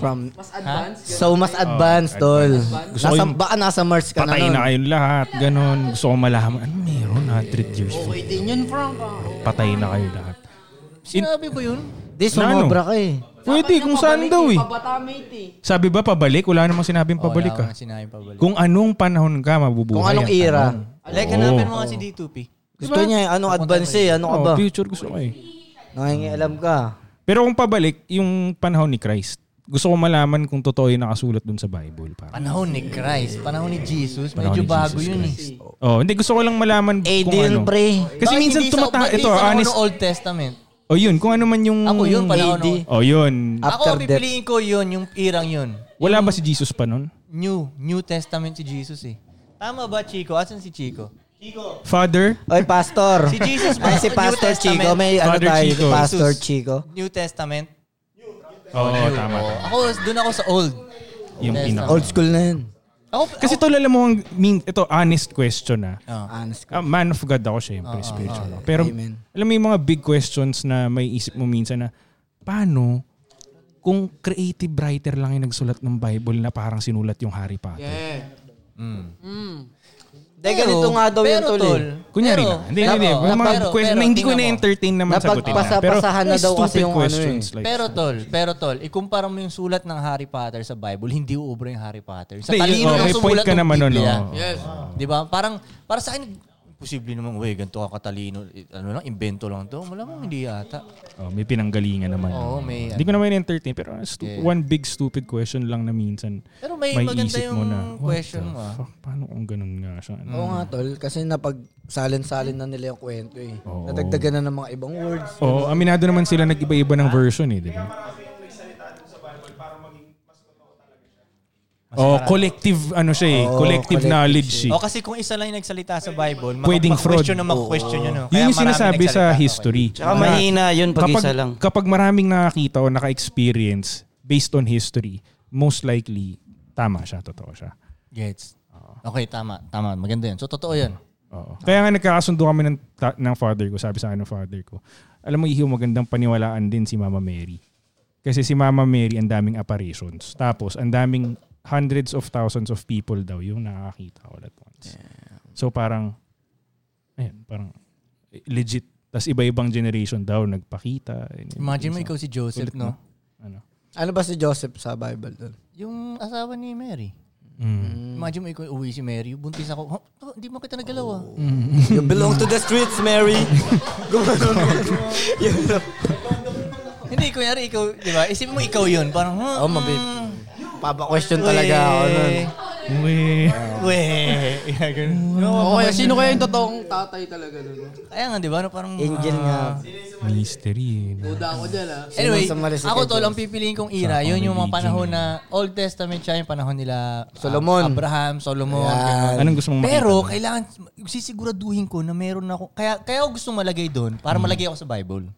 B: from...
F: Mas advanced.
B: So, mas advanced, tol.
D: Gusto ko
B: Nasa,
D: yung-
B: baka nasa Mars ka na
D: Oh,
B: nun.
D: Patay na kayong lahat. Ganon. Gusto ko malaman. Ano meron? 100 years from
F: Okay din yun, Frank. ah.
D: Patay na kayo lahat.
C: Sinabi ko yun.
B: Di,
D: Ano,
B: sumobra ka eh.
D: Pwede,
F: Dapat
D: kung
F: nga
D: saan
F: pabalik
D: daw
F: eh,
D: eh.
F: Pabata mate eh.
D: Sabi ba pabalik? Wala namang sinabing pabalik
C: Wala
D: ah.
C: akong sinabi pabalik.
D: Kung anong panahon ka, mabubuhay.
B: Kung anong
D: ang
B: era.
D: tanong.
C: Like, hanapin mo nga si D2P.
B: Gusto niya eh. Anong advance eh. Ano ka
D: Oo,
B: ba?
D: future gusto ko eh.
B: Nangingialam ka.
D: Pero kung pabalik, yung panahon ni Christ, gusto ko malaman kung totoo yung nakasulat dun sa Bible. Parang.
C: Panahon ni Christ, panahon ni Jesus,
D: Panahon
C: medyo
D: ni
C: bago
D: Jesus
C: yun eh.
D: Christ. Oh, hindi gusto ko lang malaman
B: Eh,
D: kung
B: di yun,
D: ano.
B: pre.
D: Kasi
C: Bakit
D: minsan
C: hindi sa-
D: tumata
C: bakit hindi
D: ito,
C: sa
D: honest.
C: Old Testament.
D: Oh, yun, kung ano man yung
C: Ako yun,
B: AD.
C: panahon noon.
D: Oh, yun.
B: Ah.
C: Ako,
B: After death.
C: pipiliin ko yun, yung irang yun.
D: Wala ba si Jesus pa nun?
C: New, New Testament si Jesus eh. Tama ba, Chico? Asan si Chico?
D: Father?
B: Oy, pastor.
C: Si Jesus ba?
B: Ay, si
C: New
B: Pastor
C: Testament.
B: Chico. May ano
D: Father
B: tayo,
D: Chico.
B: Pastor
C: Jesus.
B: Chico.
C: New Testament?
D: Oo, oh, tama.
C: Ako, doon ako sa old.
D: Yung
C: Testament.
D: ina.
B: Old school na yun.
C: Ako,
D: Kasi tol, alam mo, ang- min- ito, honest question ah.
B: Honest ka.
D: Ah, man of God ako,
C: Ah,
D: syempre, spiritual. ako. Pero,
B: Amen.
D: alam mo yung mga big questions na may isip mo minsan na, paano kung creative writer lang yung nagsulat ng Bible na parang sinulat yung Harry Potter?
B: Dahil ganito nga daw yun, tol. eh.
D: Kunyari na. Hindi, hindi, hindi. Mga question na hindi ko na-entertain naman sagutin na.
B: Napagpasapasahan na
D: may
B: daw kasi
D: stupid
B: yung ano
D: questions,
B: eh.
D: like-
C: Pero tol, pero tol, ikumpara mo yung sulat ng Harry Potter sa Bible, hindi uubra yung Harry Potter. Sa
D: Hindi,
C: talino
D: oh,
C: ng
D: may
C: sumulat
D: point ka
C: ng
D: naman nun,
C: Biblia.
D: oh.
F: Yes.
C: Di ba? Parang, para sa akin, posible naman, wey, ganito ka katalino. Eh, Ano lang, invento lang to. Malamang hindi yata.
D: Oh, may pinanggalingan naman.
C: Oo, may- ano.
D: Hindi ko naman entertain pero ah, stu- one big stupid question lang na minsan.
C: Pero may maganda
D: isip
C: yung
D: what
C: question
D: the
C: mo, ah.
D: Fuck, paano kung ganun nga siya? Ano?
B: Oo nga, tol. Kasi napag-salin-salin na nila yung kwento eh.
D: Oo.
B: Nadagdagan na ng mga ibang words.
D: Oo, aminado naman sila nag-iba-iba ng version eh, di ba? Oh, collective ano siya eh, collective, knowledge eh.
C: O kasi kung isa lang yung nagsalita sa Bible,
D: Pwedeng
C: makapag-question na
D: fraud.
C: mag-question yun. oh. Kaya
D: Yun yung
C: maraming
D: sinasabi
C: nagsalita,
D: sa
C: okay.
D: history.
E: Tsaka
D: Na-
E: mahina yun pag
D: kapag,
E: isa lang.
D: Kapag maraming nakakita o naka-experience based on history, most likely, tama siya, totoo siya.
C: Gets. Okay, tama. Tama. Maganda yun. So, totoo yun.
D: Oo. Kaya nga nagkakasundo kami ng, ta- ng father ko, sabi sa akin ng father ko. Alam mo, ihiw magandang paniwalaan din si Mama Mary. Kasi si Mama Mary, ang daming apparitions. Tapos, ang daming hundreds of thousands of people daw yung nakakita all at once. So parang, ayun, parang legit. Tapos iba-ibang generation daw nagpakita.
C: Imagine mo ikaw si Joseph, no?
D: Ano?
B: Ano ba si Joseph sa Bible, tol?
C: Yung asawa ni Mary.
D: Mm.
C: Imagine mo ikaw uwi si Mary, buntis ako. "Huh? Oh, Hindi mo kita nagalaw ah.
B: Mm. You belong to the streets,
C: *laughs*
B: Mary.
C: Hindi, kunyari ikaw, di ba? Isipin mo ikaw yun. Parang, Mm." huh?
B: Oh, mabi. Papa-question talaga ako nun.
D: Uy.
C: Weh. *laughs* Yeah, ganun.
F: Oo, kaya sino kaya yung totoong tatay talaga nun?
C: Kaya nga, di ba? No, parang,
B: Angel nga.
D: Mystery. eh.
F: Duda ako dyan ah.
C: Anyway,
B: Sino sumali si
C: ako
B: Kay
C: tol,
B: Jones?
C: ang pipiliin kong era,
D: Sa
C: yun yung mga
D: religion.
C: panahon na Old Testament siya, yung panahon nila ah,
B: Solomon.
C: Abraham, Solomon. ganun.
D: Anong gusto mong makita?
C: Pero kailangan
B: Hmm.
C: sisiguraduhin ko na meron ako. Kaya kaya ako gusto malagay doon para malagay ako sa Bible.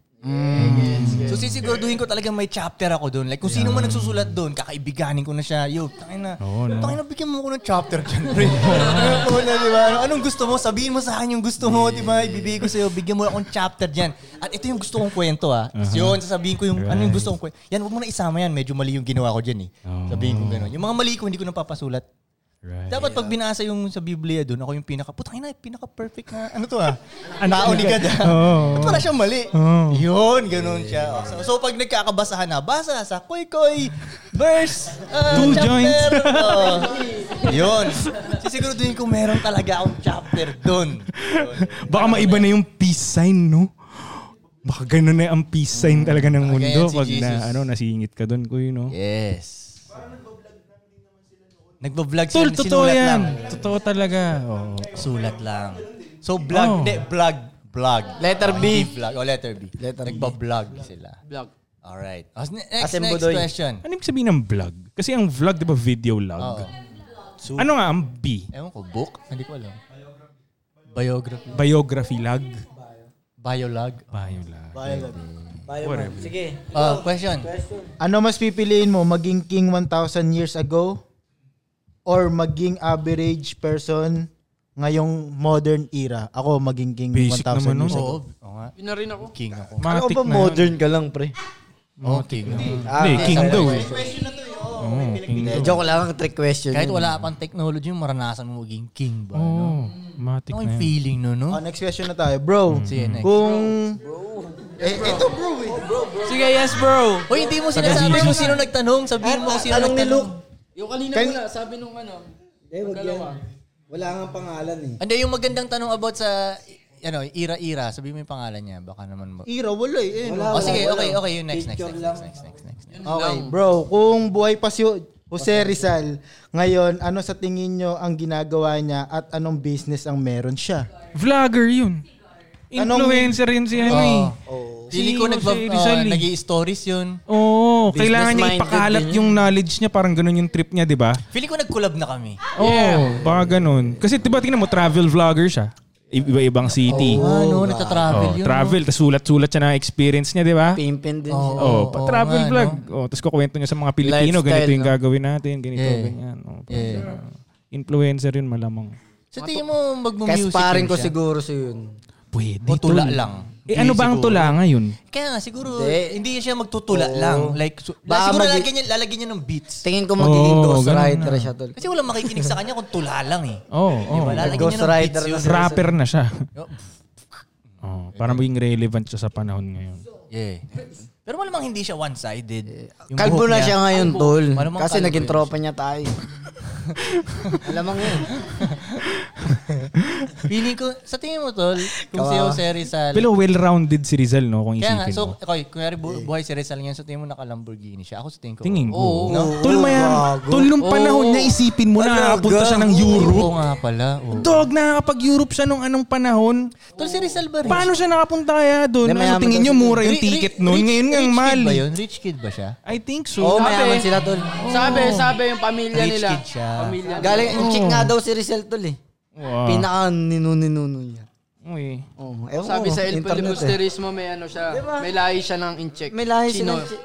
C: So sisiguraduhin ko talaga may chapter ako doon. Like kung sino man nagsusulat doon, kakaibiganin ko na siya. Yo, tangin na.
D: Oo, no.
C: Tangin na, bigyan mo ko ng chapter dyan, pre. Ano ko na, di ba? Ano- Anong gusto mo? Sabihin mo sa akin yung gusto mo, di ba? Ibibigay ko sa'yo, bigyan mo akong chapter dyan. At ito yung gusto kong kwento, ah.
D: Uh-huh.
C: Tapos Yun, sasabihin ko yung, ano yung gusto kong kwento. Yan, huwag mo na isama yan. Medyo mali yung ginawa ko dyan, eh. Sabihin ko gano'n. Yung mga mali ko, hindi ko napapasulat.
D: Right.
C: Dapat pag binasa yung sa Biblia doon, ako yung pinaka, putang ina, pinaka-perfect na, ano to
D: *laughs*
C: ah, tao ni God ah. Ba't wala siyang mali? Yun, ganun siya. Oh, So, so pag nagkakabasahan na, basa sa Koy Koy, verse, ah,
D: Two
C: chapter.
D: joints.
C: *laughs*
D: *laughs*
C: Oh. Yun. Sisiguraduhin ko meron talaga akong chapter doon.
D: Baka maiba na yung peace sign, no? Baka ganun na ang peace sign talaga ng mundo
C: yan Mm. si
D: pag na,
C: Jesus.
D: ano, nasingit ka doon, kuy, no?
C: Yes. Nagbablog sila,
D: Tol, totoo
C: sinulat
D: yan.
C: lang.
D: Totoo talaga. Oo.
C: Sulat lang. So, vlog,
D: Oh.
C: hindi, vlog, vlog.
F: Letter B.
C: Hindi vlog, oh, letter B.
B: Letter B.
C: Nagbablog sila.
F: Block.
C: Alright. Oh, ne- next,
B: Asim
C: next
B: Budoy.
C: question.
D: Ano ibig sabihin ng vlog? Kasi ang vlog, di ba, video log?
C: Oo.
D: Ano nga ang B?
C: Ewan ko, book? Hindi ko alam. Biography.
D: Biography log?
C: Biolog.
D: Bio log.
B: Sige.
C: Oh, question.
H: Ano mas pipiliin mo, maging king 1,000 years ago or maging average person ngayong modern era? Ako, maging king
D: Basic
H: 1,000
D: naman, no?
H: years ago.
C: Oo. Oh, nga.
F: Yun na rin ako.
C: King ako.
D: Matik
B: Ano ba
D: na.
B: modern ka lang, pre?
C: Oh, king.
B: Ah,
D: Hindi, king daw eh. Oo, king
B: Eh,
D: daw.
B: joke lang, trick question.
C: Kahit
B: yun.
C: wala pang technology, maranasan mo maging king ba?
D: Oo,
C: Ano?
D: matik
C: Ano
D: na
C: yung
D: yun.
C: feeling no, no?
H: Oh, next question na tayo. Bro,
C: Sige,
D: Hmm.
C: next.
H: kung...
F: Sige, yes bro.
C: Hoy, hindi mo sinasabi kung sino nagtanong. Sabihin mo kung sino
B: Anong
C: nagtanong.
B: nilog?
F: Yung kanina muna, sabi nung ano.
B: Eh, wag yan. Wala nga pangalan eh.
C: Hindi, yung magandang tanong about sa ano, ira-ira. Sabihin mo yung pangalan niya. Baka naman... Ma-
H: Era, wala eh. no?
C: oh, sige, okay, okay. Yung next, next, next, next, next, next, next, next.
H: Okay, bro, kung buhay pa si Jose Rizal ngayon, ano sa tingin nyo ang ginagawa niya at anong business ang meron siya?
D: Vlogger yun. Influencer yun si ano eh.
C: Feeling ko
D: Si
C: nagba,
D: Jose Rizal
C: ah,
D: eh.
C: nag-i-stories yun.
D: Oo, kailangan niya
B: Business-minded
D: ipakalat
B: din yun.
D: yung knowledge niya. Parang ganun yung trip niya, di ba?
C: Feeling ko nag-collab na kami.
D: Oo, baka ganun. Kasi di ba, tingnan mo, travel vlogger siya. I- Iba-ibang city.
C: Ah, no, nagta-travel
D: Oh,
C: yun.
D: travel, tas sulat-sulat siya ng experience niya, di ba?
B: Pimpin din siya.
D: Oh,
C: oo,
D: travel
C: nga,
D: vlog.
C: no?
D: Oh, tapos kukwento niya sa mga
B: Lifestyle,
D: Pilipino, ganito yung
B: no?
D: gagawin natin, ganito,
C: Yeah.
D: ganyan. Oh, parang
C: Yeah.
D: ganun. Influencer yun malamang. Eh,
C: Sa tingin mo,
B: Kasi
C: magmusic
B: sparring
C: rin
B: ko
C: siya?
B: siguro sa yun.
D: Pwede.
C: O tula
D: tol.
C: lang.
D: Eh ano ba ang tula ngayon?
C: Kaya nga, siguro,
B: Hindi.
C: hindi, siya magtutula lang. Like, su-
B: Baka
C: siguro
B: magi-
C: lalagyan niya, lalagyan niya ng beats.
B: Tingin ko magiging
D: Oo,
B: ghostwriter
D: ganun na.
B: siya tol.
C: Kasi walang makikinig sa kanya kung tula lang eh.
D: Oh,
C: Di
D: oh.
C: ba? Lalagyan niya ng
B: Ghostwriter
C: beats yun.
B: na siya.
D: Rapper na siya.
C: Oh,
D: Oh, para maging relevant siya sa panahon ngayon.
C: Yeah. Pero malamang hindi siya one-sided. Yung
B: Kalbo
C: buhok
B: na
C: niya.
B: siya ngayon, tol.
C: Malamang
B: Kasi
C: kalbo
B: naging
C: yun.
B: tropa niya tayo. *laughs* Alamang yun.
C: Feeling ko, sa tingin mo, tol, kung si Jose Rizal...
D: Pero well-rounded si Rizal, no? Kung
C: Kaya nga,
D: isipin
C: so,
D: mo.
C: okay, kunyari
F: Eh.
C: bu- buhay si Rizal ngayon, sa tingin mo naka-Lamborghini siya. Ako sa tingin ko. oh.
D: Tingin
C: Oo,
D: ko.
C: no?
D: Tol, mayan. Tol, nung panahon niya, isipin mo, nakakapunta siya ng Europe.
C: Oo nga pala. oo.
D: Dog, nakakapag-Europe siya nung anong panahon.
C: Tol, si Rizal ba rin?
D: Paano siya nakapunta kaya
B: Di,
D: doon? Ano
B: mayaman
D: tingin
B: daw
D: niyo,
B: siya.
D: mura
C: Ri-
D: yung
C: ri-
D: ticket noon.
C: rich-
D: Ngayon nga, ang
C: rich
D: mahal.
C: kid
D: eh.
C: ba yun? Rich kid ba siya?
D: I think so.
B: Oo, mayaman sila tol.
F: Sabi, sabi yung pamilya
C: Rich
F: nila.
C: kid siya.
F: Pamilya nila.
B: Galing, yung chick nga daw si Rizal tol eh.
D: Wow.
B: Pinaka ninuno niya.
D: Uy.
B: Oo, ewan
F: Sabi
B: ko,
F: sa El
B: internet eh.
F: Filibusterismo may ano siya. May lahi siya ng incheck.
B: May lahi
F: Chino.
B: silang chi-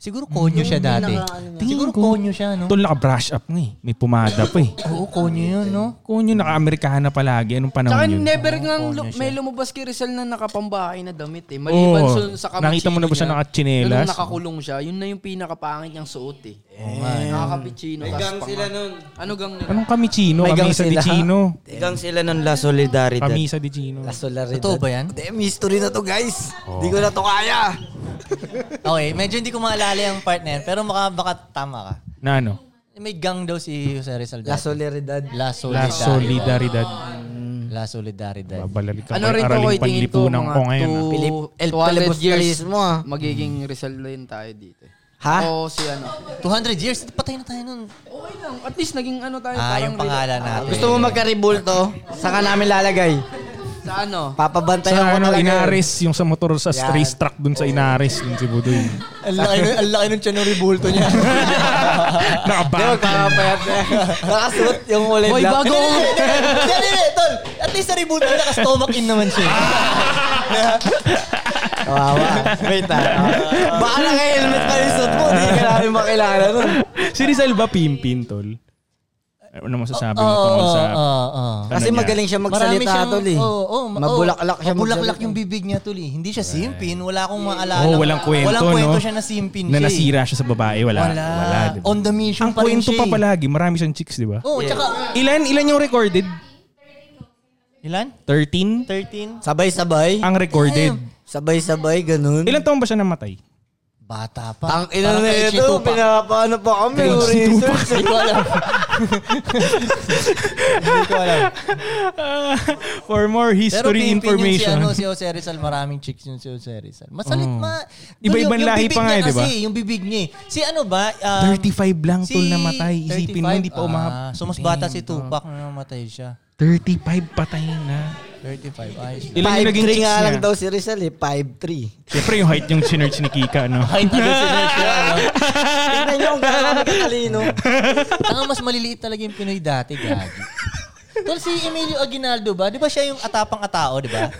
C: Siguro konyo siya dati.
F: ano,
C: Siguro konyo siya, no?
D: Tol, naka-brush up nga eh. May pumada pa eh.
C: Oo, konyo yun, no?
D: Kunyo, naka-Amerikana palagi. Anong panahon
F: Tsaka
D: yun?
F: never nga lu- may lumabas kay Rizal na nakapambahay na damit eh.
D: Oo.
F: Maliban sun sa kamatsili
D: Nakita mo na ba siya
F: niya,
D: nakatsinelas?
F: Nung nakakulong siya, yun na yung pinakapangit niyang suot eh. Yeah. Nakakapichino. May gang sila nun. Ano gang nila?
D: Anong kami Chino?
B: May
D: Kamisa
B: gang
D: di
B: sila.
D: Chino.
E: Tigang sila ng La Solidaridad.
D: Kamisa di Chino.
B: Solaridad.
C: Totoo ba yan?
B: Damn, history eh. na to guys.
D: Oh.
B: Hindi ko na to kaya.
C: *laughs* Okay, medyo hindi ko maalala yung part na yan, pero maka, baka tama ka.
D: Na ano?
C: May gang daw si Jose Rizal
B: La
C: dati.
B: Solaridad.
C: La Solidaridad.
D: La Solidaridad.
C: La Solidaridad.
D: Babalalik ka
F: Ano
D: pa
F: rin to ko
D: araling
F: tingin ko
D: panlipunan
F: mga
D: ko ngayon. ah.
B: Pilip- El
F: 200 years
B: Filibusterismo, ah.
F: magiging Rizal rin tayo dito. eh.
B: Ha?
F: Oo, si ano.
C: 200 years, patay na tayo nun.
F: Okay lang. At least naging ano tayo.
C: Ah,
F: parang
C: yung pangalan natin.
B: Gusto mo magka-rebulto? Saan ka namin lalagay?
F: Rizal. Sa ano?
B: Papabantayan
D: Sa
B: ko
D: ano,
B: talaga.
D: Inaris. Yung sa motor, sa
B: Yan.
D: race track dun sa Inaris. Dun si
C: *laughs*
D: Budoy.
C: Ang laki, nun- ang laki nung tiyan ng rebulto niya.
B: Hindi,
D: Nakabang.
B: magpapayat na. *laughs* Nakasuot yung kulay
F: Hoy,
B: black. *laughs*
F: bago
C: Hindi, hindi, hindi, *laughs* hindi, hindi, tol. At least sa rebulto niya, naka-stomach in naman siya.
B: Kawawa. Wait ah. Baka naka-helmet pa yung suit mo. Hindi ka namin makilala nun.
D: *laughs* si Rizal ba pimpin, tol? Ano masasabi mo
C: Oo,
D: tungkol sa... ano
C: oo, oo.
B: Kasi
D: niya?
B: magaling siya
C: Marami
B: magsalita,
C: siyang-
B: tol eh.
C: Oo, oo, ma- oo.
B: Ano Mabulaklak siya
C: Mabulaklak
B: magsalita.
C: yung bibig niya, tol eh. Hindi siya simpin. Wala akong maalala.
D: Oo, Oh, walang kwento,
C: Walang kwento
D: no?
C: siya na simpin siya
D: Na
C: eh.
D: nasira siya sa babae? Wala.
C: Wala.
D: di ba?
C: On the mission
D: Ang
C: pa rin
D: kwento
C: siya
D: pa
C: eh. Oh.
D: palagi. Marami siyang chicks, di ba?
C: Oo, tsaka...
D: Ilan? Ilan yung recorded?
C: Ilan? 13?
D: 13?
B: Sabay-sabay.
D: Ang recorded.
B: Sabay-sabay, ganun.
D: Ilan taon ba siya namatay?
C: Bata pa.
B: Ang ina
C: Parang
B: na
C: kay
B: ito,
C: Chitupa.
B: pinapaano pa kami.
D: Kay
B: oh,
D: Chitupa.
B: research. Hindi ko alam. Hindi ko alam.
D: For more
C: Pero
D: history
C: pimpin yun si,
D: information.
C: ano, si Jose Rizal. Maraming chicks yun si Jose Rizal. Masalit
D: Oo.
C: ma...
D: Iba-ibang
C: Yung- yung
D: lahi
C: bibig
D: pa nga
C: niya
D: eh, di ba?
C: Kasi yung bibig niya eh. Si ano ba? um,
D: 35 lang tol
C: si-
D: namatay. Isipin mo,
C: 35?
D: hindi pa umahap.
C: Ah, so mas bata si Tupac na namatay siya.
D: 35 patay na.
C: 35. Ayos. lang.
D: Ilan yung
B: 5'3
D: naging chicks
B: nga lang
D: niya?
B: daw si Rizal eh. 5'3.
D: Siyempre yung height yung sinerch ni Kika, no?
C: Kahit ano sinerch niya, ano?
B: Tingnan nyo ang gano'n katalino.
C: Tanga, mas maliliit talaga yung Pinoy dati, gagi. Tol, si Emilio Aguinaldo ba? Di ba siya yung atapang atao, di ba?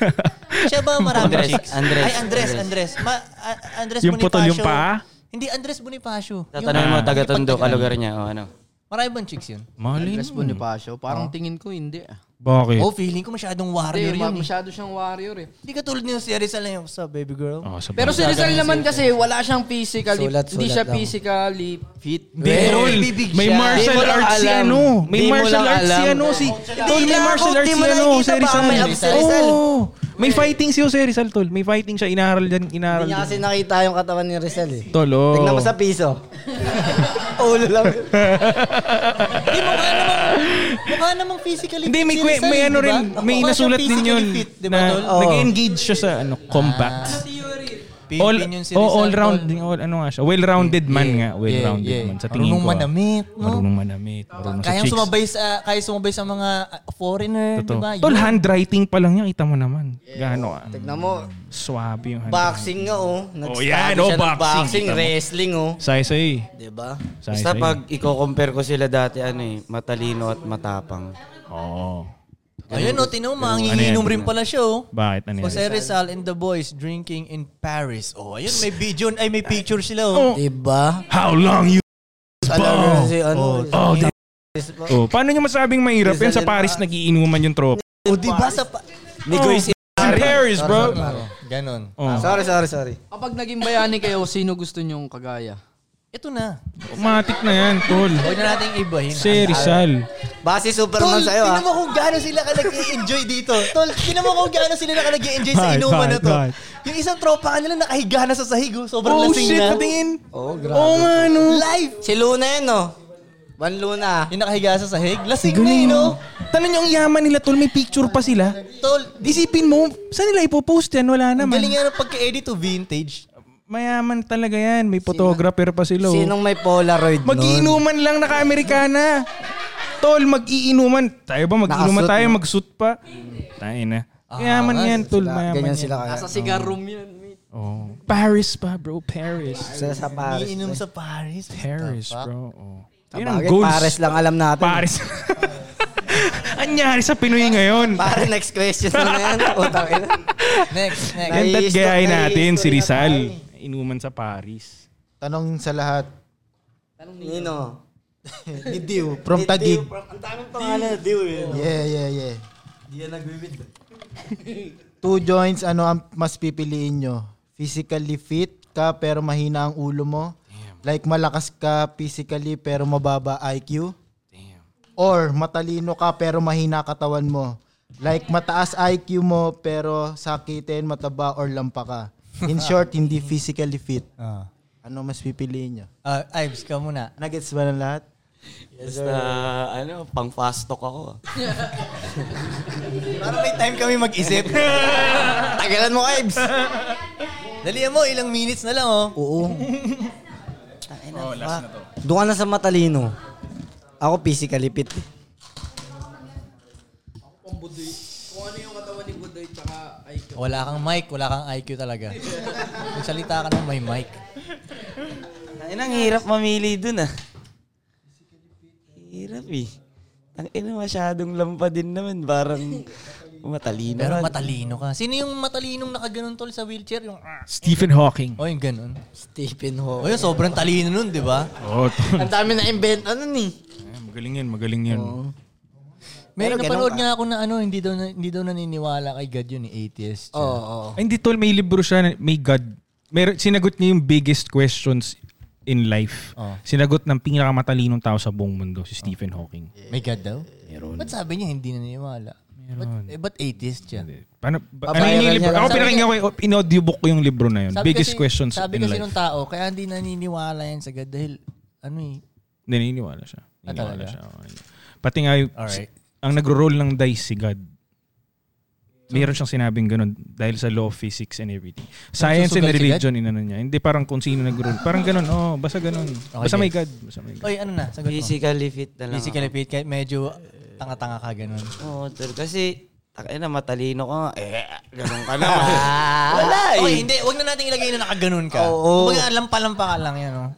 C: Siya ba marami
E: Andres,
C: chicks?
E: Andres,
C: Ay, Andres, Andres. Ma- A- Andres
D: Yung
C: Bonifacio.
D: putol yung paa?
C: Hindi, Andres Bonifacio.
E: Tatanungin mo, taga-tondo, kalugar niya. O ano?
C: Marami bang chicks yun?
D: Malin.
F: Andres Bonifacio, parang tingin ko hindi ah.
D: Bakit?
C: Oh, feeling ko masyadong warrior
F: Hindi,
C: yun.
F: ma-
C: eh.
F: masyado siyang warrior eh.
C: Hindi ka tulad niyo si Rizal na yung, what's up, baby girl?
D: Oh, sa
F: Pero si Rizal naman kasi wala siyang physically,
B: Sulat, sulat
F: hindi siya
B: lang.
F: physically fit.
D: Derol,
C: bibig
D: may
C: siya.
D: martial
F: Di mo lang
D: arts si
F: alam.
D: ano. May
F: Di mo
D: martial
F: lang
D: arts si
F: alam.
D: ano. Si, tol,
B: Di
D: may
B: mo
D: martial
B: lang-
D: arts
B: di
D: si
B: mo
D: ano.
B: nakikita
D: Si
B: ba?
D: Rizal.
B: May abs si Rizal.
D: Oo. May fighting si Jose Rizal, tol. May fighting siya. Inaral dyan. Inaral
B: Hindi niya kasi
D: dyan.
B: nakita yung katawan ni Rizal eh.
D: Tol, oh.
B: Tingnan
D: *laughs*
B: mo sa piso. Ulo lang.
C: Hindi, mukha namang, mukha namang physically
D: Hindi,
C: fit
D: may,
C: si
D: kwe-
C: Rizal,
D: may
C: eh,
D: ano
C: di
D: rin,
C: ba?
D: may
C: Mukha siyang
D: nasulat din yun
C: physically fit, di ba,
D: na
C: tol?
B: Oo.
D: nag-engage siya sa ano, combat.
C: Pimpin
D: all,
C: yun si
D: oh,
C: Rizal,
D: all round,
C: tol.
D: all, ano nga siya, well-rounded man nga, well-rounded
C: yeah, yeah.
D: man sa tingin
C: Marunong
D: ko. ah.
C: manamit, no?
D: Marunong manamit, marunong sa
C: Kayang
D: chicks.
C: sumabay sa kaya sumabay sa mga uh, foreigner,
D: Totoo.
C: 'di ba?
D: Tol,
C: Yun.
D: handwriting pa lang niya, kita mo naman. Gaano ah.
B: Tignan mo,
D: Swabe yung handwriting.
B: boxing nga oh.
D: Oh, yan, oh,
B: siya ng
D: boxing.
B: boxing,
D: Tama.
B: wrestling oh.
D: Say-say.
B: Diba?
E: Basta
D: Say-say.
E: pag i-compare ko sila dati, ano eh, matalino at matapang.
D: Oo.
C: Ayun oh, tinaw
D: Ano
C: manginginom
D: yan?
C: rin pala siya oh.
D: Bakit? Ano yan?
C: Jose Rizal and the boys drinking in Paris. Oh, ayun may video, ay may picture sila oh.
D: Oh.
B: Diba?
D: How long you...
B: Alam mo si ano.
D: Oh, di- oh, paano nyo masabing mahirap yan?
B: Rizal
D: Sa Paris
C: ah.
D: nagiinuman yung tropa.
C: Oh, 'di ba sa pa-
D: Nigoy si Paris, bro.
C: Ganon.
D: Oh.
B: Sorry, sorry, sorry.
F: Kapag naging bayani kayo, sino gusto niyong kagaya?
C: Ito na.
D: Matik na yan, tol.
C: Huwag na nating ibahin. ah.
D: Si Rizal.
B: Base Superman
C: Tol,
B: sa'yo ah.
C: tingnan mo kung gaano sila ka nag-enjoy dito. Tol, tingnan mo kung gaano sila ka nag-enjoy sa
D: Bakit,
C: inuman na to.
D: bakit,
C: Yung isang tropa ka nila nakahiga na sa sahig. oh. Sobrang
D: Oh,
C: lasing
D: shit,
C: na.
D: patingin.
B: Oh, grabe.
D: Oo nga, no.
C: Live!
B: Si Luna yan oh. Van Luna.
C: Yung nakahiga sa sahig. Lasing na yun, no?
D: Tanong nyo ang yaman nila, tol. May picture pa sila.
C: Tol,
D: Isipin mo, saan nila ipopost yan? Wala
C: ang galing
D: naman.
C: nga ng pagka-edit to vintage.
D: Mayaman talaga yan. May photographer pa sila. oh.
B: Sinong may Polaroid nun?
D: Mag-iinuman lang naka-Amerikana. Tol, mag-iinuman. Tayo ba mag-iinuman
B: Nakasuit
D: tayo,
B: mo.
D: mag-suit pa. Tayo na. Mayaman yan, tol.
B: Ganyan
D: Mayaman yan.
B: Ah, sila kaya.
F: Nasa cigar room yan.
D: Oh. Paris pa, bro. Paris.
B: Sa, sa Paris.
C: Iinom sa Paris.
D: Paris, bro. Oh. Yun ang
B: Bagay,
D: goals.
B: Paris lang alam natin.
D: Paris. *laughs* Anyari sa Pinoy ngayon.
B: Pare, next question mo na
D: *laughs*
B: yan. Utang ina.
C: Next, next.
D: Yan that
B: Naiistorya-
D: guy natin, si
B: naiistorya
D: Rizal. Inuman sa Paris.
H: Tanong sa lahat. *laughs*
B: Nino.
H: Didiw. From Tagig.
B: Ang daming pangalan. Diw eh.
H: Yeah, yeah, yeah.
B: Di yan nagbibid.
H: Two joints, ano ang mas pipiliin nyo? Physically fit ka pero mahina ang ulo mo? Like malakas ka physically pero mababa IQ? Or matalino ka pero mahina katawan mo? Like mataas IQ mo pero sakitin, mataba or lampa ka?
B: *laughs*
H: In short, hindi physically fit. Ano mas pipiliin nyo?
C: Ah, Ives, ka muna.
H: Nuggets ba ng lahat?
E: Basta, ano, pang fast talk ako.
C: Para may time kami mag-isip.
B: *laughs* Tagalan mo, Ibs.
C: Dalihan mo, ilang minutes na lang, oh.
B: Oo. oh, last na to. Doon ka na sa matalino. Ako physically fit. eh.
C: Wala kang mic, wala kang IQ talaga. Magsalita ka nang may mic.
E: Ang hirap mamili dun ah. Hirap eh. Ang ina masyadong lampa din naman. Parang Matalino.
C: Pero matalino ka. Sino yung matalinong nakaganon tol sa wheelchair? Yung ah.
D: Stephen Hawking.
C: O yung ganon.
B: Stephen Hawking.
C: O yun, sobrang talino nun, di ba?
B: *laughs*
D: Oh, tol.
B: Ang dami na invent ano ni.
D: Ay, magaling yan, magaling yan.
C: May
B: Pero ganun
C: napanood
B: ka.
C: nga ako na ano, hindi daw, na- hindi daw naniniwala kay God yun, eh, atheist.
B: Oo. oo.
D: Ay, hindi tol, may libro siya, na- may God. Mer sinagot niya yung biggest questions in life.
B: Oh.
D: Sinagot ng pinakamatalinong tao sa buong mundo, si Stephen Hawking.
C: May God daw? Meron. Ba't sabi niya hindi naniniwala? Meron. Ba't, eh, ba't atheist siya?
D: Paano, ba, ano yun
B: Pabayaran
D: yung libro?
B: niya lang.
D: Ako pinakinggan ko, yung- in-audiobook ko yung libro na yun. biggest
C: kasi-
D: questions
C: sabi
D: in
C: kasi
D: life.
C: nung tao, kaya hindi naniniwala yan sa God dahil ano eh.
D: Naniniwala siya.
C: Ah, talaga?
D: Naniniwala siya. Oo, yun. Pati nga, yung-
C: Alright.
D: ang nagro-roll ng dice si God. Meron siyang sinabing ganun dahil sa law of physics and everything. Science and
C: susugal si
D: religion, inano niya. Hindi parang kung sino nag-roll. Parang ganun, oh, basta ganun. Basta may God. Basta may God.
C: Oy, ano na? Sagot mo.
E: Physically fit na lang.
C: Physically fit, kahit medyo tanga-tanga ka ganun.
E: ako. Oo, tol. Kasi, takay na, matalino ka nga. Eh, ganun
C: *laughs*
E: ka naman. Wala
C: Ah.
E: eh.
C: Okay, hindi. Huwag na natin ilagay na nakaganon ka. Oo. Kumbaga, lampa-lampa ka lang yan, oh.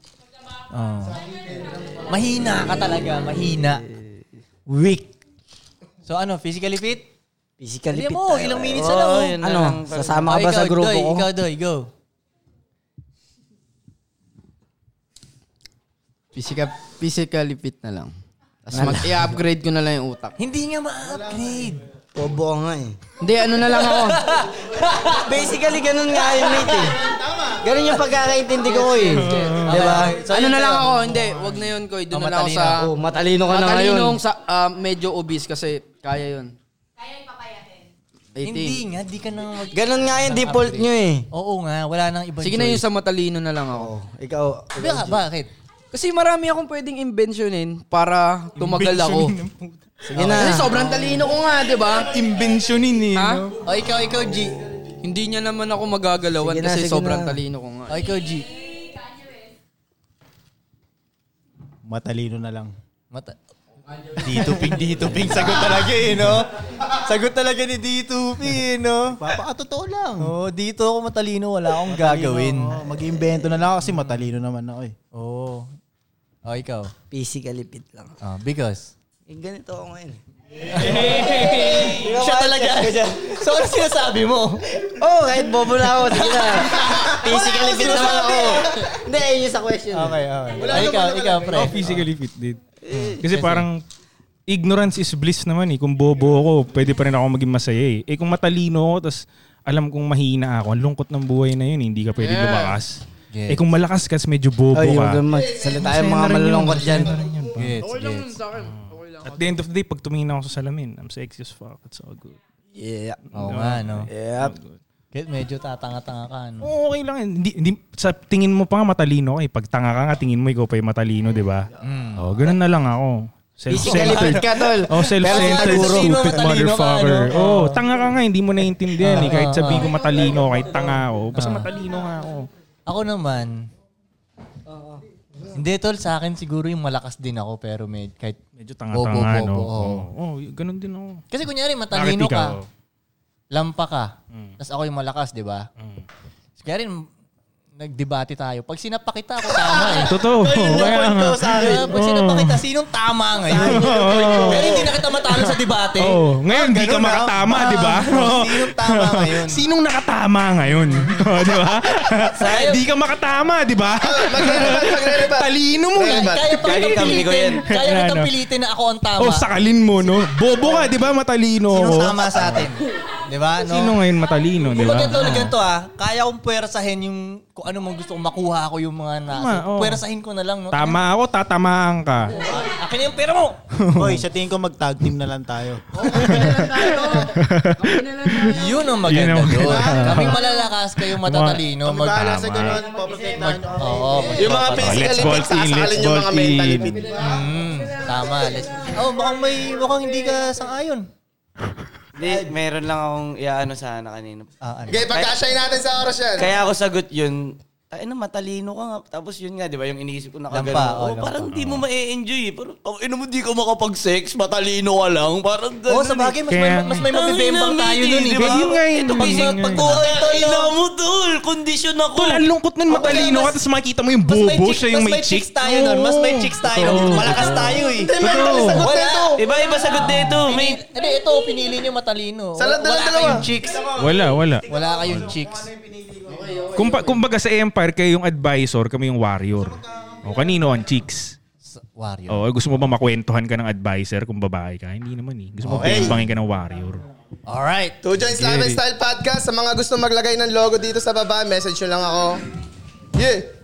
C: Oo. Mahina ka talaga, mahina. Weak. So ano, physically fit?
G: Physically
C: Hindi
G: fit
C: mo,
G: tayo.
C: ilang minutes na lang.
E: Oo,
C: oh.
E: yun na
G: Ano,
E: lang.
G: sasama ka
C: Oh,
G: ba sa
C: ikaw,
G: grupo
C: Doy,
G: ko?
C: Ikaw, Doy, go.
F: Physical, physically fit na lang. Tapos mag- i-upgrade ko na lang yung utak.
C: Hindi nga ma-upgrade.
G: Pobo ka nga eh.
F: Hindi, ano na lang ako.
G: Basically, ganun nga yun, mate eh. Ganun yung pagkakaintindi ko ko eh. Di ba?
F: ano na lang ako, hindi, wag na yun, Koy. Doon na lang ako sa...
G: Oh, matalino ka na ngayon.
F: Matalinong sa, ah, medyo obese kasi kaya yun. Kaya yung
C: Hindi
F: papayatin.
C: nga, di ka na mag-
G: Ganun nga yung default nyo eh.
C: Oo nga, wala nang ibang
F: 18. Sige na yun sa matalino na lang ako.
G: Oh, Ikaw,
C: Ba, bakit?
F: Kasi marami akong pwedeng inventionin para tumagal ako.
B: Ah,
G: sige
F: Kasi
G: na.
F: sobrang talino ko nga, di ba?
D: Inventionin eh.
F: Ha?
D: no?
C: O ikaw, ikaw, G.
F: Hindi niya naman ako magagalawan
G: Sige na,
F: kasi
G: sige
F: sobrang
G: na.
F: talino ko nga.
C: O ikaw, G.
H: Matalino na lang.
C: Mata.
H: Dito ping, dito ping. Sagot talaga eh, no? Sagot talaga ni dito ping, eh, no?
C: Papakatotoo lang. Oo, Oh, dito ako matalino, wala akong gagawin.
H: Oo, Mag-iimbento na lang ako kasi matalino naman ako eh.
C: Oo. O Oh. ikaw.
G: Physically fit lang.
C: Ah, because.
G: Eh, ganito ako ngayon.
C: Siya talaga. so, ano sinasabi mo?
G: Oh, kahit bobo na ako. Sige na. Physically fit naman ako. Hindi, ayun yung sa question.
C: Okay, okay. ikaw, ikaw, pre.
D: Oh, physically fit din.
C: Eh,
D: Kasi parang ignorance is bliss naman eh. Kung bobo ako, pwede pa rin ako maging masaya eh. Eh kung matalino ako, tas alam kong mahina ako, ang lungkot ng buhay na yun, eh. hindi ka pwede lumakas.
C: Yes.
D: Eh kung malakas ka, tas medyo bobo
G: Ay, huwag
D: ka.
G: kang magsalita yung mga malulungkot dyan.
C: Gets, gets.
D: At the end of the day, pag tumingin ako sa salamin, I'm sexy as fuck. It's all good.
G: Yeah.
C: Oo nga, no?
G: Yep.
C: Kahit medyo tatanga-tanga ka, no?
D: Oo, okay lang. yan. Hindi, hindi, sa tingin mo pa nga matalino ka eh. Pag tanga ka nga, tingin mo ikaw pa yung matalino, di ba? Oh, ganun na lang ako.
G: Physically fit ka, tol.
D: Oh, self-centered,
G: Pero siguro,
D: stupid
C: matalino ka,
D: motherfucker.
C: ano?
D: Oh, tanga ka nga, hindi mo naiintindihan eh. Kahit sabihin ko matalino, kahit tanga ako. Basta matalino nga ako.
C: Ako naman. Hindi, tol. Sa akin siguro yung malakas din ako pero med, kahit...
D: Medyo
C: Bobo,
D: tanga-tanga, no?
C: bobo, oo.
D: Oo, oh, ganun din ako.
C: Kasi kunyari,
D: Bakit
C: matalino
D: ikaw?
C: ka, lampa ka, tas ako yung malakas, di ba? So, Kaya rin, nagdebate tayo. Pag sinapakita ako, tama eh.
D: *laughs* Totoo. Kaya nga. Ah,
C: Diba? Pag sinapakita, sinong tama ngayon? *laughs* Pero hindi na kita matalo sa debate.
D: Oh, ngayon hindi ka
C: Ah, ganun na. Ah, oh,
D: makatama, di
C: *laughs*
D: ba? Oo.
C: Sinong
D: *laughs*
C: tama ngayon?
D: Sinong nakatama ngayon? *laughs* Oh, di ba? Di ka makatama, di ba? Talino mo. eh.
C: Kaya, kaya pa
E: Galing
C: kitang
E: kami ni
C: pilitin.
E: Kuya.
C: Kaya
D: Ano?
C: kitang pilitin na ako ang tama.
D: Oh, sakalin mo, no? Bobo ka, di ba? Matalino ako.
C: Sinong tama sa atin? Di ba? No?
D: Sino ngayon matalino, di ba?
C: Diba? Ganito, ganito ah. Kaya kong puwersahin yung kung ano mang gusto kong makuha ako yung mga nasa.
D: Tama, oo.
C: Puwersahin ko na lang. No?
D: Tama ako, tatamaan ka.
C: Akin na yung pera
D: *laughs*
C: mo!
H: Hoy, sa tingin ko mag-tag team na lang tayo.
C: Yun ang maganda
D: Yun ang
C: doon.
D: maganda.
C: Kaming malalakas kayong matatalino.
D: Kami
C: Mag,
D: bahala
K: Sa ganun, papasentan
C: mag, oo, mag,
A: Yung mga physically
D: Let's
A: fit,
D: ball team,
A: sasakalin
D: let's
A: yung
D: ball
A: mga mentally
D: team.
A: fit.
C: Mm, tama. Let's, oh, mukhang may, mukhang hindi ka sang-ayon.
E: Hindi, meron lang akong iaano sana kanina.
C: Ah, ano?
A: Okay, pagkasyahin natin sa oras yan.
E: Kaya ako sagot yun, ay na, matalino ka nga. Tapos yun nga, di ba, yung iniisip ko na
C: Lampa, oh,
E: kaganoon. Oh,
C: lampa.
E: parang di mo ma-enjoy eh. Parang, oh, ino mo, di ka makapag-sex, matalino ka lang. Parang ganun. eh.
C: Oo, Oh, sa bagay, mas may,
D: Kaya-
C: mas may mabibembang tayo eh. nun, *laughs* di ba?
D: Yun nga yun.
E: Ito, pag,
D: Yun nga yun.
E: pag, pag, ina mo, tol. Kondisyon ako.
D: Tol, ang lungkot nun matalino ka, tapos makita mo yung
C: Mas may
D: bobo,
C: chicks-
D: siya yung
C: mas
D: may
C: may
D: chick.
C: chicks tayo nun. Mas may chicks tayo nun. Malakas tayo eh.
A: Hindi, meron kami sagot
C: Wala.
A: nito.
E: Iba-iba sagot dito. May,
C: Hindi, hindi, ito, pinili niyo matalino.
A: Sa lahat na lang dalawa.
C: kayong chicks.
D: Wala, wala.
C: Wala kayong chicks.
D: Kumpa, kumbaga sa Empire, kayo yung advisor, kami yung warrior. O, kanino ang chicks?
C: Warrior.
D: O, gusto mo ba makwentuhan ka ng advisor kung babae ka? Hindi naman eh. Gusto mo
A: Okay.
D: bangin ka ng warrior.
C: Alright.
A: Two Joints Live and Style Podcast. Sa mga gusto maglagay ng logo dito sa baba, message nyo lang ako. Yeah!